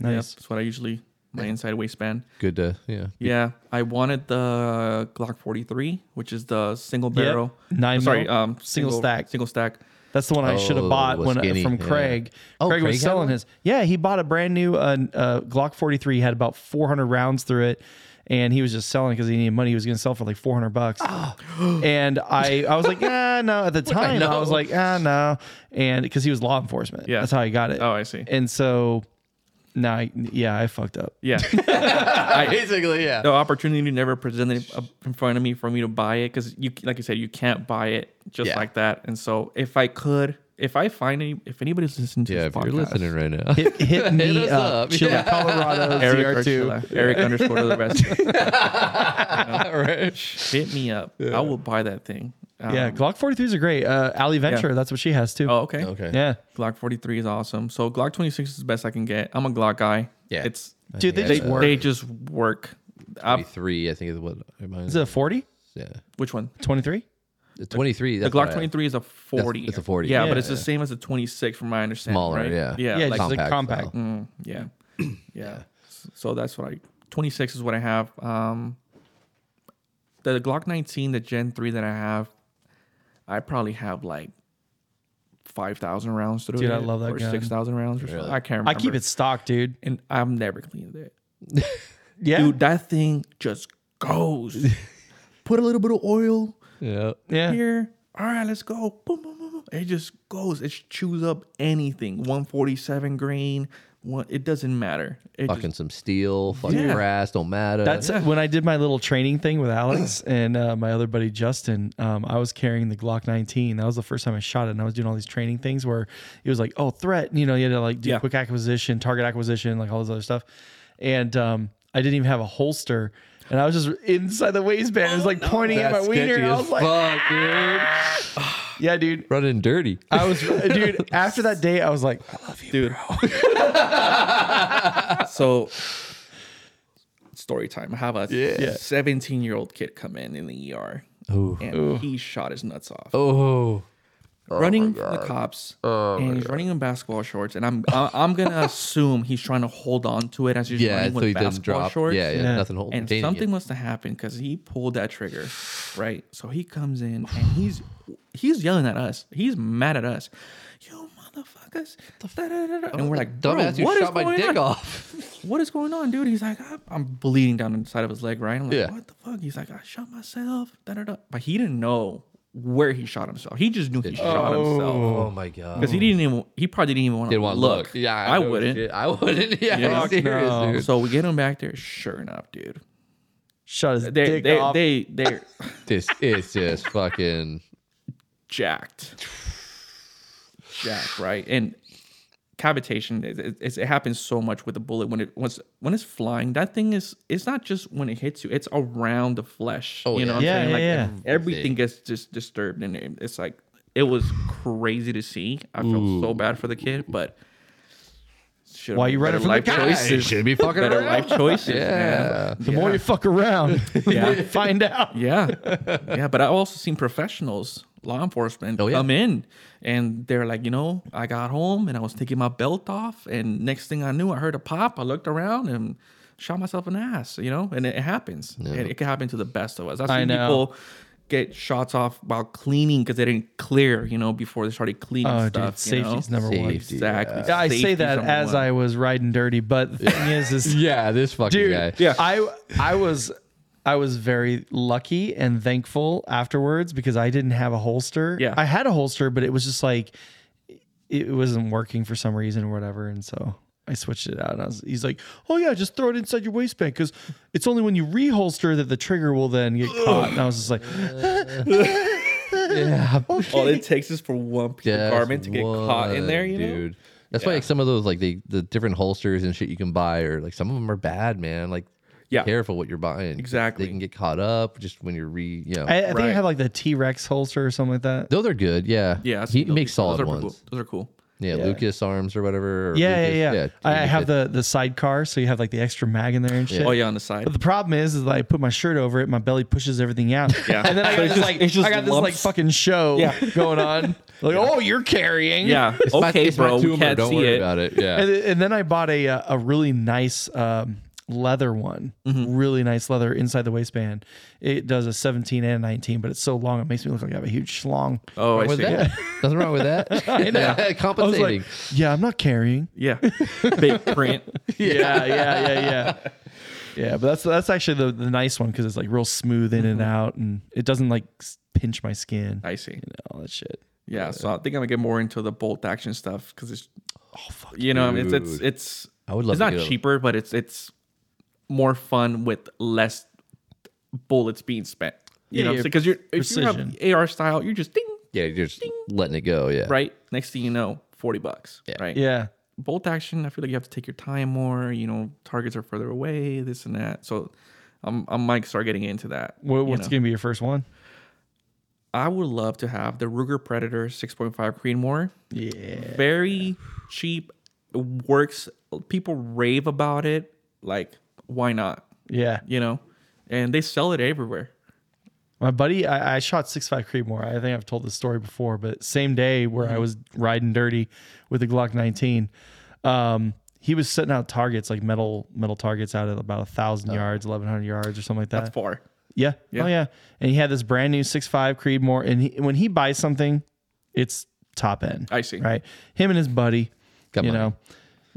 Nice. Yep, that's what I usually my inside waistband. Good to yeah. Yeah, I wanted the Glock 43, which is the single barrel. Nine sorry, mil? um, Single stack. Single stack. that's the one I should have Oh, bought was when uh, skinny, from yeah. Craig. Oh, Craig, Craig was had selling one? his. Yeah, he bought a brand new uh, uh, Glock 43. He had about 400 rounds through it. And he was just selling because he needed money. He was going to sell for like 400 bucks. <gasps> and I, I was like, ah, no. <laughs> At the time, I, Oh. know. was like, ah, no. And because he was law enforcement. Yeah. That's how I got it. Oh, I <laughs> see. And so now, I, yeah, I fucked up. Yeah, Basically, yeah. the opportunity never presented up in front of me for me to buy it because you, like you said, you can't buy it just Yeah. like that. And so, if I could, if I find any, if anybody's listening to Yeah, this if podcast, you're listening right <laughs> now. Hit, hit me us up, up. Chile, <laughs> Colorado, Eric ZR2. Archila, Eric underscore to the rest. <laughs> Hit me up. I will buy that thing. Um, Yeah, Glock 43s are great. Uh, Ali Venture, that's what she has too. Oh, okay. okay. Yeah. Glock 43 is awesome. So Glock 26 is the best I can get. I'm a Glock guy. Yeah. It's Dude, think I they they, just saw work. they just work. Twenty Up. three, I think is what mine Is it a 40? Yeah. Which one? 23? Twenty three. The Glock 23 is a 40. it's a 40. Yeah, Yeah. but it's the same as a 26 from my understanding. Smaller, right? yeah. Yeah. Yeah, like- just like compact compact. mm, yeah. yeah. So that's what I 26 is what I have. Um the Glock 19, the Gen 3 that I have, I probably have like 5,000 rounds through Dude, it. I love that Or gun. 6,000 rounds or something. I can't remember. I keep it stock, dude. and I've never cleaned it. Yeah. Dude, that thing just <laughs> goes. Put a little bit of oil Yeah. yeah. here. All right, let's go. Boom, boom, boom, boom. It just goes. It chews up anything. 147 grain. One, it doesn't matter. It just- Fucking some steel, fucking Yeah. brass, don't matter. <laughs> That's when I did my little training thing with <clears throat> Alex and uh, my other buddy Justin. Um, I was carrying the Glock 19. That was the first time I shot it, and I was doing all these training things where it was like, oh, threat. You know, you had to like do Yeah. quick acquisition, target acquisition, like all this other stuff. And um, I didn't even have a holster, and I was just inside the waistband. It was Oh, like pointing at my wiener. and I was like, fuck, dude. <laughs> yeah, dude. Running dirty. I was, dude. After that day, I was like, dude. So, story time. I have a Yeah. 17 year old kid come in in the ER Ooh. and he shot his nuts off. Oh, running from the cops and he's running in basketball shorts. And I'm I, <laughs> I'm gonna assume he's trying to hold on to it as he's yeah. running So with he basketball doesn't drop. shorts. Yeah, yeah, Yeah. Nothing holding. And dangling it. something must have happened because he pulled that trigger, right? So he comes in and he's he's yelling at us. He's mad at us. You motherfuckers! Da-da-da-da. And we're like, bro, Dumbass, you what is shot my going dick on? <laughs> off. what is going on, dude? He's like, I'm, I'm bleeding down inside of his leg, right? I'm like, Yeah. what the fuck? He's like, I shot myself. Da, da, da. But he didn't know where he shot himself. He just knew he shot himself Oh my god. because he didn't even. He probably didn't even want to Didn't want to look. look. Yeah, I, know wouldn't. shit. I wouldn't. <laughs> Yeah, Yeah. serious, no. dude. So we get him back there. Sure enough, dude. Shut his They dick they off. they they're <sighs> This is just <laughs> fucking. jacked, jacked, right? And cavitation is- is- is- it happens so much with a bullet when it once when it's flying. That thing is it's not just when it hits you; it's around the flesh. Oh, you know, yeah. what I'm Yeah, saying? yeah, like yeah. everything gets just disturbed, and it- it's like it was crazy to see. I felt so bad for the kid, but should've Why made you running better from the life cops? choices? Should be fucking Better around. life choices. Yeah. man. The more you fuck around, <laughs> Yeah. <laughs> find out. Yeah. yeah. But I've also seen professionals, law enforcement, Oh, yeah. come in and they're like, you know, I got home and I was taking my belt off. And next thing I knew, I heard a pop. I looked around and shot myself in the ass, you know, and it, it happens. It, it can happen to the best of us. I've seen I know. people get shots off while cleaning because they didn't clear, you know, before they started cleaning Oh, stuff. dude, safety's you know? number one. Safety, Exactly. I say Safety's that number as one. I was riding dirty, but the thing is, <laughs> is Yeah, this fucking dude, guy. yeah. I I was I was very lucky and thankful afterwards because I didn't have a holster. Yeah. I had a holster, but it was just like it wasn't working for some reason or whatever, and so. I switched it out. And I was, he's like, "Oh yeah, just throw it inside your waistband because it's only when you reholster that the trigger will then get caught." And I was just like, Yeah, Oh, All it takes is for one piece of Just garment to get caught in there, you one, know? dude. That's why like some of those like the the different holsters and shit you can buy are like some of them are bad, man. Like, be Yeah. careful what you're buying. 'cause Exactly. they can get caught up just when you're re. You know, I, I think I Right. have like the T Rex holster or something like that. though they're good. Yeah, Yeah. He those- makes solid those are ones. pretty Cool. Those are cool. Yeah, Lucas arms or whatever. or Yeah, Lucas- yeah, yeah. I I you <laughs> could- have the the sidecar, so you have like the extra mag in there and shit. Oh, yeah, on the side. But the problem is, is that I put my shirt over it, my belly pushes everything out. <laughs> Yeah. And then I got So it's this just- like, it's just I got this like lumps. fucking show Yeah. going on. Like, oh, you're carrying. Yeah. It's my- okay, it's my bro. We tumor, can't Don't see worry it. about it. Yeah. <laughs> And, th- and then I bought a uh, a really nice um, leather one, Mm-hmm. really nice leather inside the waistband. It does a 17 and a 19, but it's so long it makes me look like I have a huge schlong. Oh, I With see. that, <laughs> nothing wrong with that. yeah, <laughs> I was <laughs> compensating. like, yeah, I'm not carrying. Yeah. Big print. yeah, yeah, yeah, yeah. Yeah, but that's that's actually the, the nice one because it's like real smooth in and out, and it doesn't like s- pinch my skin. <laughs> I see. and all that shit. Yeah. So I think I'm gonna get more into the bolt action stuff because it's, oh fuck, you know, it's it's it's. I would love It's to not get a- cheaper, but it's it's more fun with less bullets being spent. You Yeah, know, yeah, because you're if you precision. have AR style, you're just ding yeah, you're just letting it go. Yeah. right. Next thing you know, forty bucks. Right. Yeah. bolt action, I feel like you have to take your time more. You know, targets are further away, this and that. So, I'm I'm might start getting into that. What, you what's know. gonna be your first one? I would love to have the Ruger Predator 6.5 Creedmoor. Yeah. Very cheap, works. People rave about it. Like, why not? Yeah. You know, and they sell it everywhere. My buddy, I, I shot six five Creedmoor. I think I've told this story before, but same day where I was riding dirty with the Glock 19, um, he was setting out targets like metal metal targets out at about a thousand yards, eleven hundred yards, or something like that. That's far. Yeah. Oh yeah. And he had this brand new 6.5 Creedmoor. And he, when he buys something, it's top end. I see. Right. Him and his buddy. Got you money. know.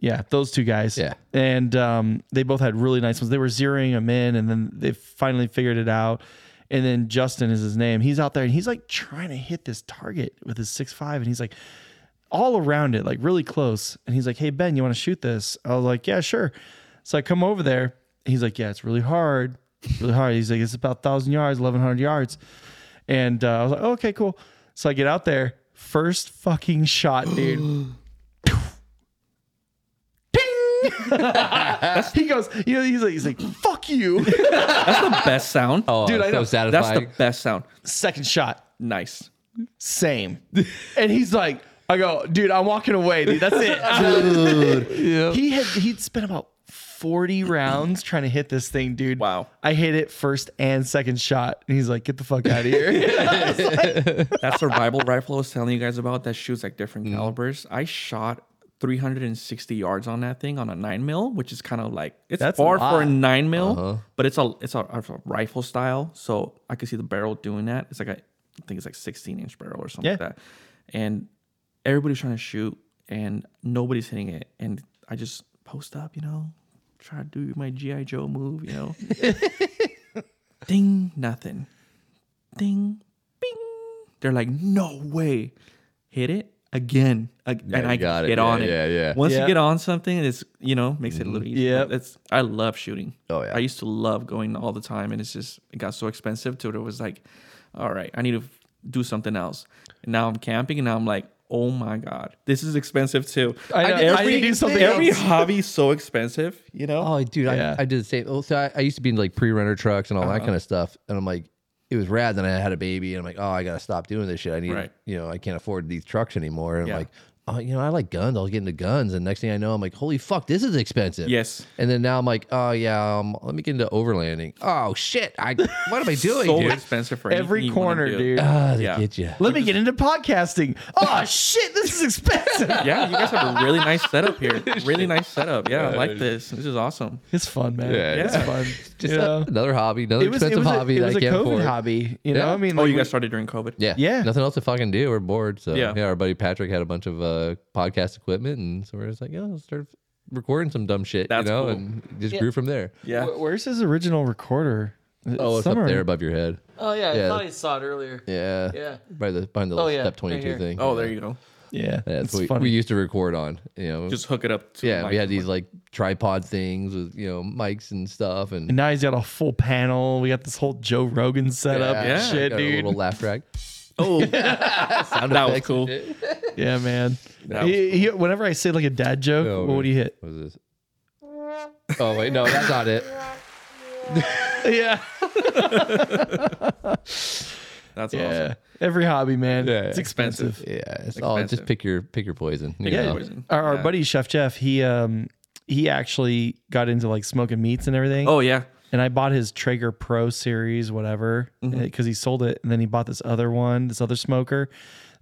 Yeah, those two guys. Yeah. And um, they both had really nice ones. They were zeroing them in and then they finally figured it out. And then Justin is his name. He's out there and he's like trying to hit this target with his 6.5. And he's like all around it, like really close. And he's like, Hey Ben, you want to shoot this? I was like, Yeah, sure. So I come over there. He's like, Yeah, it's really hard. It's really hard. He's like, It's about thousand yards, eleven hundred yards. And uh, I was like, okay, cool. So I get out there, first fucking shot, dude. Ding! he goes, you know, he's like, he's like, fuck you. Best <laughs> sound. Oh, Dude, dude, I I so know. that's satisfying. the best sound. <laughs> Second shot, Nice. same. And he's like, I go, <laughs> dude, I'm walking away, dude. That's it. dude. yeah. he had he'd spent about 40 rounds trying to hit this thing, dude. Wow. I hit it first and second shot. And he's like, get the fuck out <laughs> of here. That survival rifle I was telling you guys about that shoots like different Mm-hmm. calibers. I shot 360 yards on that thing on a nine mil, which is kind of like it's That's a far for a lot. Uh-huh. nine mil, but it's a it's a, it's a rifle style, so I could see the barrel doing that. It's like a, I think it's like 16 inch barrel or something like Yeah. that, and everybody's trying to shoot and nobody's hitting it, and I just post up, you know, try to do my GI Joe move, you <laughs> know, ding nothing, ding bing. They're like, no way, hit it again, Ag- and I got it. get on Yeah, it. yeah, yeah. Mm-hmm. Once Yeah. you get on something, it's you know makes it a little easier. Yep. It's I love shooting. Oh, yeah. I used to love going all the time, and it's just it got so expensive to it. It was like, all right, I need to f- do something else. And now I'm camping, and now I'm like, oh my god, this is expensive too. I know, I need to do something Every else. hobby is so expensive, you know. Oh, dude, Yeah. Uh-huh. I, I did the same. Oh, So I, I used to be in like pre-runner trucks and all that kind of stuff, and I'm like, it was rad. Then I had a baby, and I'm like, oh, I gotta stop doing this shit. I need, Right. you know, I can't afford these trucks anymore. And Yeah. I'm like, oh, you know, I like guns. I'll get into guns. And next thing I know, I'm like, holy fuck, this is expensive. Yes. And then now I'm like, oh yeah, um, let me get into overlanding. Oh shit, I what am I <laughs> doing, so dude? expensive for Every anything you wanna do. corner, dude. Ah, they Yeah. get you. Let me get into podcasting. Oh, shit. This <laughs> is expensive. Yeah, you guys have a really nice setup here. <laughs> Really nice setup. Yeah, Oh, I like this. This is awesome. It's fun, man. Yeah. It's Yeah. fun. Just you know? another hobby, another expensive a- hobby it that was I a can't COVID afford. hobby. You Yeah. know, I mean, Oh, like, you guys started during COVID. Yeah. Yeah. Nothing else to fucking do. We're bored. So Yeah. yeah, our buddy Patrick had a bunch of uh, podcast equipment, and so we're just like, yeah, let's start recording some dumb shit, That's you know, cool. and it just grew from there. Yeah. Wh- Where's his original recorder? Oh, it's Somewhere- up there above your head. Oh yeah, Yeah. I thought I saw it earlier. Yeah. Yeah. By the behind the Oh, little yeah, step right twenty two here. thing. Oh, there you go. Yeah, That's it's what we, funny. we used to record on. You know. Just hook it up to yeah, a we had these microphone. like tripod things with you know mics and stuff, and and now he's got a full panel. We got this whole Joe Rogan setup. and Yeah. shit, got a dude. little laugh track. Oh, that was cool. Yeah, man. That He- he- whenever I say like a dad joke, No, what would he hit? Oh, What is this? Oh wait, no, that's not it. <laughs> Yeah, That's yeah. awesome. Every hobby, man. Yeah. It's expensive. Yeah, it's all just Expensive. pick your pick your poison. you Yeah. know? Poison. Our, our Yeah. buddy Chef Jeff, he um he actually got into like smoking meats and everything. Oh yeah. and I bought his Traeger Pro series, whatever, because Mm-hmm. he sold it, and then he bought this other one, this other smoker.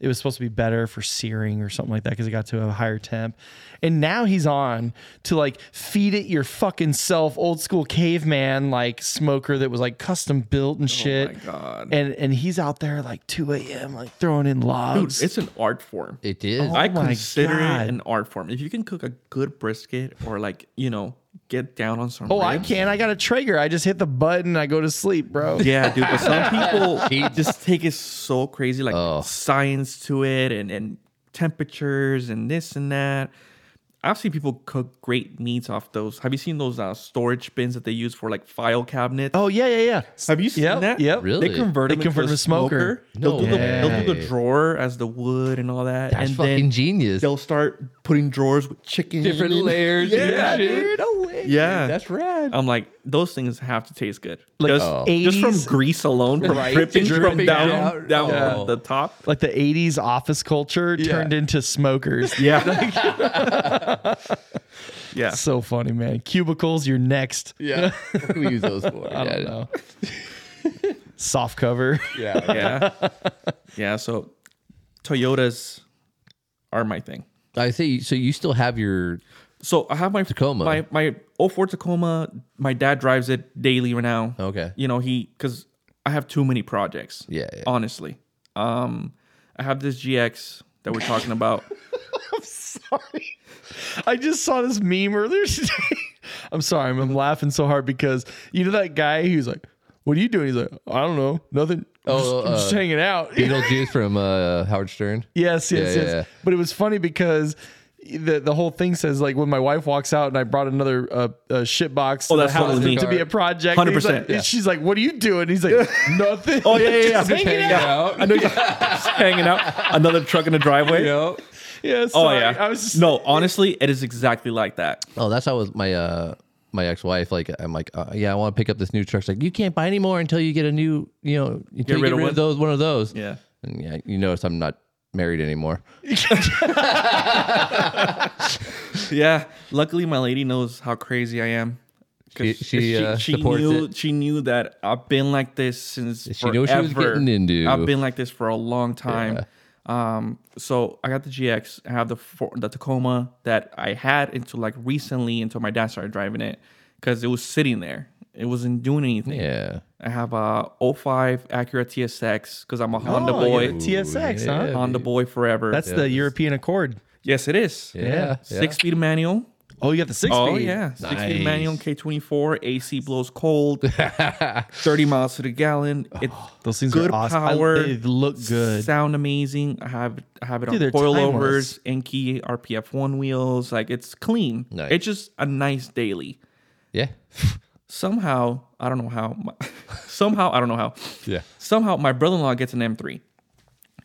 It was supposed to be better for searing or something like that because it got to a higher temp. And now he's on to like feed it your fucking self, old school caveman like smoker that was like custom built and shit. Oh my God. And and he's out there like 2 a.m. like throwing in logs. Dude, it's an art form. It is. I my consider God. it an art form. If you can cook a good brisket or like, you know, get down on some oh, I ribs. can. I got a Traeger. I just hit the button. I go to sleep, bro. Yeah, dude. But some <laughs> people just take it so crazy, like science to it and, and temperatures and this and that. I've seen people cook great meats off those. Have you seen those uh, storage bins that they use for like file cabinets? Oh yeah, yeah, yeah. Have you seen Yep, that? Yep. Really? They convert They them convert into them a to smoker. smoker. No they'll, do the, they'll do way. the drawer as the wood and all that. That's and fucking then genius. They'll start putting drawers with chicken. Different and- layers. Yeah, and shit. Yeah. That's rad. I'm like, those things have to taste good. just, Oh. just from 80s grease alone, from Right. dripping from Dripping down, out. down Yeah. the top. like the 80s office culture turned <laughs> into smokers. Yeah. <laughs> yeah. <laughs> so funny, man. Cubicles, you're next. yeah. Who we use those for? I don't know. <laughs> Soft cover. Yeah. Yeah. Yeah. So Toyotas are my thing. I see. So you still have your So I have my Tacoma. my my 04 Tacoma. My dad drives it daily right now. Okay. You know he because I have too many projects. Yeah, yeah. Honestly, um, I have this GX that we're <laughs> talking about. Sorry. <laughs> I just saw this meme earlier today. <laughs> I'm sorry. I'm, I'm laughing so hard because you know that guy who's like, What are you doing? He's like, I don't know. Nothing. I'm, just, Oh, <laughs> I'm just uh, hanging out. Beetlejuice from uh, Howard Stern. Yes, yes, Yeah, yes. yeah, yeah. But it was funny because the the whole thing says like when my wife walks out and I brought another uh, uh, shit box to, Oh, the that's house totally me. to be a project. and he's 100%, like- yeah. She's like, "What are you doing?" <laughs> He's like, "Nothing." oh Just hanging out. I know you're just hanging out. Another truck in the driveway. know. yeah. Oh Sorry. yeah. I was just, no, honestly, it is exactly like that. Oh, that's how was my uh my ex wife. Like I'm like, uh, yeah, I want to pick up this new truck. She's like, you can't buy any more until you get a new, you know, until you get rid, of, one? those one of those. Yeah. And yeah, you notice I'm not married anymore. yeah. Luckily, my lady knows how crazy I am. 'Cause She- she, uh, supports knew it. she knew that I've been like this since She knew what she was forever. getting into. I've been like this for a long time. Um, so I got the GX. I have the four, the Tacoma that I had until like recently until my dad started driving it because it was sitting there. It wasn't doing anything. Yeah. I have a 05 Acura TSX because I'm a Honda Oh, you're boy. a TSX, Ooh, yeah. huh? Honda boy forever. That's the European Accord. yes, it is. Yeah. yeah. Six speed manual. Oh, you got the six. Oh speed. yeah, six Nice. speed manual K24. AC blows <laughs> cold. Thirty miles to the gallon. It Those things good Oh, are awesome. I- power. they look good. Sound amazing. I have I have it Dude, they're on coilovers, timeless. E, Enki RPF one wheels. Like it's clean. Nice. It's just a nice daily. Yeah. Somehow I don't know how. My, <laughs> somehow I don't know how. Yeah. Somehow my brother-in-law gets an E M3,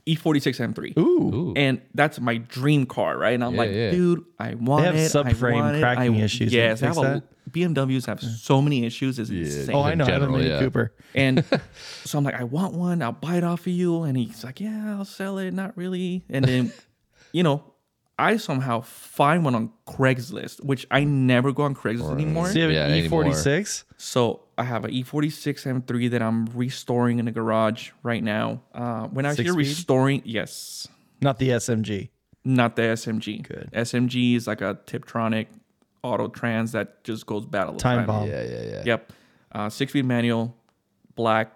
E46 M3. Ooh, Ooh. And that's my dream car, right? And I'm Yeah, like, yeah. dude, I want have it. subframe I want it, cracking I- issues. Can you Yes, I have fix a, BMWs have so many issues. It's insane. Oh, I know. I have a general, Mini yeah. Cooper. <laughs> <laughs> And so I'm like, I want one. I'll buy it off of you. And he's like, Yeah, I'll sell it. Not really. And <laughs> then, you know, I somehow find one on Craigslist, which I never go on Craigslist anymore. So you have Yeah, an E anymore. E46. So I have E an E46 M3 that I'm restoring in the garage right now. Uh, when I Six hear speed? restoring, yes, Not the SMG. not the SMG. Good. SMG is like a Tiptronic auto trans that just goes battle of Time bomb. Yeah. Yeah. Yeah. Yep. Uh, six speed manual, black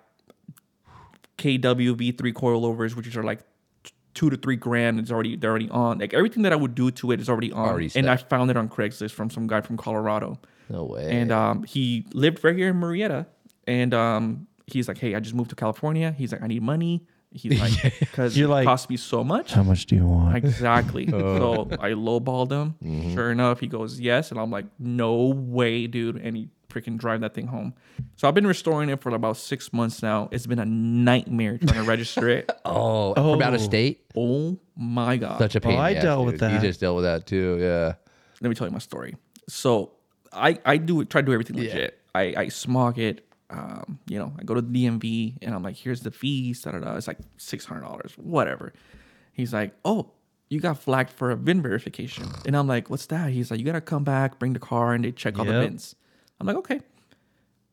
KW V3 coilovers, which are like t- two to three grand. It's already they're already on. Like everything that I would do to it is already on. Already and I found it on Craigslist from some guy from Colorado. No way. And um, he lived right here in Marietta. And um, he's like, hey, I just moved to California. He's like, I need money. He's like, <laughs> because You're it like- "Oh cost me so much. How much do you want? <laughs> Exactly. Oh. So I lowballed him. Mm-hmm. Sure enough, he goes yes, and I'm like, no way, dude. And he freaking drive that thing home. So I've been restoring it for about six months now. It's been a nightmare trying to register <laughs> it. oh, from out of state. Oh my god. Such a pain. in Oh, I the ass, dealt with dude. that. You just dealt with that too. Yeah. Let me tell you my story. So I I do try to do everything legit. I I smog it. Um, you know, I go to the DMV and I'm like, here's the fees. Da, da, da. It's like six hundred dollars, whatever. He's like, oh, you got flagged for a VIN verification, and I'm like, what's that? He's like, you gotta come back, bring the car, and they check all the Yep. VINs. I'm like, okay.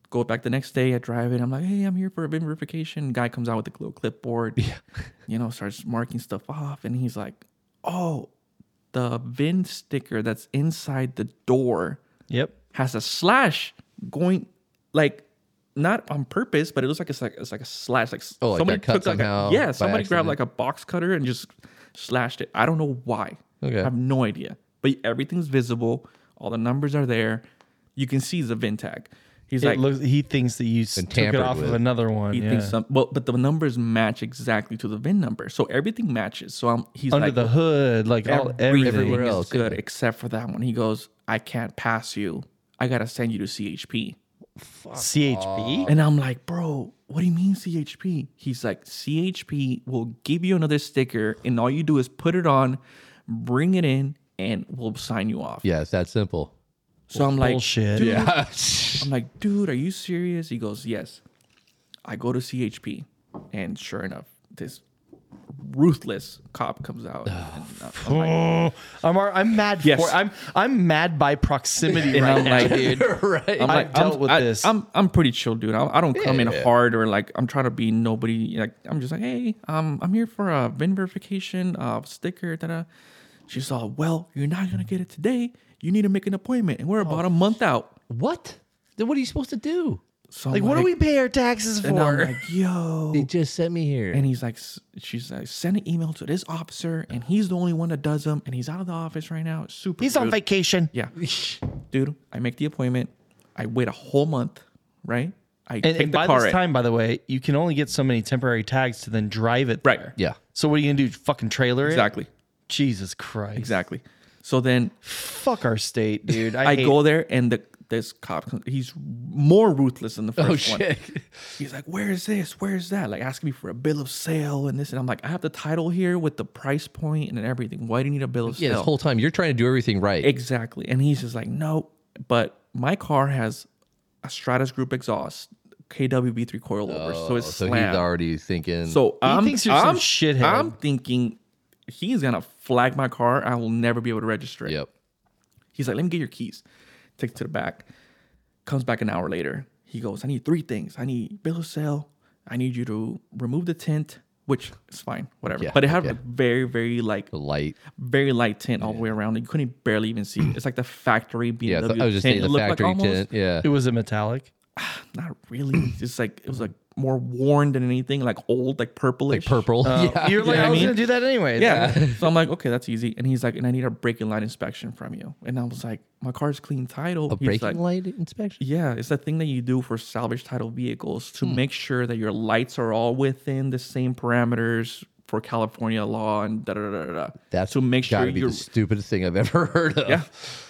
Go back the next day. I drive it. I'm like, hey, I'm here for a VIN verification. Guy comes out with a little clipboard. you know, starts marking stuff off, and he's like, oh, the VIN sticker that's inside the door Yep. has a slash going like not on purpose, but it looks like it's like it's like a slash. Like Oh, like that cut somehow Like a, yeah, by somebody accident? grabbed like a box cutter and just slashed it. I don't know why. Okay. I have no idea. But everything's visible. All the numbers are there. You can see the VIN tag. He's It like looks, he thinks that you s- took it tampered off with. of another one. he yeah. thinks some well, but the numbers match exactly to the VIN number. So everything matches. So I'm he's Under like the hood, like all, everything. everywhere is else, good except for that one. He goes, I can't pass you. I gotta send you to CHP. CHP. And I'm like, bro, what do you mean CHP? He's like, CHP will give you another sticker, and all you do is put it on, bring it in, and we'll sign you off. Yeah. It's that <laughs> simple. So I'm like, Bullshit. dude, Yeah. I'm like, dude, are you serious? He goes, yes. I go to CHP, and sure enough, this ruthless cop comes out. and uh, I'm like, Oh, I'm al- I'm mad. Yes. For, I'm I'm mad by proximity And right I'm <laughs> now, like, dude. right. I've dealt I'm, with I, this. I'm I'm pretty chill, dude. I, I don't come in yeah. hard or like I'm trying to be nobody. Like I'm just like, hey, um, I'm here for a VIN verification, uh, sticker. Da da. She's all, well, you're not gonna get it today. You need to make an appointment, and we're Oh, about a month out. what? Then what are you supposed to do? So I'm like, what do we pay our taxes And I'm for? like, <laughs> yo. They just sent me here. And he's like, s- she's like, send an email to this officer, and he's the only one that does them, and he's out of the office right now. Super. He's on rude. vacation. <laughs> Yeah. Dude, I make the appointment. I wait a whole month, right? I And, take and the by car this in. time, by the way, you can only get so many temporary tags to then drive it. Right. there. <laughs> yeah. So what are you gonna do? Fucking trailer it? Exactly. Jesus Christ. Exactly. So then Fuck our state, dude. I, I hate- go there and the this cop comes- he's more ruthless than the first Oh one. <laughs> shit. He's like, Where is this? Where is that? Like asking me for a bill of sale and this and I'm like, I have the title here with the price point and everything. Why do you need a bill of Yeah. This sale? whole time you're trying to do everything right. exactly. And he's just like, No, but my car has a Stratus group exhaust, KWB3 coilovers. so it's Oh, so slammed. he's already thinking. So I'm, thinks you're some I'm- shithead. I'm thinking he's gonna flag my car. I will never be able to register it. Yep. He's like, let me get your keys. Takes it to the back. Comes back an hour later. He goes, I need three things. I need bill of sale. I need you to remove the tint, which is fine, whatever. Yeah, but it had yeah. a very, very like The light. very light tint all the way around. You couldn't barely even see. it. It's like the factory BMW Yeah, I th- I was just tint. saying It the looked factory almost- tint. Yeah. It was a metallic. Not <clears throat> really. Just like it was like more worn than anything, like old, like Like purplish. purple. <laughs> yeah. You're like, Yeah, Uh, I I was mean- gonna do that anyway. <laughs> Yeah. so I'm like, okay, that's easy. And he's like, and I need a braking line inspection from you. And I was like, my car's clean title. A He's braking like, light inspection. Yeah, it's the thing that you do for salvage title vehicles Hmm. to make sure that your lights are all within the same parameters for California law and da da da da. da. That's to make sure gotta be you're the stupidest thing I've ever <laughs> heard of. yeah.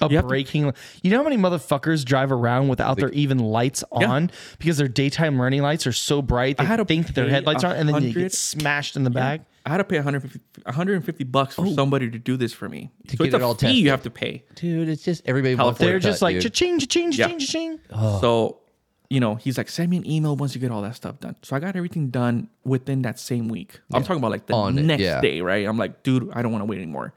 a You have to- braking. li- you know how many motherfuckers drive around without their even lights on because their daytime running lights are so bright they had to think their pay headlights are on, and then you 100 get smashed in the back. I had to pay 150, 150 bucks for somebody to do this for me. Oh. To so get it's a it all fee tested. you have to pay. Dude, it's just everybody wants They're their They're just cut, like dude. cha-ching, cha-ching, Yeah. cha-ching, cha-ching. Oh. So, you know, he's like, send me an email once you get all that stuff done. So I got everything done within that same week. I'm talking about like the On it, next yeah. day, right? I'm like, dude, I don't want to wait anymore.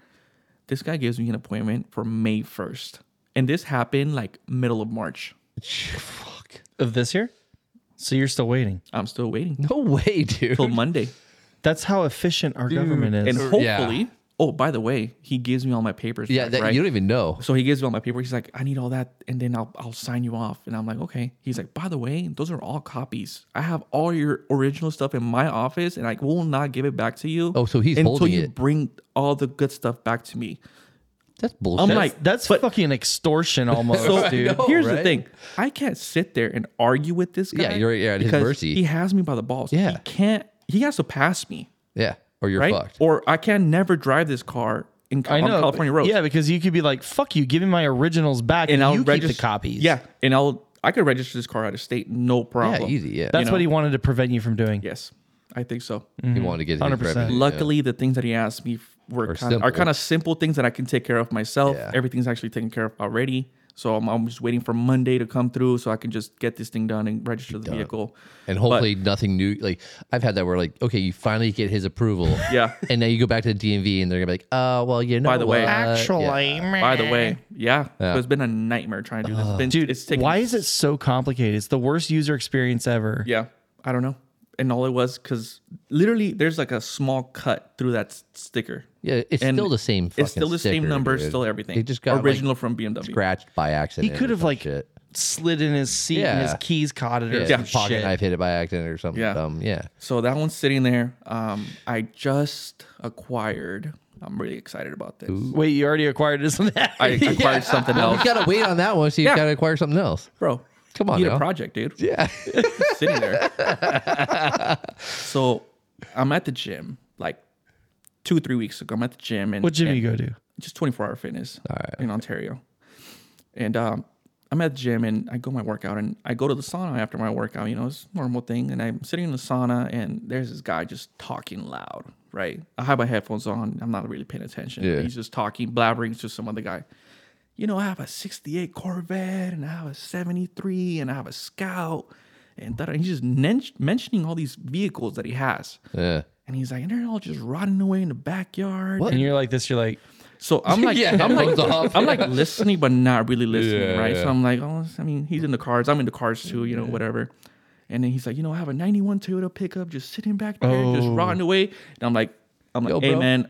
This guy gives me an appointment for May 1st. And this happened like middle of March. Fuck. Of this year, so you're still waiting. I'm still waiting No way, dude. till Monday. That's how efficient our government is. And hopefully, oh, by the way, he gives me all my papers. Yeah, back, that, right? you don't even know. So he gives me all my paperwork. He's like, I need all that, and then I'll I'll sign you off. And I'm like, okay. He's like, by the way, those are all copies. I have all your original stuff in my office, and I will not give it back to you. Oh, so he's until holding you it. bring all the good stuff back <laughs> to me. That's I'm bullshit. like, That's fucking extortion <laughs> almost, so dude. know, here's the right? thing: I can't sit there and argue with this guy. Yeah, you're- you're at his because mercy. He has me by the balls. Yeah. he can't. He has to pass me, yeah, or you're right? fucked. Or I can never drive this car in I on know California roads. Yeah, because you could be like, "Fuck you, give me my originals back," and, and I'll you register keep the copies. Yeah, and I'll I could register this car out of state, no problem. yeah, easy. Yeah, that's know. what he wanted to prevent you from doing. Yes, I think so. you want to get his 100%. revenue. Luckily, the things that he asked me f- were kind of, simple. are kind of simple things that I can take care of myself. Yeah. Everything's actually taken care of already. So I'm, I'm just waiting for Monday to come through so I can just get this thing done and register the vehicle. And hopefully nothing new. Like I've had that where like, okay, you finally get his approval. <laughs> Yeah. And now you go back to the DMV and they're gonna be like, oh, well, you know, By the way- what? Uh, Actually, Yeah. By the way, yeah, So it's been a nightmare trying to do this. It's been, dude, it's taken, why is it so complicated? It's the worst user experience ever. Yeah, I don't know. And all it was because literally there's like a small cut through that s- sticker. yeah, it's And still the same. Fucking it's still the sticker, same number, dude. still everything. It just got original original from BMW. scratched by accident. he could or have some like shit. slid in his seat and his Yeah. keys caught it or yeah, some pocket shit. knife hit it by accident or something. Yeah. Yeah, dumb. yeah. So that one's sitting there. Um, I just acquired. I'm really excited about this. Wait, you already acquired this one? I <laughs> acquired something Well, else, you gotta wait on that one, so you Yeah. gotta acquire something else. bro. Come on need now. a project, dude. Yeah, <laughs> It's <laughs> sitting there. so I'm at the gym like two, three weeks ago. I'm at the gym and <laughs> what gym and you go to? just 24 hour fitness in Ontario, and um. I'm at the gym and I go my workout and I go to the sauna after my workout, you know, it's a normal thing. And I'm sitting in the sauna and there's this guy just talking loud, right? I have my headphones on. I'm not really paying attention. Yeah. He's just talking, blabbering to some other guy. You know, I have a 68 Corvette and I have a 73 and I have a Scout. And, that, and he's just nen- mentioning all these vehicles that he has. yeah. And he's like, and they're all just rotting away in the backyard. What? And you're like this, you're like, So I'm <laughs> <laughs> like, Yeah, I'm like, headphones off. I'm like listening, but not really listening, Yeah, right? So yeah. I'm like, oh, I mean, he's in the cars. I'm in the cars too, you know, whatever. And then he's like, you know, I have a '91 Toyota pickup just sitting back there, just Oh. rotting away. And I'm like, I'm Yo, like, hey bro." <laughs> man,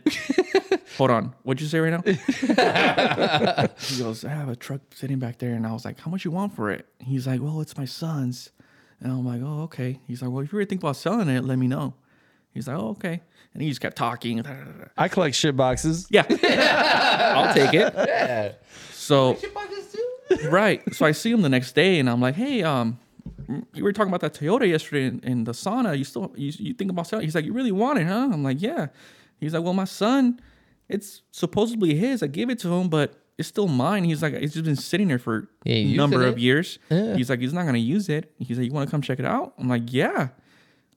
hold on, what'd you say right now? <laughs> he goes, I have a truck sitting back there, and I was like, how much you want for it? He's like, well, it's my son's. And I'm like, oh, okay. He's like, well, if you really think about selling it, let me know. He's like, oh, okay. And he just kept talking. I collect shit boxes. Yeah. <laughs> I'll take it. So <laughs> right. So I see him the next day and I'm like, hey, um, you were talking about that Toyota yesterday in, in the sauna. You still you, you think about selling? He's like, you really want it, huh? I'm like, yeah. He's like, well, my son, it's supposedly his. I gave it to him, but it's still mine. He's like, it's just been sitting there for He ain't a using number it. of years. Yeah. He's like, he's not gonna use it. He's like, you want to come check it out? I'm like, yeah.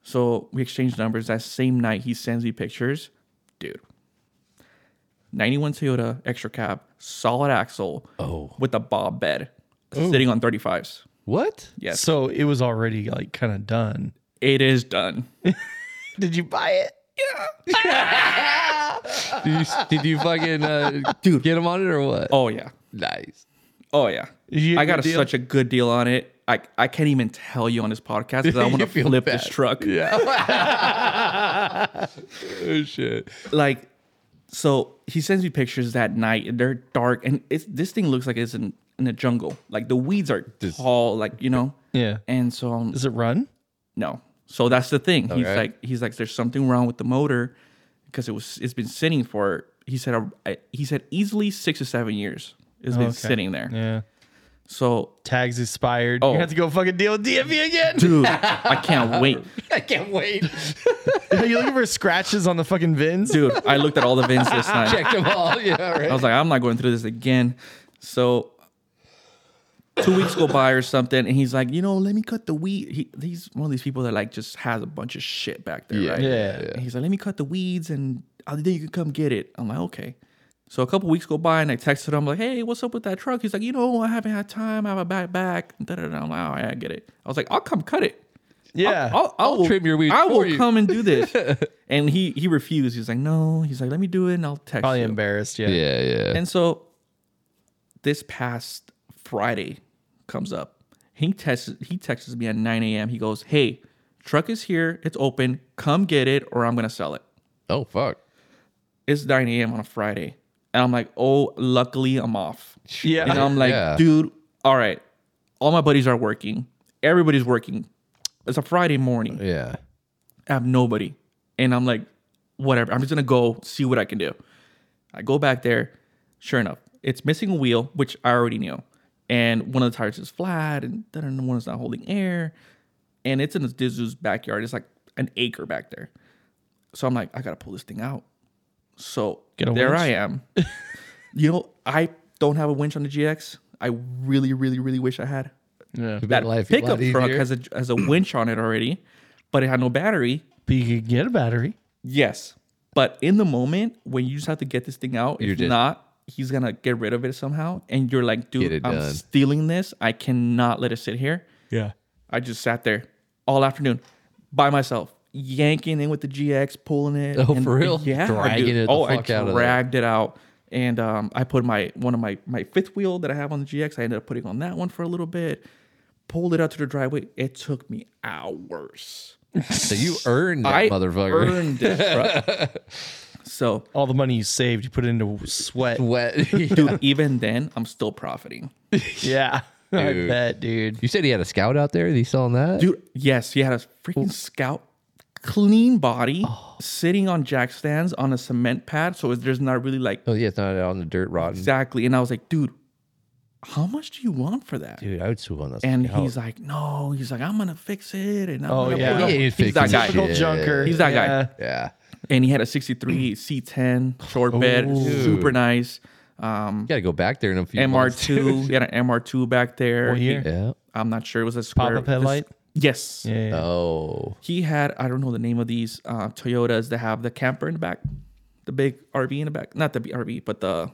So we exchanged numbers that same night. He sends me pictures, dude. 91 Toyota extra cab, solid axle. Oh. With a bob bed sitting on 35s. What? Yes. So it was already like kind of done. it is done. Did you buy it? <laughs> Did you, did you fucking uh, dude get him on it or what? Oh yeah. Nice. Oh yeah, you get I a got good a, deal? such a good deal on it. I I can't even tell you on this podcast because I want You to feel flip bad. this truck. Oh shit. <laughs> Like, so he sends me pictures that night, and they're dark, and it's this thing looks like it's in in the jungle. Like the weeds are tall, like you know. Yeah. And so I'm Does it run? no. So that's the thing. He's Okay. like he's like there's something wrong with the motor because it was it's been sitting for he said uh, I, he said easily six or seven years. It's been Okay. sitting there. Yeah. So Tags expired. Oh. You have to go fucking deal with DMV <laughs> again. dude, I can't wait. I can't wait. Are you looking for scratches on the fucking vins? Dude, I looked at all the VINs this time. Check them all. Yeah, I right. was like, I'm not going through this again. So two weeks go by or something, and he's like, you know, let me cut the weed. He, he's one of these people that like just has a bunch of shit back there, Yeah. right? Yeah. And he's like, let me cut the weeds, and I'll- then you can come get it. I'm like, okay. So a couple weeks go by, and I texted him like, hey, what's up with that truck? He's like, you know, I haven't had time. I have a backpack. Da, da, da. I'm like, all right, I get it. I was like, I'll come cut it. yeah. I'll, I'll, I'll trim your weed I for will you. come and <laughs> do this. and he he refused. He's like, no. He's like, let me do it, and I'll text Probably you. embarrassed. <laughs> Yeah. Yeah, yeah. And so this past Friday comes up. He texts he texts me at 9 a.m. He goes, Hey, truck is here, it's open, come get it, or I'm gonna sell it. oh fuck. It's 9 a.m. on a Friday. And I'm like, oh, luckily I'm off. Yeah. And I'm like, Yeah. dude, all right. All my buddies are working. Everybody's working. It's a Friday morning. Yeah. I have nobody. And I'm like, whatever. I'm just gonna go see what I can do. I go back there. Sure enough, it's missing a wheel, which I already knew. And one of the tires is flat, and the other one is not holding air. And it's in this dude's backyard. It's like an acre back there. So I'm like, I gotta pull this thing out. So Get a there winch. I am. <laughs> you know, I don't have a winch on the GX. I really, really, really wish I had Yeah. That that life a pickup lot truck easier. has a has a winch on it already, but it had no battery. But you could get a battery. Yes, but in the moment when you just have to get this thing out, You're if just- not, he's gonna get rid of it somehow, and you're Get like, dude, it I'm done. stealing this. I cannot let it sit here. Yeah. I just sat there all afternoon by myself, yanking in with the GX, pulling it. Oh, for real? Yeah, Dragging dude. it the oh, fuck I out of there. dragged it out, and um, I put my one of my my fifth wheel that I have on the GX. I ended up putting on that one for a little bit. Pulled it out to the driveway. It took me hours. So you earned that I motherfucker. earned it. bruh. <laughs> so All the money you saved, you put it into <laughs> sweat. Wet. <laughs> dude, even then, I'm still profiting. <laughs> Yeah. I Dude. bet, dude. you said he had a scout out there. Is he selling that? Dude, yes, he had a freaking scout, clean body, sitting on jack stands on a cement pad. So there's not really like Oh yeah, it's not on the dirt rotten. exactly. And I was like, dude, how much do you want for that? Dude, I would swoop on that. And he's like, no, he's like, I'm gonna fix it. And I'm Oh, gonna yeah. put it Yeah, on-" he's he's that fixing guy. shit. Typical Yeah. junker. He's that guy. Yeah. yeah, And he had a 63 C10 short bed, super nice. Um, you got to go back there in a few. months, dude. MR2, he had an MR2 back there. What He- year? Yeah. I'm not sure. It was a square Pop-up headlight. this- yes. Yeah. yeah. Oh, He had I don't know the name of these uh, Toyotas that have the camper in the back, the big RV in the back, not the RV, but the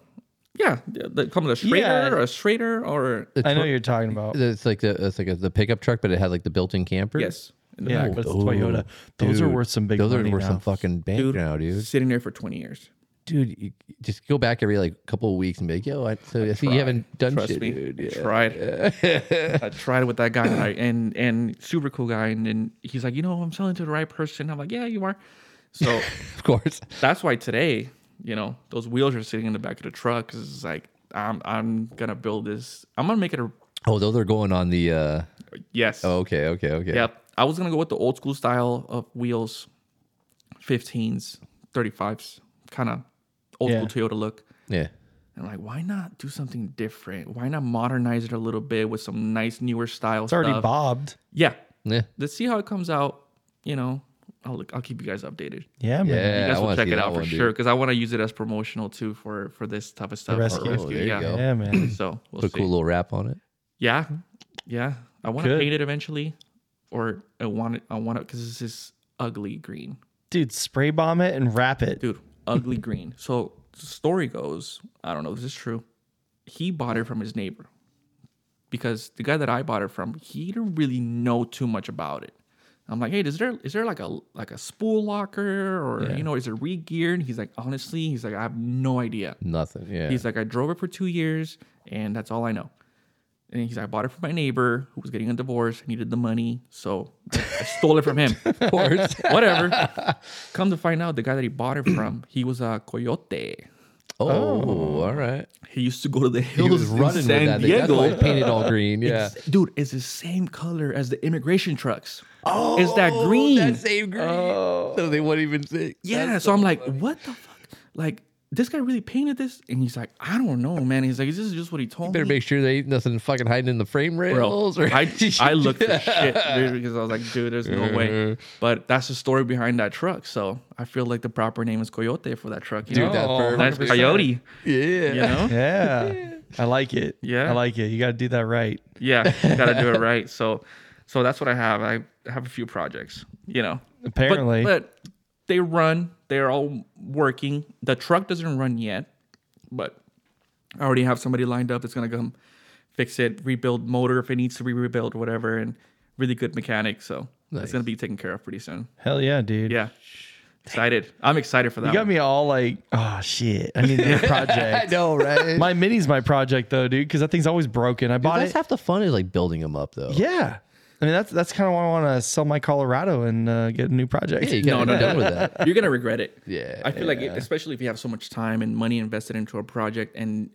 yeah, the, the come with a straighter Yeah. or a straighter or I know what you're talking about. it's like the it's like a, the pickup truck, but it had like the built-in camper. yes, in the Yeah, back. but it's Toyota. Those are Dude, worth some big Those money are worth now. some fucking bank Dude. now, dude. sitting there for 20 years. Dude, you just go back every like couple of weeks and be like, "Yo, I, so I, see you haven't done Trust shit, me, dude." I tried. <laughs> I tried with that guy and, I, and and super cool guy, and then he's like, you know, I'm selling to the right person. I'm like, yeah, you are. So <laughs> Of course. that's why today, you know, those wheels are sitting in the back of the truck because it's like I'm I'm gonna build this. I'm gonna make it a Oh, those are going on the. uh yes. Okay, okay, okay. Yep. I was gonna go with the old school style of wheels, 15s, 35s, kind of old Yeah. school Toyota look. Yeah. And like, why not do something different? Why not modernize it a little bit with some nice newer style It's already stuff? bobbed. yeah. Yeah. Let's see how it comes out. You know, I'll look, I'll keep you guys updated. Yeah, man. Yeah, You guys I will wanna check see it that out for one, dude. sure because I want to use it as promotional too for for this type of stuff. rescue. Oh, there you yeah. go. <laughs> Yeah, man. So we'll Put a see. cool little wrap on it. Yeah, yeah. I want to Good. paint it eventually, or I want it. I want it because this is ugly green, Dude, spray bomb it and wrap it. dude. Ugly green. So the story goes, I don't know if this is true. He bought it from his neighbor because the guy that I bought it from, he didn't really know too much about it. I'm like, hey, is there is there like a like a spool locker or Yeah. you know is it re-geared? He's like, honestly, he's like, I have no idea. Nothing. Yeah. He's like, I drove it for two years and that's all I know. And he's like, I bought it from my neighbor who was getting a divorce, needed the money, so I, I stole it from him. <laughs> of course. <laughs> Whatever. Come to find out, the guy that he bought it from, he was a coyote. Oh, all right. He used to go to the He hills was in running with San that thing. That's Diego. why it painted all green. Yeah. <laughs> It's- dude, it's the same color as the immigration trucks. Oh, it's that green. Oh. same green. So they wouldn't even think. yeah. So, I'm like, what the fuck? Like, this guy really painted this? And he's like, I don't know, man. He's like, this is just what he told Better me. make sure there ain't nothing fucking hiding in the frame Bro, rails. or <laughs> I, I looked for shit dude, because I was like, dude, there's no <laughs> way. But that's the story behind that truck. So I feel like the proper name is Coyote for that truck. You Dude, know? that's Oh, perfect. that's Coyote. <laughs> yeah. <laughs> You know? Yeah. I like it. Yeah. I like it. You got to do that right. Yeah, you gotta do it right. So, so that's what I have. I have a few projects, you know. But- Apparently. but, they run. They're all working. The truck doesn't run yet, but I already have somebody lined up that's gonna come fix it, rebuild motor if it needs to be rebuilt, or whatever, and really good mechanic. So Nice. that's gonna be taken care of pretty soon. Hell yeah, dude. Yeah, excited. I'm excited for that. You got one. me all like, oh shit. I need a <laughs> new I project. know, right? My mini's my project though, dude, because that thing's always broken. I Dude, bought that's it. half the fun is like building them up, though. yeah. I mean, that's that's kind of why I want to sell my Colorado and uh, get a new project. Yeah, you gotta No, be no, done no. with <laughs> that. You're gonna regret it. Yeah, I feel like, it, especially if you have so much time and money invested into a project, and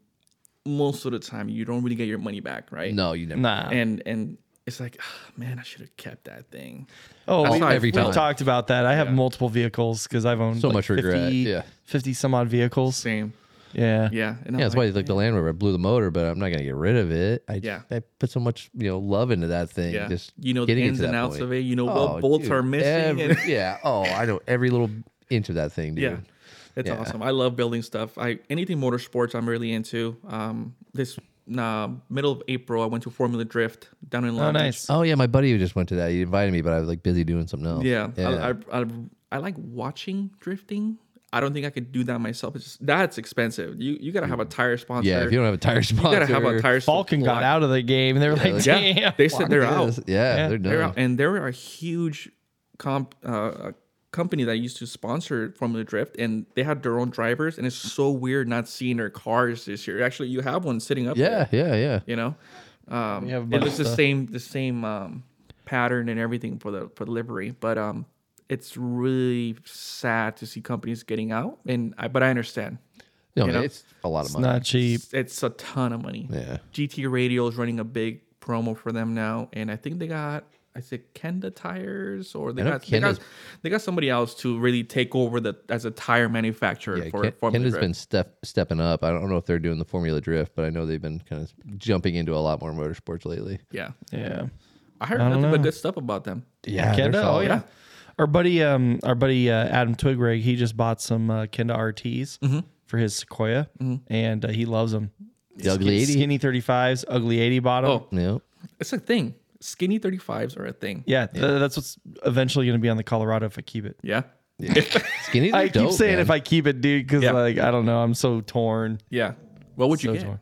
most of the time you don't really get your money back, right? No, you never. Nah. And and it's like, "Ah, man, I should have kept that thing. Oh, That's we, not every every we've time. talked about that. I have multiple vehicles because I've owned So much regret, 50, yeah. 50 some odd vehicles. Same. Yeah. Yeah. And I'm Yeah, that's why like the Land Rover I blew the motor, but I'm not gonna get rid of it. I Yeah. I put so much you know love into that thing. yeah. Just you know the getting it ins to and that outs point. of it. You know Oh, what bolts dude, are missing. every- and- <laughs> yeah. Oh, I know every little inch of that thing, dude. yeah. It's Yeah. awesome. I love building stuff. I anything motorsports I'm really into. Um, this uh, middle of April I went to Formula Drift down in Long Oh, Beach. nice. Oh yeah, my buddy who just went to that. He invited me, but I was like busy doing something else. Yeah, yeah. I, I, I I like watching drifting. I don't think I could do that myself. It's just, that's expensive. You you gotta have a tire sponsor. Yeah, if you don't have a tire you sponsor, gotta have a tire Falcon got supply. out of the game. They were like, Yeah, damn. <laughs> they said they're Yeah, out. <laughs> yeah, they're done. They're out, and there are a huge comp uh, uh, company that used to sponsor Formula Drift, and they had their own drivers. And it's so weird not seeing their cars this year. Actually, you have one sitting up. Yeah, there, yeah, yeah. you know, um, We have a it bunch was of the same the same um, pattern and everything for the for the livery, but um, it's really sad to see companies getting out. And I, but I understand No, You know? it's a lot of It's money. not cheap. it's, it's a ton of money. Yeah. GT Radio is running a big promo for them now, and I think they got I said Kenda tires, or they I know got, they got Kenda's- they got somebody else to really take over the as a tire manufacturer Yeah, for Ken, Formula Canada's Drift. been step, stepping up. I don't know if they're doing the Formula Drift, but I know they've been kind of jumping into a lot more motorsports lately. Yeah, Yeah. I heard I don't nothing but know. good stuff about them. Yeah, Kenda? Oh yeah. Our buddy, um, our buddy uh, Adam Twigrig, he just bought some uh, Kenda RTs Mm-hmm. for his Sequoia, and uh, he loves them. The ugly eighty. skinny thirty fives, ugly eighty bottom. Oh, No, it's a thing. Skinny thirty fives are a thing. Yeah, th- that's what's eventually going to be on the Colorado if I keep it. Yeah, skinny. I keep saying if I keep it, dude, because Yeah. like I don't know, I'm so torn. yeah. What would you So get? torn.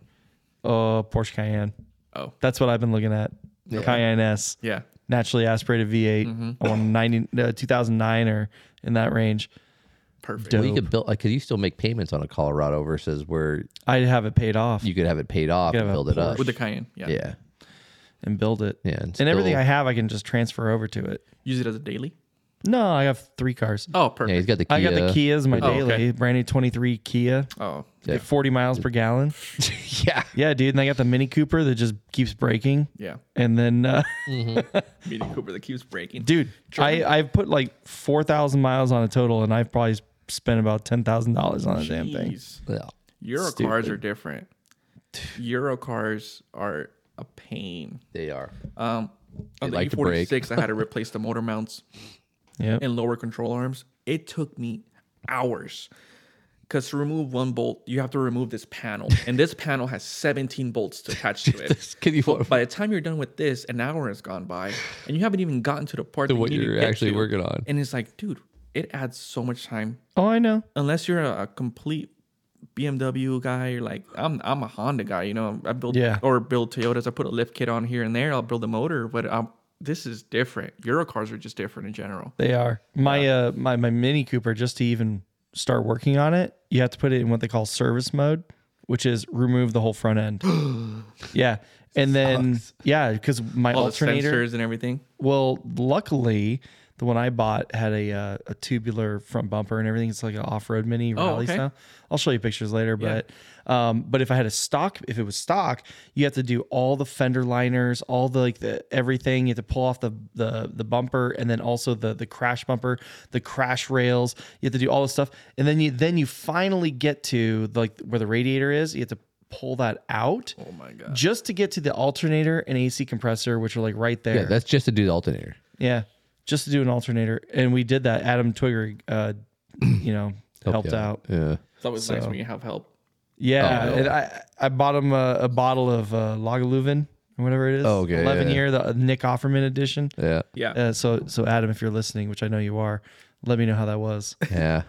Oh, Porsche Cayenne. Oh, That's what I've been looking at. Cayenne S, yeah. naturally aspirated V8. I want a 90, uh, 2009 or in that range. Perfect. Well, you Dope. could build. Like, could you still make payments on a Colorado versus where I'd have it paid off you could have it paid off could and have a build it up? With the Cayenne, yeah. yeah, and build it. yeah, and, and everything still- I have, I can just transfer over to it. Use it as a daily. No, I have three cars. Oh, Yeah, he's perfect. got the. Kia. I got the Kias, my Oh, daily okay. brand new 23 Kia, Oh, Yeah. 40 miles per gallon. <laughs> yeah, Yeah, dude. And I got the Mini Cooper that just keeps breaking. yeah. And then, uh, <laughs> Mini Cooper that keeps breaking. dude, I, I've put like 4,000 miles on a total, and I've probably spent about $10,000 on the damn thing. Jeez. yeah. Euro cars are different. Euro cars are a pain. Um, They are. On like the to break. E46, I had to replace the <laughs> motor mounts Yeah. and lower control arms. It took me hours. Because to remove one bolt, you have to remove this <laughs> panel. And this panel has 17 bolts to attach to it. <laughs> Can you? By the time you're done with this, an hour has gone by, and you haven't even gotten to the part that what you need to you're get actually to. working on. And it's like, dude, it adds so much time Oh, I know. unless you're a, a complete BMW guy, you're like I'm I'm a Honda guy, you know. I build Yeah. or build Toyotas. I put a lift kit on here and there. I'll build a motor, but I'm this is different. Euro cars are just different in general. They are. My uh my my Mini Cooper just to even start working on it, you have to put it in what they call service mode, which is remove the whole front end. <gasps> yeah. And then yeah, cuz my All alternator the sensors and everything. well, luckily the one I bought had a uh, a tubular front bumper and everything. It's like an off-road mini rally Oh, okay. style. I'll show you pictures later, but um, but if I had a stock, if it was stock, you have to do all the fender liners, all the like the everything. You have to pull off the the the bumper, and then also the the crash bumper, the crash rails. You have to do all this stuff, and then you then you finally get to like where the radiator is. You have to pull that out Oh my god. just to get to the alternator and AC compressor, which are like right there. Yeah, that's just to do the alternator. Yeah, just to do an alternator, and we did that. Adam Twigger, <clears throat> uh, you know, helped yeah. out. Yeah. It's always nice when you have help. Yeah, Oh, and I I bought him a, a bottle of uh, Lagavulin or whatever it is. Oh, okay, eleven yeah. year the uh, Nick Offerman edition. Yeah. Yeah. Uh, so so Adam, if you're listening, which I know you are, let me know how that was. <laughs> Yeah.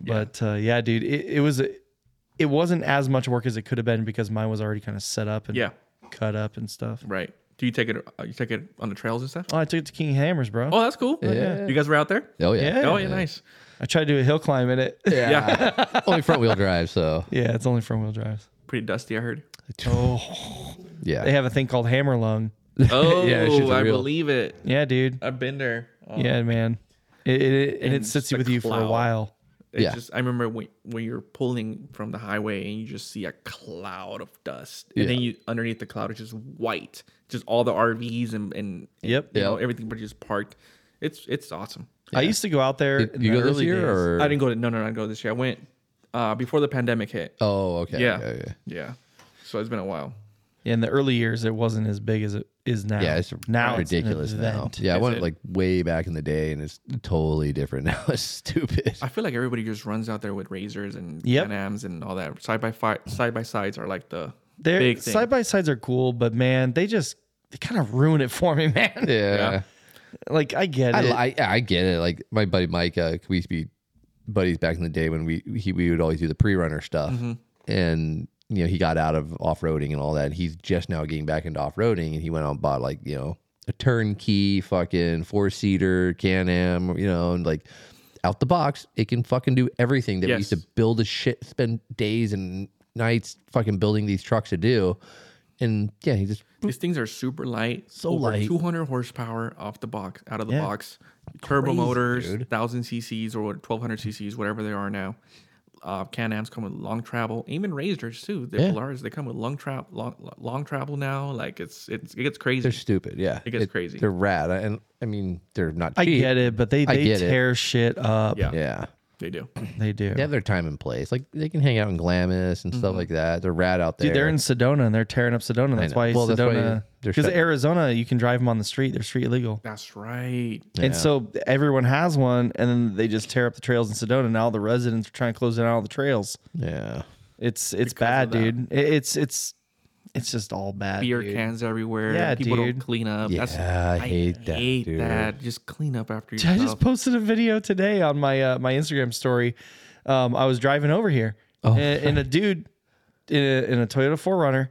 But uh, yeah, dude, it, it was it wasn't as much work as it could have been because mine was already kind of set up and yeah. cut up and stuff. Right. Do you take it? uh, You take it on the trails and stuff? Oh, I took it to King Hammers, bro. Oh, that's cool. Yeah. You guys were out there? Oh yeah. Yeah. Oh yeah, nice. I tried to do a hill climb <laughs> in it. Yeah. <laughs> Only front wheel drive, so yeah, it's only front wheel drives. Pretty dusty, I heard. yeah. They have a thing called hammer lung. Oh, <laughs> Yeah, it's just I real. believe it. Yeah, dude. I've been there. Oh, Yeah, man. It, it, it, and it And sits the with you for a cloud. while. It's Yeah. just I remember when, when you're pulling from the highway and you just see a cloud of dust, and then you underneath the cloud is just white, just all the RVs and and Yep. you know, Yep. everything but just parked. It's it's awesome. I used to go out there. in you the go this early year days. or I didn't go to no no no, I didn't go this year. I went uh, before the pandemic hit. Oh, okay. yeah. okay, okay. yeah. So it's been a while. in the early years, it wasn't as big as it is now. Yeah, it's now it's an ridiculous now. event. Yeah, I Is went it? like way back in the day, and it's totally different <laughs> now. It's <laughs> stupid. I feel like everybody just runs out there with razors and Yep. Can-Ams and all that. Side by fi- side by sides are like the They're big thing. side by sides are cool, but man, they just they kind of ruin it <laughs> for me, man. Yeah, like I get I it. I, I get it. Like my buddy Mike, uh, we used to be buddies back in the day when we he we would always do the pre runner stuff, Mm-hmm. and you know he got out of off roading and all that. And he's just now getting back into off roading, and he went out and bought like you know a turnkey fucking four seater Can Am, you know, and like. Out the box, it can fucking do everything that we used to Yes. build a shit, spend days and nights fucking building these trucks to do. And yeah, he just These things are super light, so light. 200 horsepower off the box, out of the box, turbo motors, thousand CCs or twelve hundred CCs, whatever they are now. Uh, Can-Am's come with long travel, even Razors too. The Polaris they come with long travel, long, long travel now. Like it's it's it gets crazy. They're stupid. Yeah, it gets crazy. They're rad, and I mean they're not. I cheap. get it, but they I they get it. tear shit up. yeah, Yeah, they do. <clears throat> They do. they have their time and place. Like they can hang out in Glamis and Mm-hmm. stuff like that. They're rad out there. Dude, they're in Sedona and they're tearing up Sedona. That's know. why Well, that's why Sedona, they're because shut- Arizona, you can drive them on the street. They're street legal. That's right. And so everyone has one, and then they just tear up the trails in Sedona. Now the residents are trying to close down all the trails. yeah, It's it's bad, dude. It- It's it's it's just all bad. Beer dude. cans everywhere. Yeah, people dude. don't clean up. That's, Yeah, I hate that, Hate dude. that. Just clean up after <laughs> I yourself. just posted a video today on my uh, my Instagram story. Um, I was driving over here, Oh. <laughs> and, and a dude in a, in a Toyota 4Runner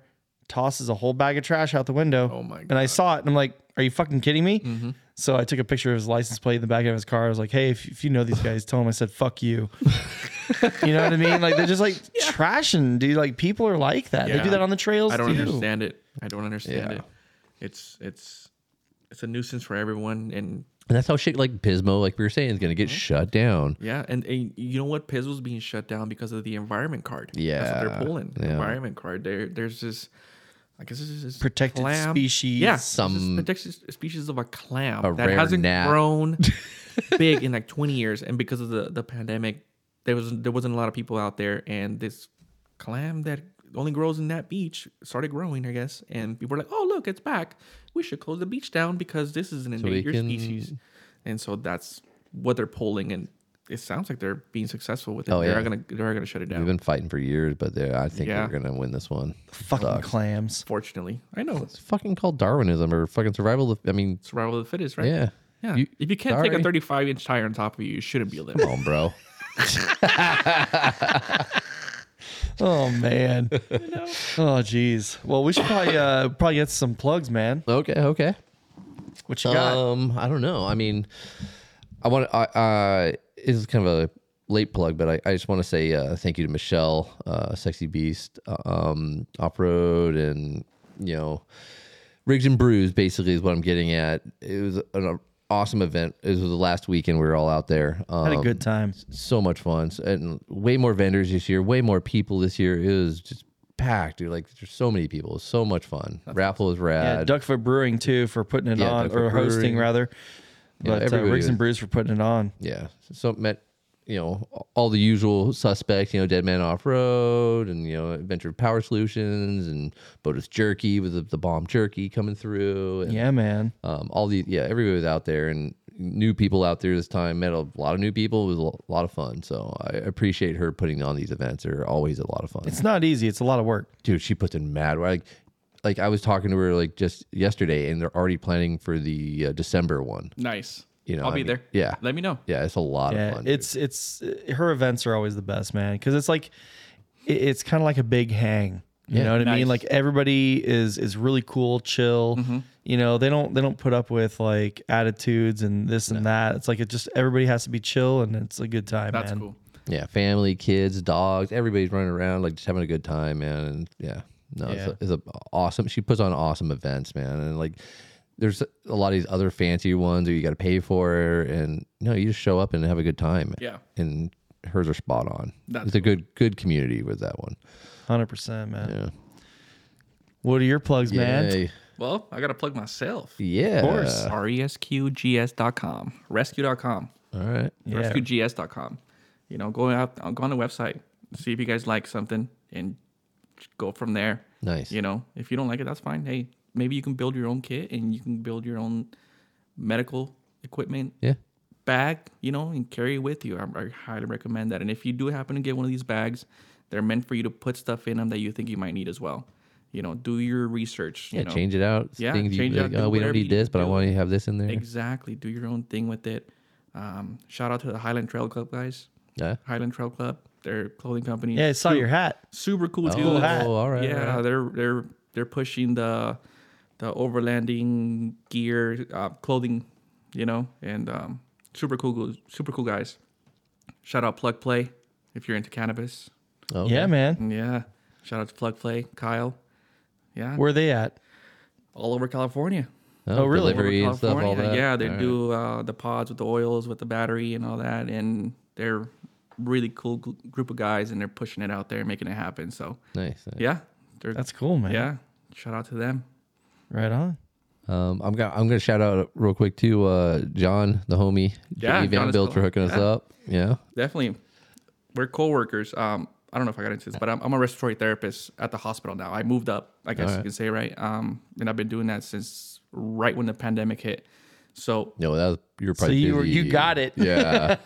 tosses a whole bag of trash out the window. Oh my Mm-hmm. And I saw it, and I'm like, "Are you fucking kidding me?" So I took a picture of his license plate in the back of his car. I was like, "Hey, if, if you know these <laughs> guys, tell them I said fuck you." you know what I mean? Like they're just like trashing, dude. Like people are like that. They Yeah. do that on the trails. I don't too. understand it. I don't understand Yeah. it. It's it's it's a nuisance for everyone, and and that's how shit like Pismo, like we were saying, is gonna Mm-hmm. get shut down. yeah, and, and you know what? Pizzle's being shut down because of the environment card. that's what Yeah, they're pulling. The yeah. environment card. There, there's this. I guess this is this Protected clam. species. Yeah, this is Some- protected species of a clam A that rare hasn't gnat. <laughs> grown big in like 20 years, and because of the the pandemic, there was there wasn't a lot of people out there, and this clam that only grows in that beach started growing, I guess, and people were like, "Oh, look, it's back. We should close the beach down because this is an we endangered can- species," and so that's what they're pulling and. It sounds like they're being successful with it. Oh, they're yeah. gonna they're gonna shut it down. We've been fighting for years, but they're- I think Yeah. we're gonna win this one. Fucking clams. Fortunately, I know It's fucking called Darwinism or fucking survival. Of, I mean, survival of the fittest, right? yeah, yeah. You- if you can't take sorry. a 35 inch tire <laughs> on top of you, you shouldn't be living. Come on, bro. Oh man. <laughs> Oh geez. Well, we should probably uh, probably get some plugs, man. Okay, okay. What you got? Um, I don't know. I mean, I want to. Uh, this is kind of a late plug, but I, I just want to say uh, thank you to Michelle, uh, Sexy Beast, uh, um, Off Road, and you know, Rigs and Brews. Basically, is what I'm getting at. It was an awesome event. It was the last weekend we were all out there. Um, Had a good time. so much fun S- and way more vendors this year way more people this year it was just packed dude like there's so many people It was so much fun raffle was Yeah, rad Duckfoot Uh, Brewing too for putting it Yeah, on Duckfoot or hosting Brewing. rather. Yeah, But uh, everybody Riggs and was- Brews for putting it on. yeah so met you know all the usual suspects you know dead man off road and you know adventure power solutions and botus jerky with the, the bomb jerky coming through and Yeah, man. um, all the yeah everybody was out there and new people out there this time met a lot of new people it was a lo- lot of fun so i appreciate her putting on these events they're always a lot of fun It's not easy. It's a lot of work. dude, she puts in mad work. Like, like I was talking to her like just yesterday, and they're already planning for the uh, December one. Nice. You know, I'll I be mean, there. yeah. Let me know. Yeah, it's a lot Yeah, of fun. dude. it's it's uh, her events are always the best, man, because it's like it- it's kind of like a big hang. You Yeah. know what I mean? Nice. Like everybody is is really cool, chill. Mm-hmm. You know they don't they don't put up with like attitudes and this and that. It's like it just everybody has to be chill and it's a good time. That's man. cool. yeah, family, kids, dogs, everybody's running around like just having a good time, man. And yeah, no, Yeah. It's, a, it's a awesome. She puts on awesome events, man, and like. There's a lot of these other fancy ones that you got to pay for, and no, you just show up and have a good time. Yeah. and hers are spot on. That's it's a good good community with that one. Hundred percent, man. Yeah, What are your plugs, man? Yay. Well, I got to plug myself. E yeah, course. resqgs.com, rescue.com, All right. Yeah. rescuegs.com. You know, go out, I'll go on the website, see if you guys like something, and go from there. Nice. You know, if you don't like it, that's fine. Hey, maybe you can build your own kit and you can build your own medical equipment Yeah. bag, you know, and carry it with you. I, I highly recommend that. And if you do happen to get one of these bags, they're meant for you to put stuff in them that you think you might need as well. You know, do your research. You Yeah, know. change it out. Yeah, things you- change it out, like, do Oh, we don't whatever need you this, but I do. want you to have this in there. Exactly. Do your own thing with it. Um, shout out to the Highland Trail Club guys. Yeah. Highland Trail Club, their clothing company. Yeah, I saw your hat. Super cool Oh, dudes. all right. yeah, they're they're they're pushing the the overlanding gear uh, clothing, you know, and um, super cool gu- super cool guys. Shout out Plug Play if you're into cannabis. Oh, Yeah, man. Yeah. Shout out to Plug Play, Kyle. Yeah. Where are they at? all over California. Oh, Oh, really? Delivery Over and stuff, all California. that. Yeah, they All right. do uh, the pods with the oils, with the battery, and all that. And they're really cool gl- group of guys, and they're pushing it out there, making it happen. So Nice. nice. yeah, they're, That's cool, man. yeah. Shout out to them. Right on. Um, I'm gonna I'm gonna shout out real quick to uh, John, the homie, Yeah, Jimmy John Van is Bilt cool. for hooking us Yeah. up. Yeah. Definitely, we're coworkers. Um, I don't know if I got into this, but I'm, I'm a respiratory therapist at the hospital now. I moved up, I guess you Alright. can say, right? Um, and I've been doing that since right when the pandemic hit. So No, that was, you were probably So you were- busy. you got it. <laughs> Yeah.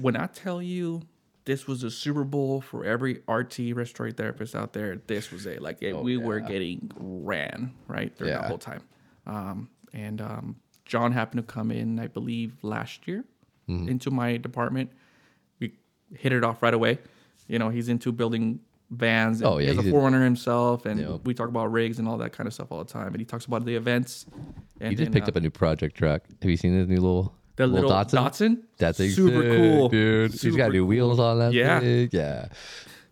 when I tell you this was a Super Bowl for every RT respiratory therapist out there, this was it. Like it, we were getting ran right during Oh, Yeah. that whole time. Um, and um, John happened to come in, I believe, last year Mm-hmm. into my department. We hit it off right away. You know, he's into building vans. and Oh, yeah, he has a he's a- forerunner himself, and Yeah. we talk about rigs and all that kind of stuff all the time. And he talks about the events. And uh, he just picked up a new project truck. Have you seen his new little the little, Datsun. That's a super cool, dude. He's got Super new wheels on that. Yeah. thing. Yeah.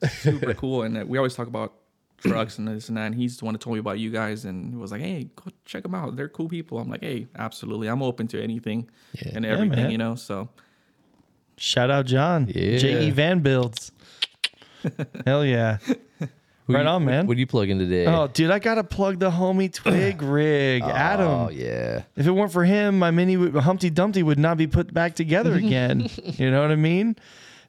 super cool. And uh, we always talk about trucks and this and that. And he's the one that told me about you guys and was like, hey, go check them out. They're cool people. I'm like, hey, absolutely. I'm open to anything and everything, man. you know? So Shout out John. Yeah. J.E. <laughs> Van Builds. Hell yeah. Who right you- on, man. What do you plug in today? Oh, dude, I gotta plug the <clears throat> homie Twig Rig, Oh, Adam. yeah. If it weren't for him, my mini would, Humpty Dumpty would not be put <laughs> back together again. you know what I mean?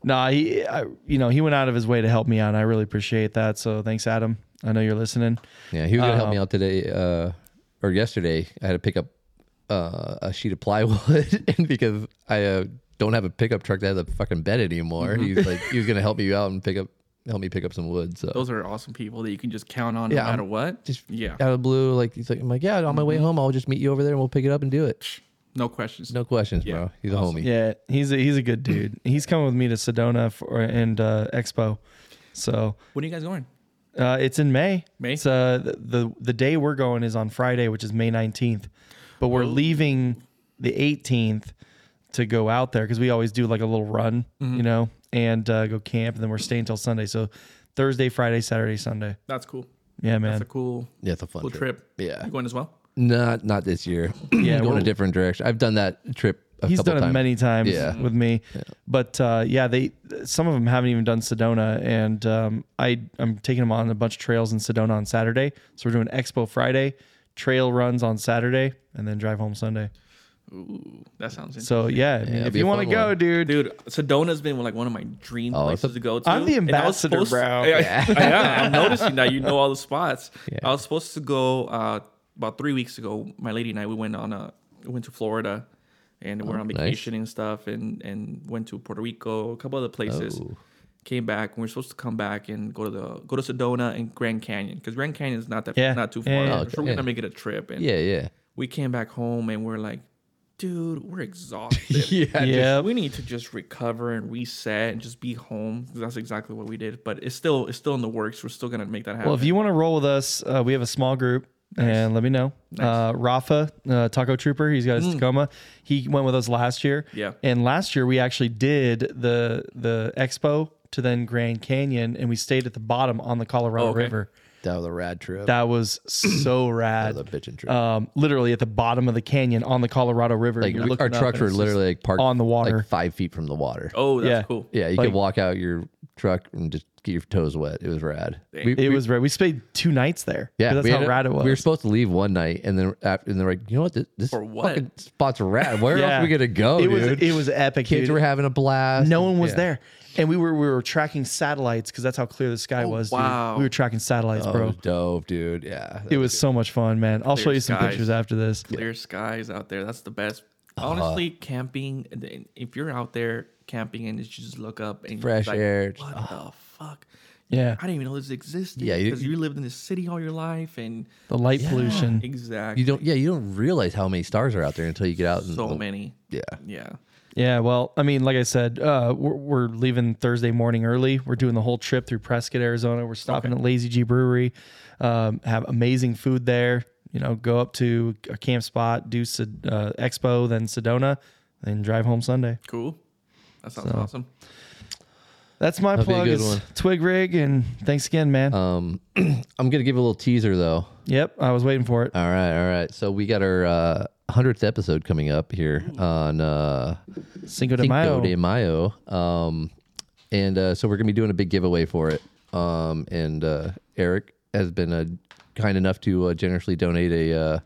Nah, he, I, you know, he went out of his way to help me out. And I really appreciate that. So thanks, Adam. I know you're listening. Yeah, he was gonna help me out today uh, or yesterday. I had to pick up uh, a sheet of plywood <laughs> and because I uh, don't have a pickup truck that has a fucking bed anymore. He's like, he was <laughs> gonna help you out and pick up, help me pick up some wood. So those are awesome people that you can just count on Yeah, no matter I'm what. just yeah. out of the blue, like he's like, I'm like, yeah, on my way home, I'll just meet you over there and we'll pick it up and do it. No questions. No questions, Yeah, bro. He's a homie. Yeah, he's a, he's a good dude. He's coming with me to Sedona for, and uh, Expo. So When are you guys going? uh, it's in May. May? It's, uh, the, the the day we're going is on Friday, which is May nineteenth, but Oh. we're leaving the eighteenth to go out there because we always do like a little run, Mm-hmm. you know, and uh, go camp, and then we're staying till Sunday. So Thursday, Friday, Saturday, Sunday. That's cool. Yeah, That's man. a cool, Yeah, it's a fun cool trip. Yeah, You going as well? not not this <clears throat> year. Yeah, going we're- a different direction. I've done that trip. A He's couple done times. it many times Yeah. Mm-hmm. with me, but uh, yeah, they some of them haven't even done Sedona, and um, I I'm taking them on a bunch of trails in Sedona on Saturday. So we're doing Expo Friday, trail runs on Saturday, and then drive home Sunday. Ooh, that sounds interesting. So yeah, I mean, it'd if be you a want to fun go, one. dude, Dude, Sedona's been like one of my dream Oh, it's places a- to go to. I'm the And I was ambassador, supposed- bro. Yeah, <laughs> yeah, I'm noticing that you know all the spots. I was supposed to go uh, about three weeks ago. My lady and I we went on a we went to Florida, and we're on Oh, nice. vacation and stuff, and and went to Puerto Rico, a couple other places. Oh. Came back, and we are supposed to come back and go to the go to Sedona and Grand Canyon because Grand Canyon is not that Yeah. not too far. Yeah, yeah, yeah. so we're Yeah. gonna make it a trip. And Yeah, yeah, we came back home and we're like, dude, we're <laughs> <laughs> exhausted. yeah. Yeah. we need to just recover and reset and just be home. 'cause That's exactly what we did. But it's still it's still in the works. We're still gonna make that happen. Well, if you want to roll with us, uh, we have a small group, and let me know. Uh, Rafa, uh, Taco Trooper, he's got Mm. his Tacoma. He went with us last year. Yeah. And last year we actually did the the expo to then Grand Canyon, and we stayed at the bottom on the Colorado okay. River. That was a rad trip. That That <clears throat> was so rad. was a bitchin' trip. Um, literally at the bottom of the canyon on the Colorado River. like You're our- looking our up trucks and were it's just- literally like parked on the water. like five feet from the water. oh, that's yeah. cool. Yeah, you Like- could walk out your truck and just get your toes wet. It was rad. We, It we- was rad. We stayed two nights there. yeah, that's we how ended- rad it was. We were supposed to leave one night, and then after, and they're like, you know what, this, this For what? fucking spot's rad. <laughs> Where Yeah. else are we gonna go, it dude? was it was epic. Kids dude. were having a blast. No one was Yeah. there, and we were we were tracking satellites because that's how clear the sky was. dude. wow. we were tracking satellites, Oh, it bro. was dope, dude. Yeah, It was so much fun, man. I'll show Clear you some skies. pictures after this. Clear skies out there. That's the best. Honestly, camping. and- If you're out there camping and you just look up and you're Fresh like, air. What the fuck? Yeah, I didn't even know this existed. Yeah, you- because you, lived in this city all your life and the light <sighs> pollution. exactly you don't. Yeah, you don't realize how many stars are out there until you get out. And, so many. Yeah, Yeah. Yeah, well, I mean, like I said, uh, we're, we're leaving Thursday morning early. We're doing the whole trip through Prescott, Arizona. We're stopping at Lazy G Brewery, um, have amazing food there. You know, go up to a camp spot, do Sed- uh, Expo, then Sedona, then drive home Sunday. Cool. That sounds awesome. That's my be a plug. good is one. Uh, Twig Rig, and thanks again, man. Um, <clears throat> I'm gonna give a little teaser though. yep, I was waiting for it. All right, all right. So we got our uh, hundredth episode coming up here on uh, Cinco de Cinco Mayo. de Mayo, um, and uh, so we're gonna be doing a big giveaway for it. Um, and uh, Eric has been uh, kind enough to uh, generously donate a uh,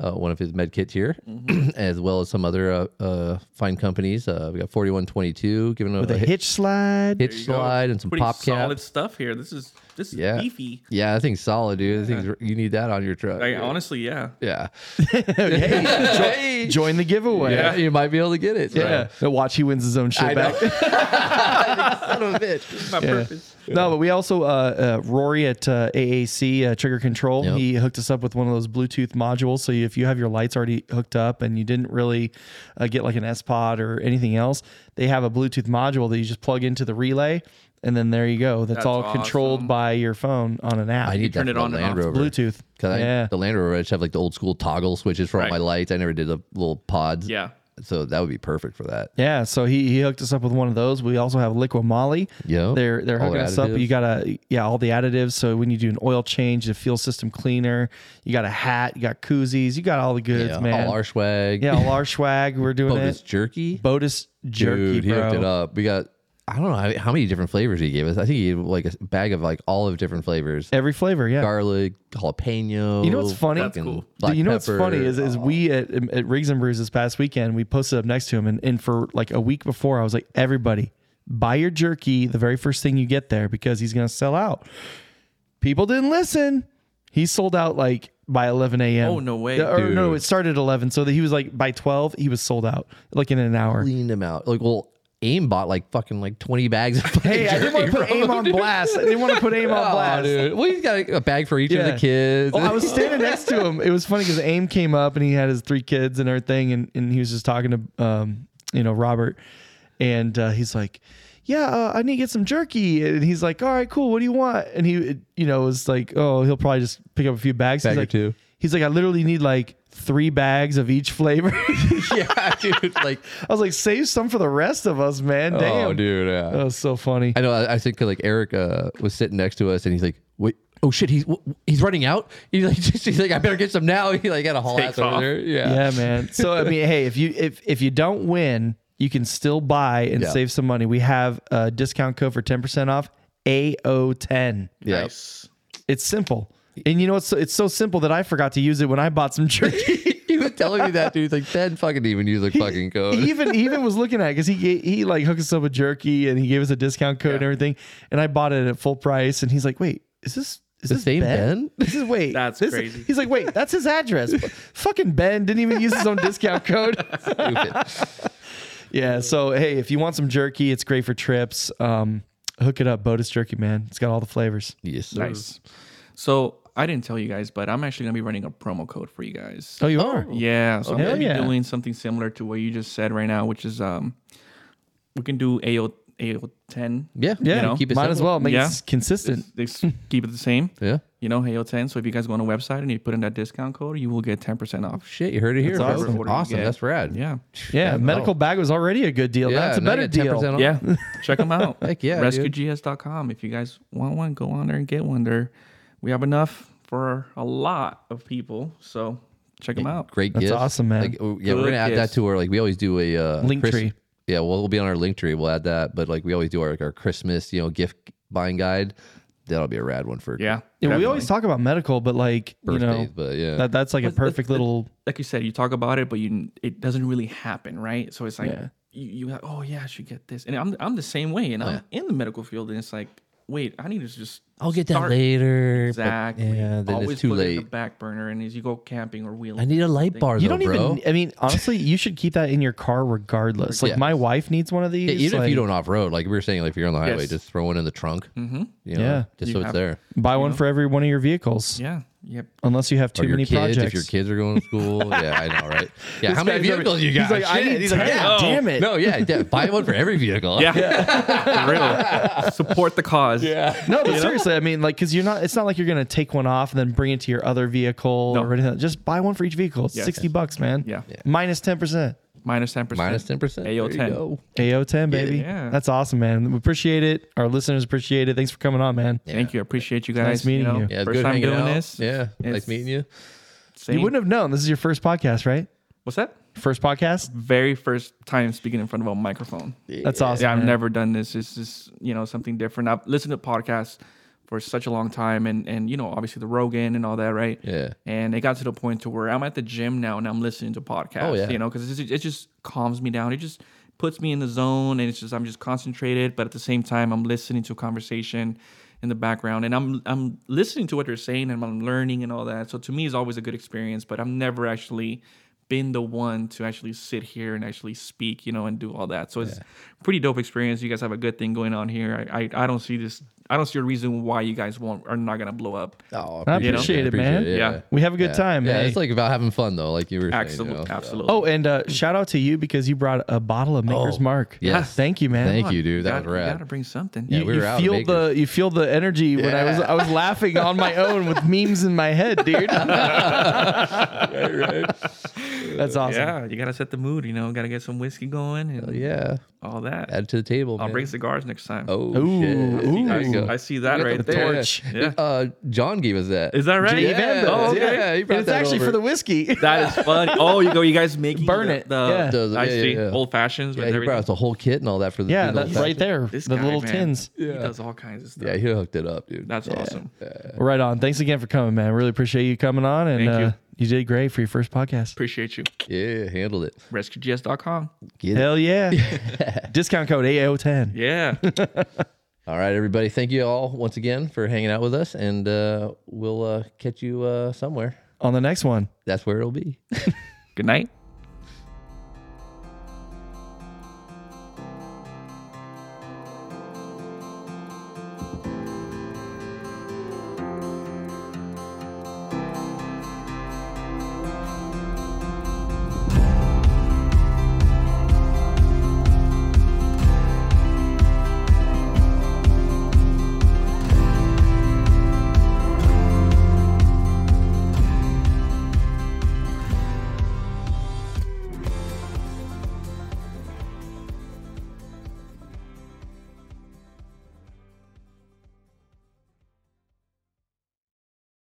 uh, one of his med kits here, <clears throat> as well as some other uh, uh, fine companies. Uh, we got forty one twenty two giving with a hit, hitch slide. hitch slide and some Pretty pop cap. solid stuff here. This is this is Yeah. beefy. Yeah, that thing's solid, dude. That thing's, you need that on your truck. Like dude. honestly, yeah. yeah. <laughs> Hey, jo- join the giveaway. yeah, you might be able to get it. so. Yeah. Now watch he wins his own shit I back. know. Son of a bitch. My purpose. <laughs> No, but we also uh, uh, Rory at uh, AAC uh, Trigger Control. Yep. He hooked us up with one of those Bluetooth modules. So if you have your lights already hooked up and you didn't really uh, get like an S Pod or anything else, they have a Bluetooth module that you just plug into the relay, and then there you go. That's, That's all controlled awesome. by your phone on an app. I need turn that it for the on and Land off. Rover. Bluetooth. 'Cause I, yeah. The Land Rover, I just have like the old school toggle switches for all Right. my lights. I never did the little pods. Yeah. So that would be perfect for that. Yeah, so he, he hooked us up with one of those. We also have Liqui Moly. Yeah. they're they're All hooking us up. additives. You gotta yeah, all the additives. So when you do an oil change, the fuel system cleaner. You got a hat. You got koozies. You got all the goods, Yeah. man. All our swag. <laughs> yeah, all our swag. We're doing Bonus it. jerky. Botus jerky, Dude, he hooked bro. it up. We got, I don't know how, how many different flavors he gave us. I think he gave like a bag of like olive different flavors. Every flavor, yeah. Garlic, jalapeno. You know what's funny? fucking Oh, That's cool. black you know what's pepper. funny is is we at, at Rigs and Brews this past weekend we posted up next to him and, and for like a week before I was like everybody buy your jerky the very first thing you get there because he's gonna sell out. People didn't listen. He sold out like by 11 a.m. Oh, no way. Yeah, Or, no, Dude. it started at 11, so that he was like by 12 he was sold out like in an hour. cleaned him out. Like, well, AIM bought like fucking like 20 bags of fucking Hey, I didn't want jerky to put from aim him, on dude. blast. I didn't want to <laughs> put aim Oh, on Aw, blast. dude. Well, he's got a bag for each of Yeah. the kids. Oh, <laughs> I was <laughs> standing next to him. It was funny because Aim came up and he had his three kids and everything, and, and he was just talking to um, you know Robert, and uh, he's like, yeah, uh, I need to get some jerky. And he's like, all right, cool. What do you want? And he, you know, was like, oh, he'll probably just pick up a few bags. Bag he's or like, two. He's like, I literally need like three bags of each flavor. <laughs> I yeah, dude. Like, was like, save some for the rest of us, man. Damn. Uh, oh, dude. Yeah. That was so funny. I know. I, I think like Eric uh, was sitting next to us, and he's like, "Wait, oh shit, he's wh- he's running out." He's like, <laughs> "He's like, I better get some now." <laughs> He like got a haul Take ass over off. there. Yeah. yeah, man. So I mean, hey, if you if if you don't win, you can still buy and Yeah. save some money. We have a discount code for ten percent off. AO10. Yeah. Nice. It's simple. And you know it's so, it's so simple that I forgot to use it when I bought some jerky. <laughs> <laughs> he was telling me that dude. He's like, Ben fucking didn't even use the fucking code. he <laughs> even he even was looking at it because he ga- he like hooked us up with jerky and he gave us a discount code and Yeah. everything. And I bought it at full price. And he's like, "Wait, is this <laughs> is the this same Ben? Ben? <laughs> This is wait. That's this- crazy. He's like, "Wait, that's his address." <laughs> Fucking Ben didn't even use his own <laughs> discount code. Stupid. Yeah. So hey, if you want some jerky, it's great for trips. Um, hook it up, Botus Jerky, man. It's got all the flavors. yes, sir. Nice. So I didn't tell you guys, but I'm actually gonna be running a promo code for you guys. Oh, you are. Yeah, so Hell I'm gonna yeah. be doing something similar to what you just said right now, which is um, we can do AO AO ten. Yeah. Yeah. You know, keep it Might as simple. well make Yeah. it s- consistent. Just keep it the same. Yeah. You know, AO ten. So if you guys go on a website and you put in that discount code, you will get ten percent off. Shit, you heard it here. That's folks. awesome. Awesome. Yeah. That's rad. Yeah, Yeah. That's medical dope. bag was already a good deal. Yeah, That's a now you better get 10% deal. off. yeah. Check them out. Heck yeah, dude. RescueGS.com. If you guys want one, go on there and get one. There, we have enough for a lot of people. So check them out. Great That's gifts. awesome, man. Like, oh, yeah, we're Good gonna add that gifts. to our like we always do a uh, Link Chris- tree. Yeah, well, it'll be on our link tree. We'll add that, but like we always do our, our Christmas, you know, gift buying guide. That'll be a rad one for Yeah, Yeah, we definitely. always talk about medical, but like birthdays. you know, but yeah, that that's like a But- but- perfect but- little. like you said, you talk about it, but you it doesn't really happen, right? So it's like Yeah. you, you like, oh yeah, I should get this, and I'm I'm the same way, and I'm in the medical field, and it's like, wait, I need to just I'll get that start- later. but- Exactly. Yeah, then Always it's too put it in late. the back burner, and as you go camping or wheeling, I need a light bar, You though, don't bro. even. I mean, honestly, you should keep that in your car regardless. Like Yeah. my wife needs one of these. Yeah, even if like, you don't off road, like we were saying, like if you're on the highway, Yes. just throw one in the trunk. Mm-hmm. You know, Yeah. just You so it's have- there. buy one for every one of your vehicles, yeah, yep. unless you have too Or your many kids, projects. if your kids are going to <laughs> school. yeah, I know, right? Yeah, This how many guy's every- vehicles you got? He's like, I Shit, need. He's like, "Oh, damn. "God damn it. No, yeah, yeah, buy one for every vehicle. Yeah, <laughs> For real. Support the cause. Yeah, No, but seriously, I mean, like, because you're not. It's not like you're gonna take one off and then bring it to your other vehicle No. or anything. Just buy one for each vehicle. It's Yes. Sixty bucks, man. Yeah. Minus ten percent. minus ten percent. minus ten percent. AO ten. AO ten, baby. Yeah. That's awesome, man. We appreciate it. Our listeners appreciate it. Thanks for coming on, man. Thank you. I appreciate you guys. nice meeting know, you. Yeah, it's first good time hanging doing out. this. Yeah, nice It's- meeting you. You Same- wouldn't have known. This is your first podcast, right? What's that? First podcast. Very first time speaking in front of a microphone. That's awesome. Yeah, I've man. never done this. It's just you know something different. I've listened to podcasts for such a long time, and and you know obviously the Rogan and all that, right? Yeah. And it got to the point to where I'm at the gym now, and I'm listening to podcasts. Oh, yeah. You know, because it just calms me down. It just puts me in the zone, and it's just I'm just concentrated, but at the same time I'm listening to a conversation in the background, and I'm I'm listening to what they're saying, and I'm learning and all that. So to me, it's always a good experience. But I've never actually been the one to actually sit here and actually speak, you know, and do all that. So it's pretty dope experience. You guys have a good thing going on here. I, I, I don't see this. I don't see a reason why you guys won't are not gonna blow up. Oh, I appreciate it, man. Yeah. Yeah. We have a good time. Yeah, hey. it's like about having fun though, like you were saying. Absolutely, you know? absolutely. oh, and uh, shout out to you because you brought a bottle of Maker's Oh, Mark. yes. Thank you, man. Thank you, dude. That was got, You gotta rad. bring something. Yeah, you, we were you out at feel the you feel the energy when I was Yeah. I was laughing on my own with memes in my head, dude. That's awesome. Yeah, you gotta set the mood. You know, gotta get some whiskey going and Yeah, all that. add to the table. I'll man. bring cigars next time. Oh, Ooh, shit. ooh. There you go. I see that Look at right the <laughs> there. torch. Yeah. Uh, John gave us that. Is that right? Yeah, Vandals, Oh, okay. yeah, he And brought it's that actually for over. the whiskey. That <laughs> is funny. Oh, you go. You guys making Burn the- it. The, Yeah. Those- I yeah, see. yeah, yeah. Old fashions with Yeah, he everything. brought us a whole kit and all that for the. <laughs> yeah, the that's old- right there. This the guy, little man. tins. He does all kinds of stuff. Yeah, he hooked it up, dude. That's awesome. Right on. Thanks again for coming, man. Really appreciate you coming on and Thank you. uh, you did great for your first podcast. Appreciate you. Yeah, handled it. RescueGS.com. Get it. Hell yeah. Discount code AO10. <laughs> Yeah. All right, everybody. Thank you all once again for hanging out with us, and uh, we'll uh, catch you uh, somewhere. On the next one. That's where it'll be. Good night.